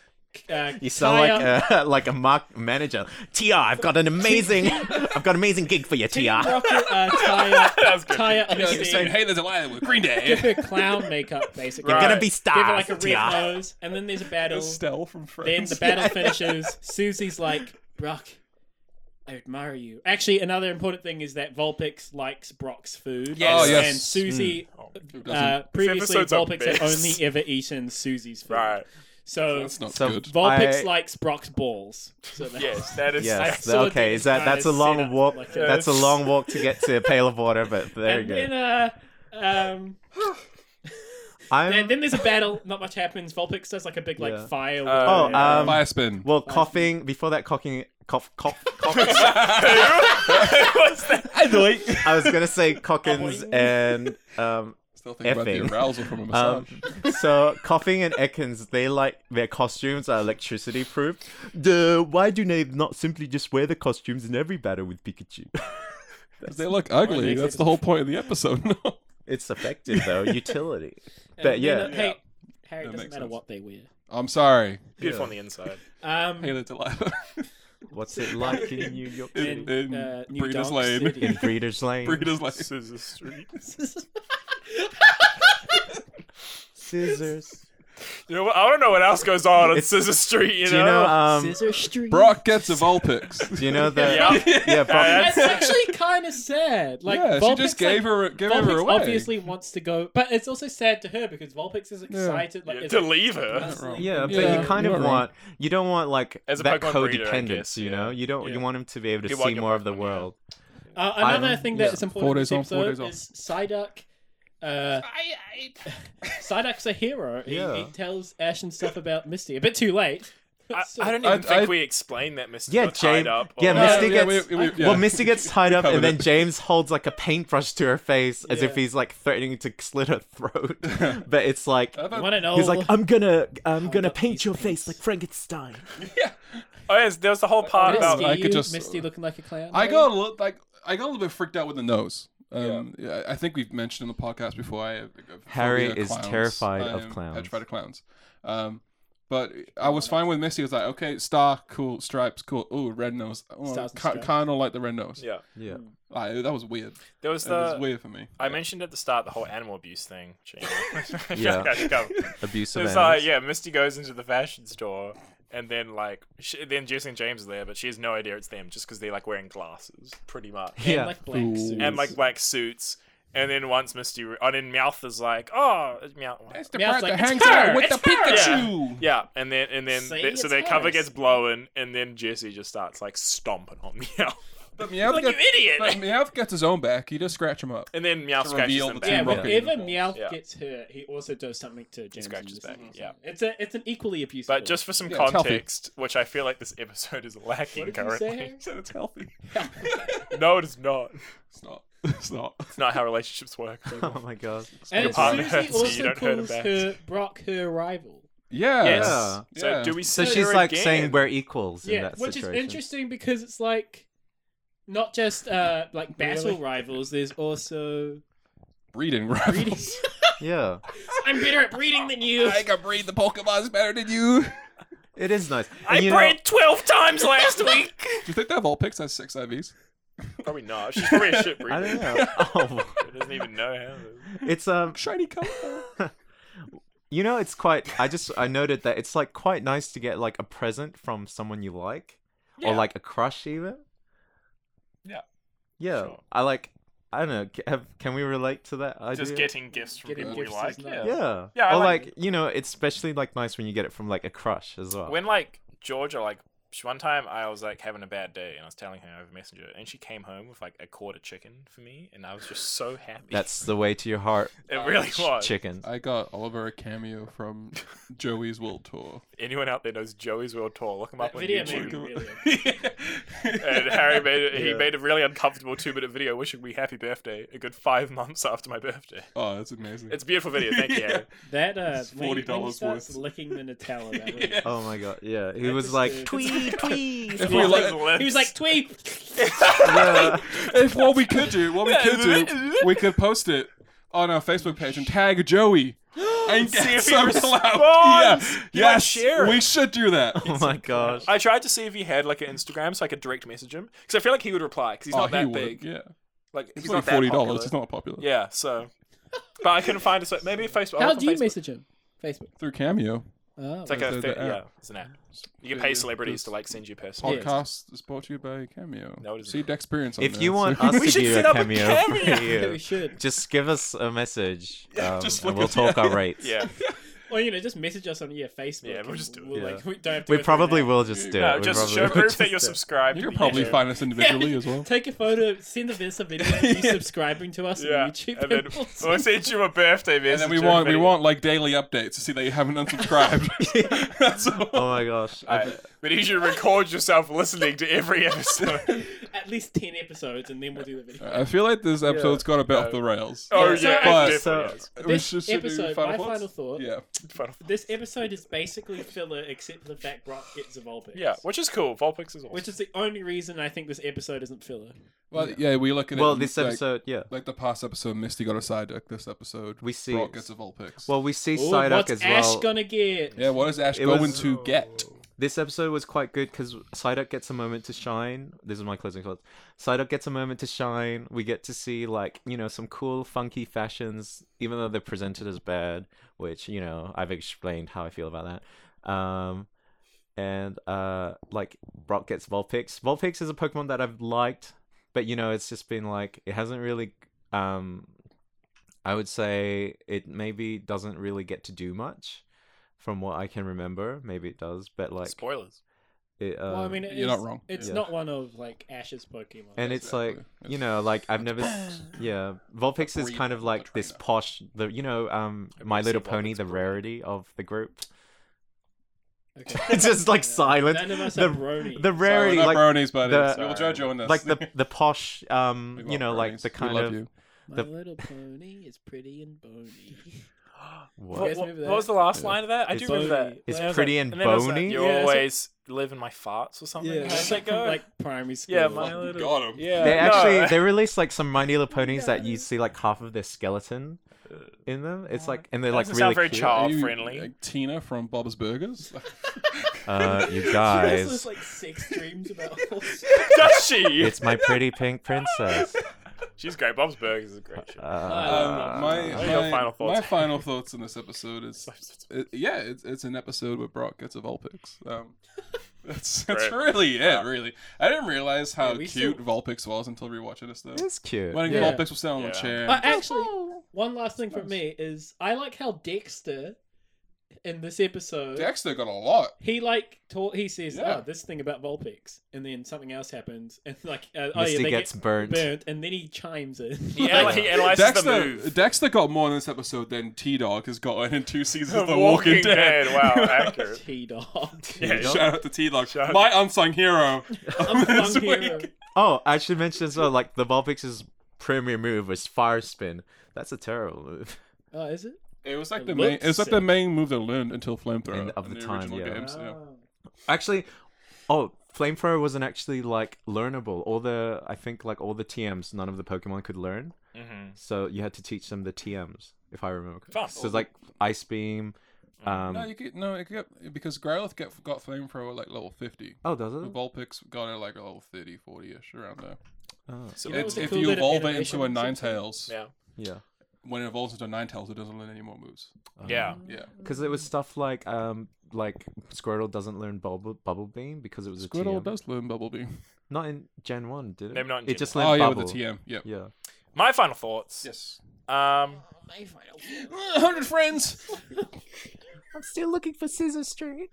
Speaker 6: uh,
Speaker 3: You sound
Speaker 6: Kaya.
Speaker 3: like a like a mark manager. Tr, I've got an amazing, I've got an amazing gig for you, Tr.
Speaker 6: Team Rocket, uh, Taya,
Speaker 5: was good.
Speaker 6: Taya, and
Speaker 2: You're saying,
Speaker 6: Misty.
Speaker 2: hey, there's a lion with Green
Speaker 6: Give
Speaker 2: Day.
Speaker 6: her clown makeup, basically.
Speaker 3: You're
Speaker 5: Right.
Speaker 3: gonna be
Speaker 6: Give her
Speaker 3: stars,
Speaker 6: like a red
Speaker 3: Tr.
Speaker 6: nose, and then there's a battle.
Speaker 2: Estelle from
Speaker 6: Then the
Speaker 2: Friends.
Speaker 6: battle finishes. Susie's like, Brock, I admire you. Actually, another important thing is that Vulpix likes Brock's food.
Speaker 5: Yes. Mm.
Speaker 2: Oh, yes.
Speaker 6: And Susie, uh,
Speaker 2: doesn't?
Speaker 6: previously,
Speaker 5: episode's a
Speaker 6: Vulpix had only
Speaker 5: mess.
Speaker 6: ever eaten Susie's food.
Speaker 5: Right.
Speaker 6: So
Speaker 2: That's not
Speaker 3: So-
Speaker 2: good.
Speaker 3: I-
Speaker 6: Vulpix likes Brock's balls. So that's,
Speaker 5: Yes, that is.
Speaker 3: Yes.
Speaker 6: saw
Speaker 3: okay.
Speaker 6: Dennis
Speaker 3: Is that
Speaker 6: trying
Speaker 3: that's
Speaker 6: to
Speaker 3: a
Speaker 6: set up
Speaker 3: long walk?
Speaker 6: like a- uh,
Speaker 3: That's a long walk to get to a pail of water. But there
Speaker 6: And
Speaker 3: you
Speaker 6: then,
Speaker 3: go.
Speaker 6: uh, um,
Speaker 3: I'm-
Speaker 6: uh, Then, then there's a battle. Not much happens. Vulpix does like a big like
Speaker 3: Yeah.
Speaker 6: fire. uh,
Speaker 5: Oh,
Speaker 3: Oh, um,
Speaker 2: Fire spin.
Speaker 3: well, coughing before that, coughing, cough, cough, cough.
Speaker 5: What's that?
Speaker 3: I was gonna say Cockins and um,
Speaker 2: Still thinking about the
Speaker 3: effing.
Speaker 2: arousal from a
Speaker 3: um,
Speaker 2: massage.
Speaker 3: so Coughing and Ekins, they like their costumes are electricity proof. Duh, why do they not simply just wear the costumes in every battle with Pikachu?
Speaker 2: 'Cause they look ugly. That's the whole point of the episode.
Speaker 3: it's effective though, utility.
Speaker 6: And
Speaker 3: But
Speaker 6: then,
Speaker 3: yeah,
Speaker 6: uh, Hey,
Speaker 2: That
Speaker 6: Harry, it doesn't
Speaker 2: makes
Speaker 6: matter
Speaker 2: sense.
Speaker 6: what they wear.
Speaker 2: I'm sorry.
Speaker 5: Beautiful on the inside.
Speaker 6: Um,
Speaker 2: Hey, little Delilah.
Speaker 3: what's it like in New York
Speaker 2: In-
Speaker 6: in,
Speaker 2: in
Speaker 6: uh, New
Speaker 2: Breeders'
Speaker 6: Dark
Speaker 2: Lane.
Speaker 6: City.
Speaker 3: in Breeders Lane?
Speaker 2: Breeders like
Speaker 5: Scissor Street.
Speaker 3: Scissors.
Speaker 5: You know, what? I don't know what else goes on on
Speaker 3: It's-
Speaker 5: Scissor Street. You know.
Speaker 3: Do you know? Um,
Speaker 6: Scissor Street.
Speaker 2: Brock gets a Vulpix.
Speaker 3: do you know the?
Speaker 5: Yeah.
Speaker 3: yeah Bob,
Speaker 6: That's actually kind of sad. Like
Speaker 2: yeah,
Speaker 6: Vulpix,
Speaker 2: she just gave
Speaker 6: like,
Speaker 2: her gave
Speaker 6: Vulpix
Speaker 2: her away.
Speaker 6: obviously wants to go, but it's also sad to her because Vulpix is excited. Like,
Speaker 5: Yeah,
Speaker 6: is
Speaker 5: to
Speaker 6: like-
Speaker 5: leave her.
Speaker 6: Honestly.
Speaker 3: Yeah, but
Speaker 2: Yeah,
Speaker 3: you kind
Speaker 2: you're
Speaker 3: of
Speaker 2: right.
Speaker 3: want you don't want like
Speaker 5: As a
Speaker 3: that
Speaker 5: Pokemon breeder, I
Speaker 3: codependence,
Speaker 5: guess,
Speaker 3: you
Speaker 5: yeah.
Speaker 3: know. You don't
Speaker 5: Yeah.
Speaker 3: you want him to be able to
Speaker 5: You want
Speaker 3: see
Speaker 5: your
Speaker 3: more of the
Speaker 5: Pokemon, yeah.
Speaker 3: world.
Speaker 6: Uh, another
Speaker 3: I'm-
Speaker 6: thing
Speaker 3: yeah.
Speaker 6: that's important
Speaker 2: Four
Speaker 6: in
Speaker 2: days
Speaker 6: this
Speaker 2: on, four days
Speaker 6: episode
Speaker 2: off.
Speaker 6: is Psyduck. Uh, Psyduck's a hero. He,
Speaker 3: Yeah.
Speaker 6: he tells Ash and stuff about Misty. A bit too late.
Speaker 5: I,
Speaker 6: So-
Speaker 5: I don't
Speaker 2: I-
Speaker 5: even think
Speaker 2: I-
Speaker 5: we explained that Misty
Speaker 3: Yeah,
Speaker 5: got
Speaker 3: Jane-
Speaker 5: tied up.
Speaker 3: yeah,
Speaker 5: or-
Speaker 3: Misty
Speaker 2: yeah,
Speaker 3: gets-
Speaker 2: we- we- yeah.
Speaker 3: Well, Misty gets tied up,
Speaker 2: Covered
Speaker 3: and then
Speaker 2: it.
Speaker 3: James holds like a paintbrush to her face as if
Speaker 6: Yeah.
Speaker 3: he's like threatening to slit her throat. but it's like
Speaker 5: Oh.
Speaker 2: I thought-
Speaker 6: You want to know?
Speaker 3: he's like, "I'm gonna, I'm gonna
Speaker 6: up these
Speaker 3: paint your
Speaker 6: paints.
Speaker 3: face like Frankenstein."
Speaker 5: Oh, yes, there was the whole part
Speaker 6: Misty,
Speaker 2: I
Speaker 5: about
Speaker 2: Misty, could
Speaker 6: you-
Speaker 2: just-
Speaker 6: Misty looking like a clown.
Speaker 2: I got a little like I got a little bit freaked out with the nose. Um, yeah, I think we've mentioned in the podcast before. I have a
Speaker 3: Harry
Speaker 2: phobia of
Speaker 3: is
Speaker 2: clowns.
Speaker 3: terrified
Speaker 2: I
Speaker 3: of
Speaker 2: am
Speaker 3: clowns.
Speaker 2: Petrified of clowns. Um, but I was fine with Misty. I was like, okay, star, cool, stripes, cool. Ooh, red nose. Oh,
Speaker 6: Stars and stripes.
Speaker 2: kind of like the red nose.
Speaker 5: yeah.
Speaker 3: Yeah,
Speaker 2: Like, that was weird.
Speaker 5: There was
Speaker 2: It was
Speaker 5: the
Speaker 2: weird for me.
Speaker 5: I mentioned at the start the whole animal abuse thing. Jane.
Speaker 3: Yeah.
Speaker 5: Okay, go.
Speaker 3: abusive.
Speaker 5: It's uh, like yeah, Misty goes into the fashion store, and then like she, then Jesse and James are there, but she has no idea it's them just because they're like wearing glasses, pretty much,
Speaker 6: And
Speaker 3: yeah.
Speaker 6: like black
Speaker 2: Ooh.
Speaker 6: suits.
Speaker 5: and like black suits. And then once Misty, re- and then Mouth is like, oh, it's Meowth.
Speaker 2: That's the
Speaker 6: Yeah,
Speaker 2: part
Speaker 6: it's like,
Speaker 2: that
Speaker 6: it's
Speaker 2: hangs
Speaker 6: her,
Speaker 2: out with the
Speaker 6: it's her.
Speaker 2: Pikachu.
Speaker 5: Yeah, and then and then they-
Speaker 6: See,
Speaker 5: so
Speaker 6: it's
Speaker 5: their cover
Speaker 6: hers.
Speaker 5: gets blown, and then Jesse just starts like stomping on Meowth,
Speaker 2: But Meowth
Speaker 5: like you
Speaker 2: gets- but
Speaker 5: idiot.
Speaker 2: Meowth gets his own back. You just scratch him up.
Speaker 5: And then Meowth
Speaker 2: To
Speaker 5: scratches
Speaker 2: reveal
Speaker 5: them
Speaker 2: the
Speaker 5: back.
Speaker 2: two
Speaker 6: Yeah,
Speaker 2: rocket
Speaker 6: whenever
Speaker 2: uniforms.
Speaker 6: Meowth
Speaker 5: Yeah.
Speaker 6: gets hurt, he also does something to James. and
Speaker 5: scratches
Speaker 6: Misty.
Speaker 5: back, yeah.
Speaker 6: it's a it's an equally abusive.
Speaker 5: But just for some
Speaker 2: Yeah, it's healthy.
Speaker 5: context, which I feel like this episode is lacking
Speaker 6: What did you say,
Speaker 5: currently.
Speaker 6: Harry?
Speaker 2: So it's healthy.
Speaker 5: No, it is not.
Speaker 2: It's not. It's not.
Speaker 5: It's not how relationships work.
Speaker 3: Oh my god.
Speaker 6: and
Speaker 5: your
Speaker 6: it's
Speaker 5: partner
Speaker 6: Susie
Speaker 5: hurts you, you
Speaker 6: also
Speaker 5: don't hurt him
Speaker 6: calls
Speaker 5: back.
Speaker 6: her Brock her rival.
Speaker 2: Yeah.
Speaker 5: Yes.
Speaker 3: Yeah.
Speaker 5: So
Speaker 2: Yeah.
Speaker 5: do we?
Speaker 3: So
Speaker 5: see
Speaker 3: she's
Speaker 5: her
Speaker 3: like
Speaker 5: again?
Speaker 3: saying we're equals in
Speaker 6: Yeah,
Speaker 3: that
Speaker 6: which
Speaker 3: situation.
Speaker 6: is interesting because it's like not just uh like battle rivals. There's also
Speaker 2: Breeding rivals.
Speaker 3: Yeah,
Speaker 6: I'm better at breeding than you.
Speaker 2: I can breed the Pokemons better than you. Do
Speaker 3: it is nice.
Speaker 5: I
Speaker 3: And, you know-
Speaker 5: bred twelve times last week.
Speaker 2: you think that Vulpix has six IVs?
Speaker 5: probably not. She's probably a shit breeder.
Speaker 3: I don't know. Oh,
Speaker 5: She doesn't even know how.
Speaker 3: it's um.
Speaker 2: Shiny color.
Speaker 3: You know, it's quite. I just I noted that it's like quite nice to get like a present from someone you like, or
Speaker 5: Yeah.
Speaker 3: like a crush even.
Speaker 5: Yeah.
Speaker 3: Yeah.
Speaker 5: Sure.
Speaker 3: I like. I don't know. c- Have, can we relate to that idea?
Speaker 5: Just getting gifts from
Speaker 6: Getting
Speaker 5: people we
Speaker 6: gifts
Speaker 5: like.
Speaker 6: is nice.
Speaker 5: yeah.
Speaker 3: Yeah.
Speaker 5: Yeah, I
Speaker 3: or
Speaker 5: like
Speaker 3: like, you know, it's especially like nice when you get it from like a crush as well.
Speaker 5: When like Georgia, like sh- one time I was like having a bad day, and I was telling her over Messenger, and she came home with like a quarter chicken for me, and I was just so happy.
Speaker 3: That's the way to your heart,
Speaker 5: it. Really was.
Speaker 3: chicken.
Speaker 2: I got Oliver a cameo from Joey's World Tour.
Speaker 5: Anyone out there knows Joey's World Tour? Look him up
Speaker 6: That
Speaker 5: on
Speaker 6: video
Speaker 5: YouTube.
Speaker 6: made me really.
Speaker 5: and Harry made it, he made a really uncomfortable two minute video wishing me happy birthday a good five months after my birthday.
Speaker 2: Oh, that's amazing.
Speaker 5: It's a beautiful video, thank you. Harry.
Speaker 6: That uh,
Speaker 2: It's
Speaker 6: when he- when he
Speaker 2: $40
Speaker 6: starts
Speaker 2: worth.
Speaker 6: Licking the Nutella. That was-
Speaker 3: Oh my god. Yeah. He
Speaker 6: That
Speaker 3: was
Speaker 6: was
Speaker 3: like
Speaker 6: good.
Speaker 3: tweet
Speaker 2: if,
Speaker 6: Yeah.
Speaker 2: we like,
Speaker 6: He was like, "Twee."
Speaker 3: yeah.
Speaker 2: if what we could do, what we could do, we could post it on our Facebook page and tag Joey and get
Speaker 5: See if he
Speaker 2: some
Speaker 5: responds.
Speaker 2: loud.
Speaker 5: He
Speaker 2: Yeah.
Speaker 5: might
Speaker 2: Yes,
Speaker 5: share it.
Speaker 2: we should do that.
Speaker 3: Oh my gosh.
Speaker 5: I tried to see if he had like an Instagram so I could direct message him because I feel like he would reply because he's
Speaker 2: oh,
Speaker 5: not that
Speaker 2: he would.
Speaker 5: big.
Speaker 2: Yeah,
Speaker 5: Like he's
Speaker 2: it's
Speaker 5: not
Speaker 2: like
Speaker 5: that
Speaker 2: forty
Speaker 5: popular.
Speaker 2: dollars. It's not popular.
Speaker 5: Yeah, so. But I couldn't find a so maybe Facebook. I'll
Speaker 6: How
Speaker 5: look
Speaker 6: do
Speaker 5: on
Speaker 6: you
Speaker 5: Facebook.
Speaker 6: message him? Facebook.
Speaker 2: through Cameo
Speaker 6: Oh,
Speaker 5: It's like
Speaker 2: The-
Speaker 5: a
Speaker 2: the
Speaker 5: thing.
Speaker 2: app.
Speaker 5: yeah, it's an app. You can pay
Speaker 2: Yeah,
Speaker 5: celebrities to
Speaker 2: this
Speaker 5: like send you personal.
Speaker 6: Yes.
Speaker 2: podcast is brought to you by Cameo.
Speaker 5: No, it isn't.
Speaker 2: See the experience. On
Speaker 3: If
Speaker 2: there,
Speaker 3: you want
Speaker 2: so-
Speaker 3: us
Speaker 5: We
Speaker 3: to
Speaker 5: should
Speaker 3: do
Speaker 5: set
Speaker 3: a
Speaker 5: up a
Speaker 3: cameo,
Speaker 5: cameo.
Speaker 3: for
Speaker 6: yeah, we
Speaker 3: you,
Speaker 6: should.
Speaker 3: just give us a message. Um,
Speaker 2: just
Speaker 3: and
Speaker 2: look
Speaker 3: we'll
Speaker 2: at-
Speaker 3: talk our rates.
Speaker 5: Yeah.
Speaker 6: Or you know, just message us on yeah Facebook.
Speaker 5: Yeah, we'll
Speaker 6: and
Speaker 5: just do it.
Speaker 6: We'll,
Speaker 3: Yeah.
Speaker 6: like, we don't have to
Speaker 3: we
Speaker 6: go through
Speaker 3: probably
Speaker 6: that.
Speaker 3: will just do
Speaker 5: no,
Speaker 3: it. We
Speaker 5: just
Speaker 3: probably
Speaker 5: show
Speaker 3: will
Speaker 5: proof
Speaker 3: just
Speaker 5: that you're
Speaker 3: do it.
Speaker 5: subscribed.
Speaker 2: You
Speaker 5: to
Speaker 2: could
Speaker 5: the
Speaker 2: probably
Speaker 5: YouTube.
Speaker 2: find us individually as well.
Speaker 6: Take a photo, send us a video of you
Speaker 2: Yeah.
Speaker 6: subscribing to us
Speaker 5: Yeah,
Speaker 6: on YouTube.
Speaker 5: and then
Speaker 6: we'll
Speaker 5: we'll
Speaker 6: send-
Speaker 5: send you a birthday message.
Speaker 2: And then we
Speaker 5: or
Speaker 2: want we
Speaker 5: video.
Speaker 2: want like daily updates to see that you haven't unsubscribed. That's all.
Speaker 3: Oh my gosh. I
Speaker 5: Alright, we need you to record yourself listening to every episode.
Speaker 6: at least ten episodes, and then we'll do the video.
Speaker 2: I feel like this episode's got a bit off the rails.
Speaker 5: oh yeah,
Speaker 6: so-
Speaker 5: it
Speaker 2: but-
Speaker 5: definitely
Speaker 3: so-
Speaker 5: is.
Speaker 2: We
Speaker 6: this
Speaker 2: should- should do
Speaker 6: episode, my
Speaker 2: thoughts?
Speaker 6: final thought-
Speaker 2: Yeah.
Speaker 5: Final-
Speaker 6: This episode is basically filler, except for the fact Brock gets a Vulpix.
Speaker 5: Yeah, which is cool. Vulpix is awesome.
Speaker 6: which is the only reason I think this episode isn't filler.
Speaker 2: Well, yeah, we look at it.
Speaker 3: well,
Speaker 2: and,
Speaker 3: this
Speaker 2: like-
Speaker 3: episode, yeah.
Speaker 2: Like, the past episode, Misty got a side deck. This episode,
Speaker 3: We see-
Speaker 2: Brock gets a Vulpix.
Speaker 3: Well, we see
Speaker 6: Ooh,
Speaker 3: Psyduck
Speaker 6: what's
Speaker 3: as
Speaker 6: Ash
Speaker 3: well.
Speaker 6: gonna get?
Speaker 2: yeah, what is Ash
Speaker 3: it
Speaker 2: going
Speaker 3: was-
Speaker 2: to get?
Speaker 3: This episode was quite good because Psyduck gets a moment to shine. This is my closing thoughts. Psyduck gets a moment to shine. We get to see like you know some cool, funky fashions, even though they're presented as bad, which you know I've explained how I feel about that. Um, and uh, like Brock gets Vulpix. Vulpix is a Pokemon that I've liked, but you know it's just been like it hasn't really. Um, I would say it maybe doesn't really get to do much, from what I can remember. Maybe it does, but like
Speaker 5: Spoilers.
Speaker 3: it, um,
Speaker 6: Well, I mean, it
Speaker 2: you're
Speaker 6: is-
Speaker 2: not wrong.
Speaker 6: It's
Speaker 3: Yeah.
Speaker 6: not one of like Ash's Pokemon.
Speaker 3: and it's like you know, like I've never, s- yeah. Vulpix is
Speaker 2: breed
Speaker 3: kind of
Speaker 2: of
Speaker 3: like
Speaker 2: the
Speaker 3: this
Speaker 2: trainer.
Speaker 3: posh, the you know, um,
Speaker 5: I've
Speaker 3: My
Speaker 5: never
Speaker 3: Little
Speaker 5: seen
Speaker 3: Pony,
Speaker 5: Vulpix
Speaker 3: the
Speaker 5: breed.
Speaker 3: rarity of the group.
Speaker 6: okay.
Speaker 3: It's just like
Speaker 6: Yeah.
Speaker 3: silent.
Speaker 6: None of us are
Speaker 3: The,
Speaker 6: brony.
Speaker 3: the
Speaker 2: Sorry,
Speaker 3: rarity,
Speaker 2: we're not
Speaker 3: like
Speaker 2: bronies, buddy.
Speaker 3: the-
Speaker 2: Sorry. We'll judge you on this.
Speaker 3: like the the posh,
Speaker 2: We
Speaker 3: um, you
Speaker 2: won't
Speaker 3: know, like
Speaker 2: bronies. We
Speaker 3: the kind
Speaker 2: love
Speaker 3: of
Speaker 2: you.
Speaker 6: My
Speaker 3: the-
Speaker 6: little pony is pretty and bony.
Speaker 3: what?
Speaker 5: What,
Speaker 6: guys remember
Speaker 5: what was the last
Speaker 3: Yeah.
Speaker 5: line of that? I
Speaker 3: It's-
Speaker 5: do remember that.
Speaker 3: It's
Speaker 5: And it was
Speaker 3: pretty
Speaker 5: like- then
Speaker 3: and
Speaker 5: it was like,
Speaker 3: bony?
Speaker 5: you
Speaker 6: Yeah, it's like-
Speaker 5: always live in my farts or something.
Speaker 6: Yeah,
Speaker 5: How does that
Speaker 6: from,
Speaker 5: go?
Speaker 6: like primary school.
Speaker 5: yeah, my
Speaker 2: Fucking
Speaker 5: little.
Speaker 2: got 'em.
Speaker 5: Yeah,
Speaker 3: They
Speaker 5: no.
Speaker 3: actually they release like some My Little Ponies that you see like half of their skeleton in them. It's like and they're
Speaker 5: That
Speaker 3: like
Speaker 5: doesn't sound
Speaker 3: really
Speaker 5: very
Speaker 3: cute.
Speaker 5: child-
Speaker 2: Are you,
Speaker 5: friendly.
Speaker 2: like, Tina from Bob's Burgers.
Speaker 3: Uh, you
Speaker 6: She
Speaker 3: guys,
Speaker 6: has those, like sex dreams about horses.
Speaker 5: Does she?
Speaker 3: it's my pretty pink princess.
Speaker 5: She's great. Bob's Burgers is a great show.
Speaker 3: Uh,
Speaker 2: um, my,
Speaker 5: I got
Speaker 2: my,
Speaker 5: final thoughts.
Speaker 2: my final thoughts in this episode is it, yeah, it's, it's an episode where Brock gets a Vulpix. Um, that's that's
Speaker 5: Great.
Speaker 2: really it. Really, I didn't realize how
Speaker 6: Yeah, we
Speaker 2: cute
Speaker 6: still-
Speaker 2: Vulpix was until rewatching this though.
Speaker 3: It's cute.
Speaker 2: When
Speaker 3: yeah.
Speaker 2: Vulpix was sitting on
Speaker 5: Yeah.
Speaker 2: the chair,
Speaker 6: Uh, actually, one last thing from
Speaker 2: Nice.
Speaker 6: me is I like how Dexter in this episode
Speaker 2: Dexter got a lot.
Speaker 6: he like taught he says
Speaker 2: Yeah.
Speaker 6: oh this thing about Vulpix and then something else happens and like uh, oh
Speaker 3: Misty
Speaker 6: yeah they
Speaker 3: gets
Speaker 6: get
Speaker 3: burnt.
Speaker 6: burnt and then he chimes in
Speaker 5: He,
Speaker 6: Like,
Speaker 5: an- he analyzes the
Speaker 2: Dexter,
Speaker 5: move.
Speaker 2: Dexter got more in this episode than T Dog has gotten in two seasons
Speaker 5: The
Speaker 2: of The Walking,
Speaker 5: Walking
Speaker 2: Dead.
Speaker 5: Dead, wow, accurate.
Speaker 6: T dog
Speaker 5: Yeah,
Speaker 2: Shout out to T Dog,
Speaker 5: Shout out-
Speaker 2: my unsung hero.
Speaker 6: I'm a
Speaker 2: This
Speaker 6: fun hero.
Speaker 2: week.
Speaker 3: Oh, I should mention as well, like the Vulpix's premier move was fire spin. That's a terrible move.
Speaker 6: oh is it
Speaker 2: It was like
Speaker 6: It
Speaker 2: the main.
Speaker 6: looks
Speaker 2: It was like
Speaker 6: sick.
Speaker 2: the main move they learned until Flamethrower
Speaker 3: In- of
Speaker 2: in
Speaker 3: the time,
Speaker 2: original
Speaker 3: yeah.
Speaker 2: games. Yeah.
Speaker 6: Oh.
Speaker 3: Actually, oh, flamethrower wasn't actually like learnable. All the I think like all the TMs, none of the Pokemon could learn.
Speaker 5: Mm-hmm.
Speaker 3: So you had to teach them the TMs, if I remember. correctly.
Speaker 5: Fun. Mm-hmm.
Speaker 3: So like ice beam. Um,
Speaker 2: No, you could no, it could, because Growlithe get, got Flamethrower at like level fifty.
Speaker 3: oh, does
Speaker 2: The
Speaker 5: Mm-hmm.
Speaker 3: it?
Speaker 2: Vulpix got it like level 30, 40 ish around there.
Speaker 3: Oh,
Speaker 5: So
Speaker 6: You know,
Speaker 2: it's,
Speaker 6: it was a
Speaker 2: if
Speaker 6: cool
Speaker 2: you
Speaker 6: bit of
Speaker 2: evolve it
Speaker 6: innovation
Speaker 2: into a
Speaker 6: in something.
Speaker 2: Ninetales,
Speaker 5: yeah.
Speaker 3: yeah.
Speaker 2: when it evolves into a Ninetales, it doesn't learn any more moves.
Speaker 5: Yeah.
Speaker 2: Yeah.
Speaker 3: Because it was stuff like um like Squirtle doesn't learn bubble bubble beam because it was a
Speaker 2: Squirtle
Speaker 3: TM.
Speaker 2: does learn Bumblebee.
Speaker 3: Not in Gen One, did it?
Speaker 5: Maybe not in
Speaker 3: it
Speaker 5: Gen
Speaker 3: just
Speaker 2: Oh,
Speaker 3: learned
Speaker 2: yeah,
Speaker 3: bubble.
Speaker 2: with the TM. Yeah.
Speaker 3: Yeah.
Speaker 5: My final thoughts.
Speaker 2: Yes.
Speaker 5: Um,
Speaker 2: 100 friends!
Speaker 3: I'm still looking for Scissor Street.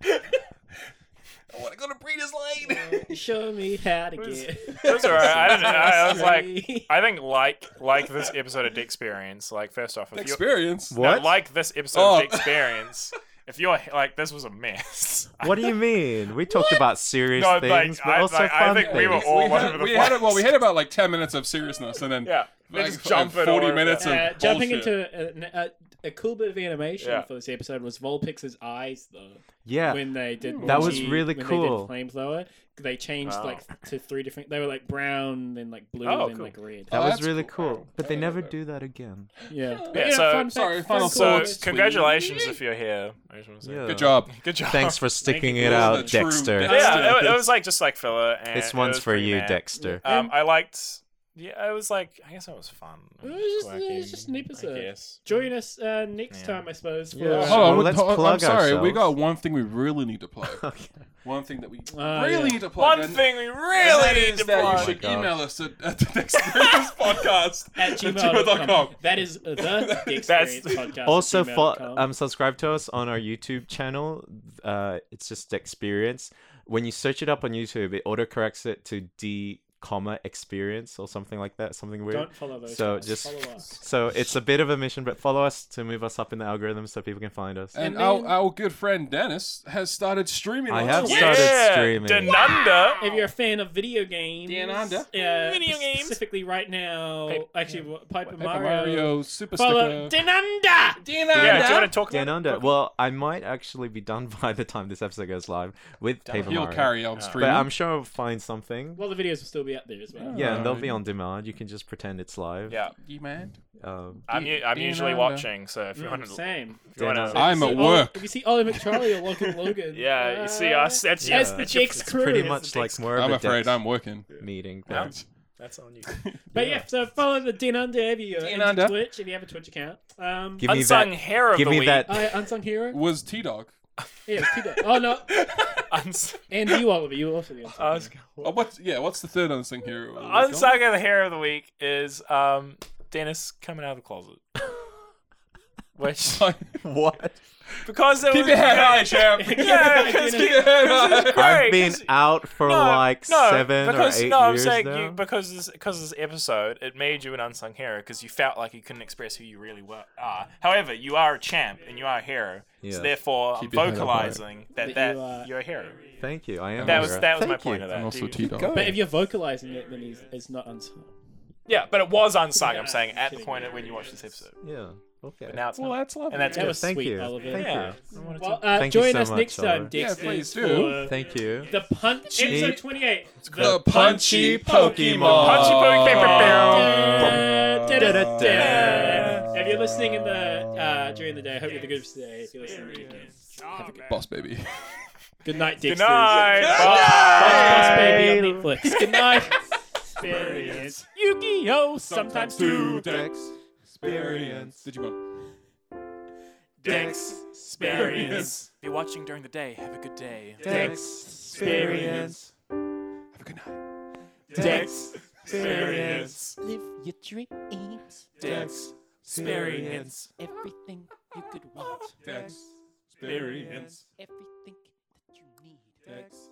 Speaker 2: I want to go to Breeder's Lane!
Speaker 6: show me how to
Speaker 5: was-
Speaker 6: get
Speaker 5: that's all right. I, don't know. I, I was like,
Speaker 6: Sorry.
Speaker 5: I think like like this episode of Dexperience. Like first off, if you
Speaker 2: Experience.
Speaker 5: no,
Speaker 3: What?
Speaker 5: like this episode
Speaker 2: Oh.
Speaker 5: of Dexperience, if you're like this was a mess.
Speaker 3: what do you mean? We talked about serious
Speaker 5: No, like,
Speaker 3: things, but
Speaker 5: I-
Speaker 3: also
Speaker 5: like, I
Speaker 3: fun
Speaker 5: think we were
Speaker 3: things.
Speaker 5: all
Speaker 2: we
Speaker 5: over
Speaker 2: had,
Speaker 5: the
Speaker 2: we had
Speaker 5: place.
Speaker 2: well, we had about like 10 minutes of seriousness and then
Speaker 5: yeah, they
Speaker 2: like,
Speaker 5: just jump
Speaker 2: f-
Speaker 5: in
Speaker 2: 40
Speaker 5: all of
Speaker 2: minutes
Speaker 5: that.
Speaker 2: of
Speaker 6: Uh, jumping
Speaker 2: bullshit.
Speaker 6: into a, a, a cool bit of animation
Speaker 5: Yeah.
Speaker 6: for this episode was Vulpix's eyes, though.
Speaker 3: Yeah.
Speaker 6: When they did
Speaker 3: That was
Speaker 6: Morty,
Speaker 3: really
Speaker 6: when
Speaker 3: cool.
Speaker 6: They did flamethrower. They changed
Speaker 5: Wow.
Speaker 6: like to three different. They were like brown, then like blue,
Speaker 5: Oh,
Speaker 6: then
Speaker 5: cool.
Speaker 6: like red.
Speaker 3: that
Speaker 2: Oh,
Speaker 3: was
Speaker 2: that's
Speaker 3: really
Speaker 2: cool.
Speaker 3: cool,
Speaker 2: Wow.
Speaker 3: but they
Speaker 2: I
Speaker 3: never
Speaker 2: didn't know
Speaker 3: do that again.
Speaker 6: Yeah. But,
Speaker 5: Yeah,
Speaker 6: you know,
Speaker 5: so-
Speaker 6: fun fact-
Speaker 2: sorry,
Speaker 6: fun
Speaker 2: final
Speaker 5: So
Speaker 6: cool-
Speaker 2: thoughts.
Speaker 5: congratulations if you're here. I just want to say
Speaker 3: Yeah.
Speaker 5: good,
Speaker 2: Good job.
Speaker 5: good job.
Speaker 3: Thanks for sticking it
Speaker 2: You're the
Speaker 3: out,
Speaker 2: true
Speaker 3: Dexter.
Speaker 2: best.
Speaker 5: Yeah, it, wa- it was like just like filler. And
Speaker 3: This
Speaker 5: it
Speaker 3: one's
Speaker 5: was
Speaker 3: for
Speaker 5: pretty
Speaker 3: you,
Speaker 5: meh.
Speaker 3: Dexter.
Speaker 5: Um, I liked Yeah, it was like I guess it was fun.
Speaker 6: Mm. It was just- it was just an
Speaker 5: quirky,
Speaker 6: episode.
Speaker 5: I guess.
Speaker 6: Join us uh, next
Speaker 5: Yeah.
Speaker 6: time, I suppose. For,
Speaker 3: Yeah.
Speaker 6: uh,
Speaker 2: Hold on,
Speaker 3: Well,
Speaker 2: we-
Speaker 3: let's
Speaker 2: hold- I'm
Speaker 3: plug
Speaker 2: sorry. We
Speaker 3: ourselves.
Speaker 2: got one thing we really need to plug.
Speaker 3: Okay.
Speaker 2: one thing that we
Speaker 6: Ah,
Speaker 2: really
Speaker 6: yeah.
Speaker 2: need to plug.
Speaker 5: One
Speaker 2: and-
Speaker 5: thing we
Speaker 2: and that
Speaker 5: really need
Speaker 2: is
Speaker 5: to
Speaker 2: that
Speaker 5: plug.
Speaker 2: You should
Speaker 3: Oh my
Speaker 2: email us at, at the next Experience podcast
Speaker 6: at
Speaker 2: gmail.com.
Speaker 6: gmail.com. That is the The Experience Podcast.
Speaker 3: also
Speaker 6: at
Speaker 3: fo-
Speaker 6: gmail.com.
Speaker 3: um, subscribe to us on our youtube channel uh, it's just experience when you search it up on youtube it autocorrects it to d comma experience or something like that something weird
Speaker 6: Don't follow those.
Speaker 3: so
Speaker 6: guys.
Speaker 3: just-
Speaker 6: follow us.
Speaker 3: so it's a bit of a mission but follow us to move us up in the algorithm so people can find us
Speaker 2: And
Speaker 6: And
Speaker 2: our,
Speaker 6: then-
Speaker 2: our good friend Dennis has started streaming.
Speaker 3: I
Speaker 2: on
Speaker 3: have
Speaker 2: Twitch.
Speaker 3: started
Speaker 5: yeah!
Speaker 3: streaming.
Speaker 5: Denunda.
Speaker 6: If you're a fan of video games,
Speaker 2: Deananda.
Speaker 6: uh,
Speaker 5: Video games.
Speaker 6: specifically right now,
Speaker 5: Paper-
Speaker 6: actually what- Paper,
Speaker 2: Paper
Speaker 6: Mario,
Speaker 2: Mario, Super
Speaker 6: follow
Speaker 2: Sticker.
Speaker 6: Denanda.
Speaker 5: Yeah, do you want to talk about?
Speaker 3: Dan Under. Well, I might actually be done by the time this episode goes live with
Speaker 5: Damn it.
Speaker 3: Paper
Speaker 2: He'll
Speaker 3: Mario.
Speaker 2: carry on
Speaker 5: Yeah.
Speaker 3: but
Speaker 2: streaming.
Speaker 3: I'm sure I'll find something.
Speaker 6: Well, the videos will still be up there as well.
Speaker 3: yeah, and they'll be
Speaker 2: Alright.
Speaker 3: on demand. You can just pretend it's live.
Speaker 5: uh, Yeah,
Speaker 2: you man.
Speaker 3: Um,
Speaker 5: I'm
Speaker 2: Yeah,
Speaker 5: u- I'm
Speaker 2: Dan
Speaker 5: usually
Speaker 2: Under.
Speaker 5: watching. So if you
Speaker 6: Mm,
Speaker 5: want to,
Speaker 6: same.
Speaker 5: if you want
Speaker 3: Dan
Speaker 5: to,
Speaker 3: Under.
Speaker 2: I'm
Speaker 6: So
Speaker 2: at
Speaker 6: Oli-
Speaker 2: work.
Speaker 6: If you see Ollie McCharlie or Logan Logan,
Speaker 5: yeah, you see
Speaker 6: uh,
Speaker 5: us. That's
Speaker 3: Yeah.
Speaker 6: That's the
Speaker 5: that's your-
Speaker 6: Jake's
Speaker 5: it's
Speaker 6: crew.
Speaker 3: pretty
Speaker 6: is
Speaker 3: much
Speaker 6: the
Speaker 3: like
Speaker 6: Jake's-
Speaker 3: more of
Speaker 2: I'm
Speaker 3: a
Speaker 2: afraid
Speaker 3: Dex
Speaker 2: I'm working.
Speaker 3: meeting.
Speaker 5: Yeah.
Speaker 3: than-
Speaker 5: That's on you.
Speaker 6: But yeah, so follow the Denanda if you
Speaker 2: Dean
Speaker 6: on
Speaker 2: Under.
Speaker 6: Twitch if you have a Twitch account. Um,
Speaker 3: Give me
Speaker 5: Unsung
Speaker 3: that.
Speaker 5: hair of
Speaker 3: Give
Speaker 5: the
Speaker 3: me
Speaker 5: week.
Speaker 3: that.
Speaker 6: I, unsung hero.
Speaker 2: Was T Dog?
Speaker 6: Yeah, it's Tito. oh no,
Speaker 5: Uns-
Speaker 6: and you Oliver, you also the unsung.
Speaker 5: uns-
Speaker 2: Oh, what? Yeah. What's the third unsung hero?
Speaker 5: Unsung of the hair of the week is um Dennis coming out of the closet, which
Speaker 3: What?
Speaker 5: because it
Speaker 2: Keep
Speaker 5: was
Speaker 2: your head high, champ. Keep
Speaker 5: yeah, because
Speaker 6: Keep
Speaker 2: your head high.
Speaker 5: Great,
Speaker 3: I've been
Speaker 5: 'cause-
Speaker 3: out for like seven
Speaker 5: because,
Speaker 3: or eight
Speaker 5: no, I'm
Speaker 3: years
Speaker 5: saying
Speaker 3: now.
Speaker 5: you because this because this episode it made you an unsung hero because you felt like you couldn't express who you really were. Are. However, you are a champ and you are a hero,
Speaker 3: Yeah.
Speaker 5: so therefore
Speaker 2: Keep your
Speaker 5: I'm
Speaker 2: head up
Speaker 5: vocalizing that
Speaker 6: That
Speaker 5: that
Speaker 6: you are-
Speaker 5: you are a hero.
Speaker 3: Thank you. I am.
Speaker 5: That
Speaker 3: a
Speaker 5: was
Speaker 3: hero.
Speaker 5: that was my
Speaker 3: Thank
Speaker 5: point
Speaker 3: you.
Speaker 5: of
Speaker 2: And
Speaker 5: that.
Speaker 2: also T Dog.
Speaker 3: Go.
Speaker 6: But if you're vocalizing it, then he's it's not unsung.
Speaker 5: Yeah, but it was unsung. I'm saying at the
Speaker 6: Kidding.
Speaker 5: point at when you watch this episode,
Speaker 3: Yeah. Okay.
Speaker 5: but now it's
Speaker 2: Well,
Speaker 5: not.
Speaker 2: that's lovely.
Speaker 5: And that's
Speaker 6: That
Speaker 5: good.
Speaker 6: was
Speaker 3: Thank
Speaker 6: sweet,
Speaker 3: you.
Speaker 6: Oliver.
Speaker 3: Thank
Speaker 5: yeah.
Speaker 3: you.
Speaker 5: I wanted to-
Speaker 6: Well, uh,
Speaker 3: Thank you
Speaker 6: join
Speaker 3: so
Speaker 6: us
Speaker 3: much,
Speaker 6: next time,
Speaker 3: Oliver.
Speaker 6: Dexter.
Speaker 2: Yeah, please do.
Speaker 6: for
Speaker 3: Thank you.
Speaker 6: The punch.
Speaker 3: Cheap.
Speaker 6: Episode 28.
Speaker 2: The Punchy Pokemon.
Speaker 5: Punchy
Speaker 6: Da- da- da-
Speaker 3: Pokemon.
Speaker 6: da. If you're listening in the uh, during the day, I hope you're the good today. If you're listening in the weekend, have a good,
Speaker 2: Boss baby.
Speaker 6: good night, Dexter.
Speaker 5: Good night.
Speaker 6: Boss
Speaker 5: Bye.
Speaker 6: Baby on Netflix. Good night. Experience Yu-Gi-Oh! Sometimes two.
Speaker 2: Dex. Experience. Digimon.
Speaker 5: Dex
Speaker 6: Experience.
Speaker 1: If you're watching during the day, have a good day.
Speaker 6: Experience.
Speaker 2: Have a good night.
Speaker 6: Dex.
Speaker 5: Experience.
Speaker 4: Live your dreams.
Speaker 5: Dex.
Speaker 4: Experience. Everything you could want.
Speaker 2: Dex. Experience.
Speaker 4: Everything that you need.
Speaker 2: Dex.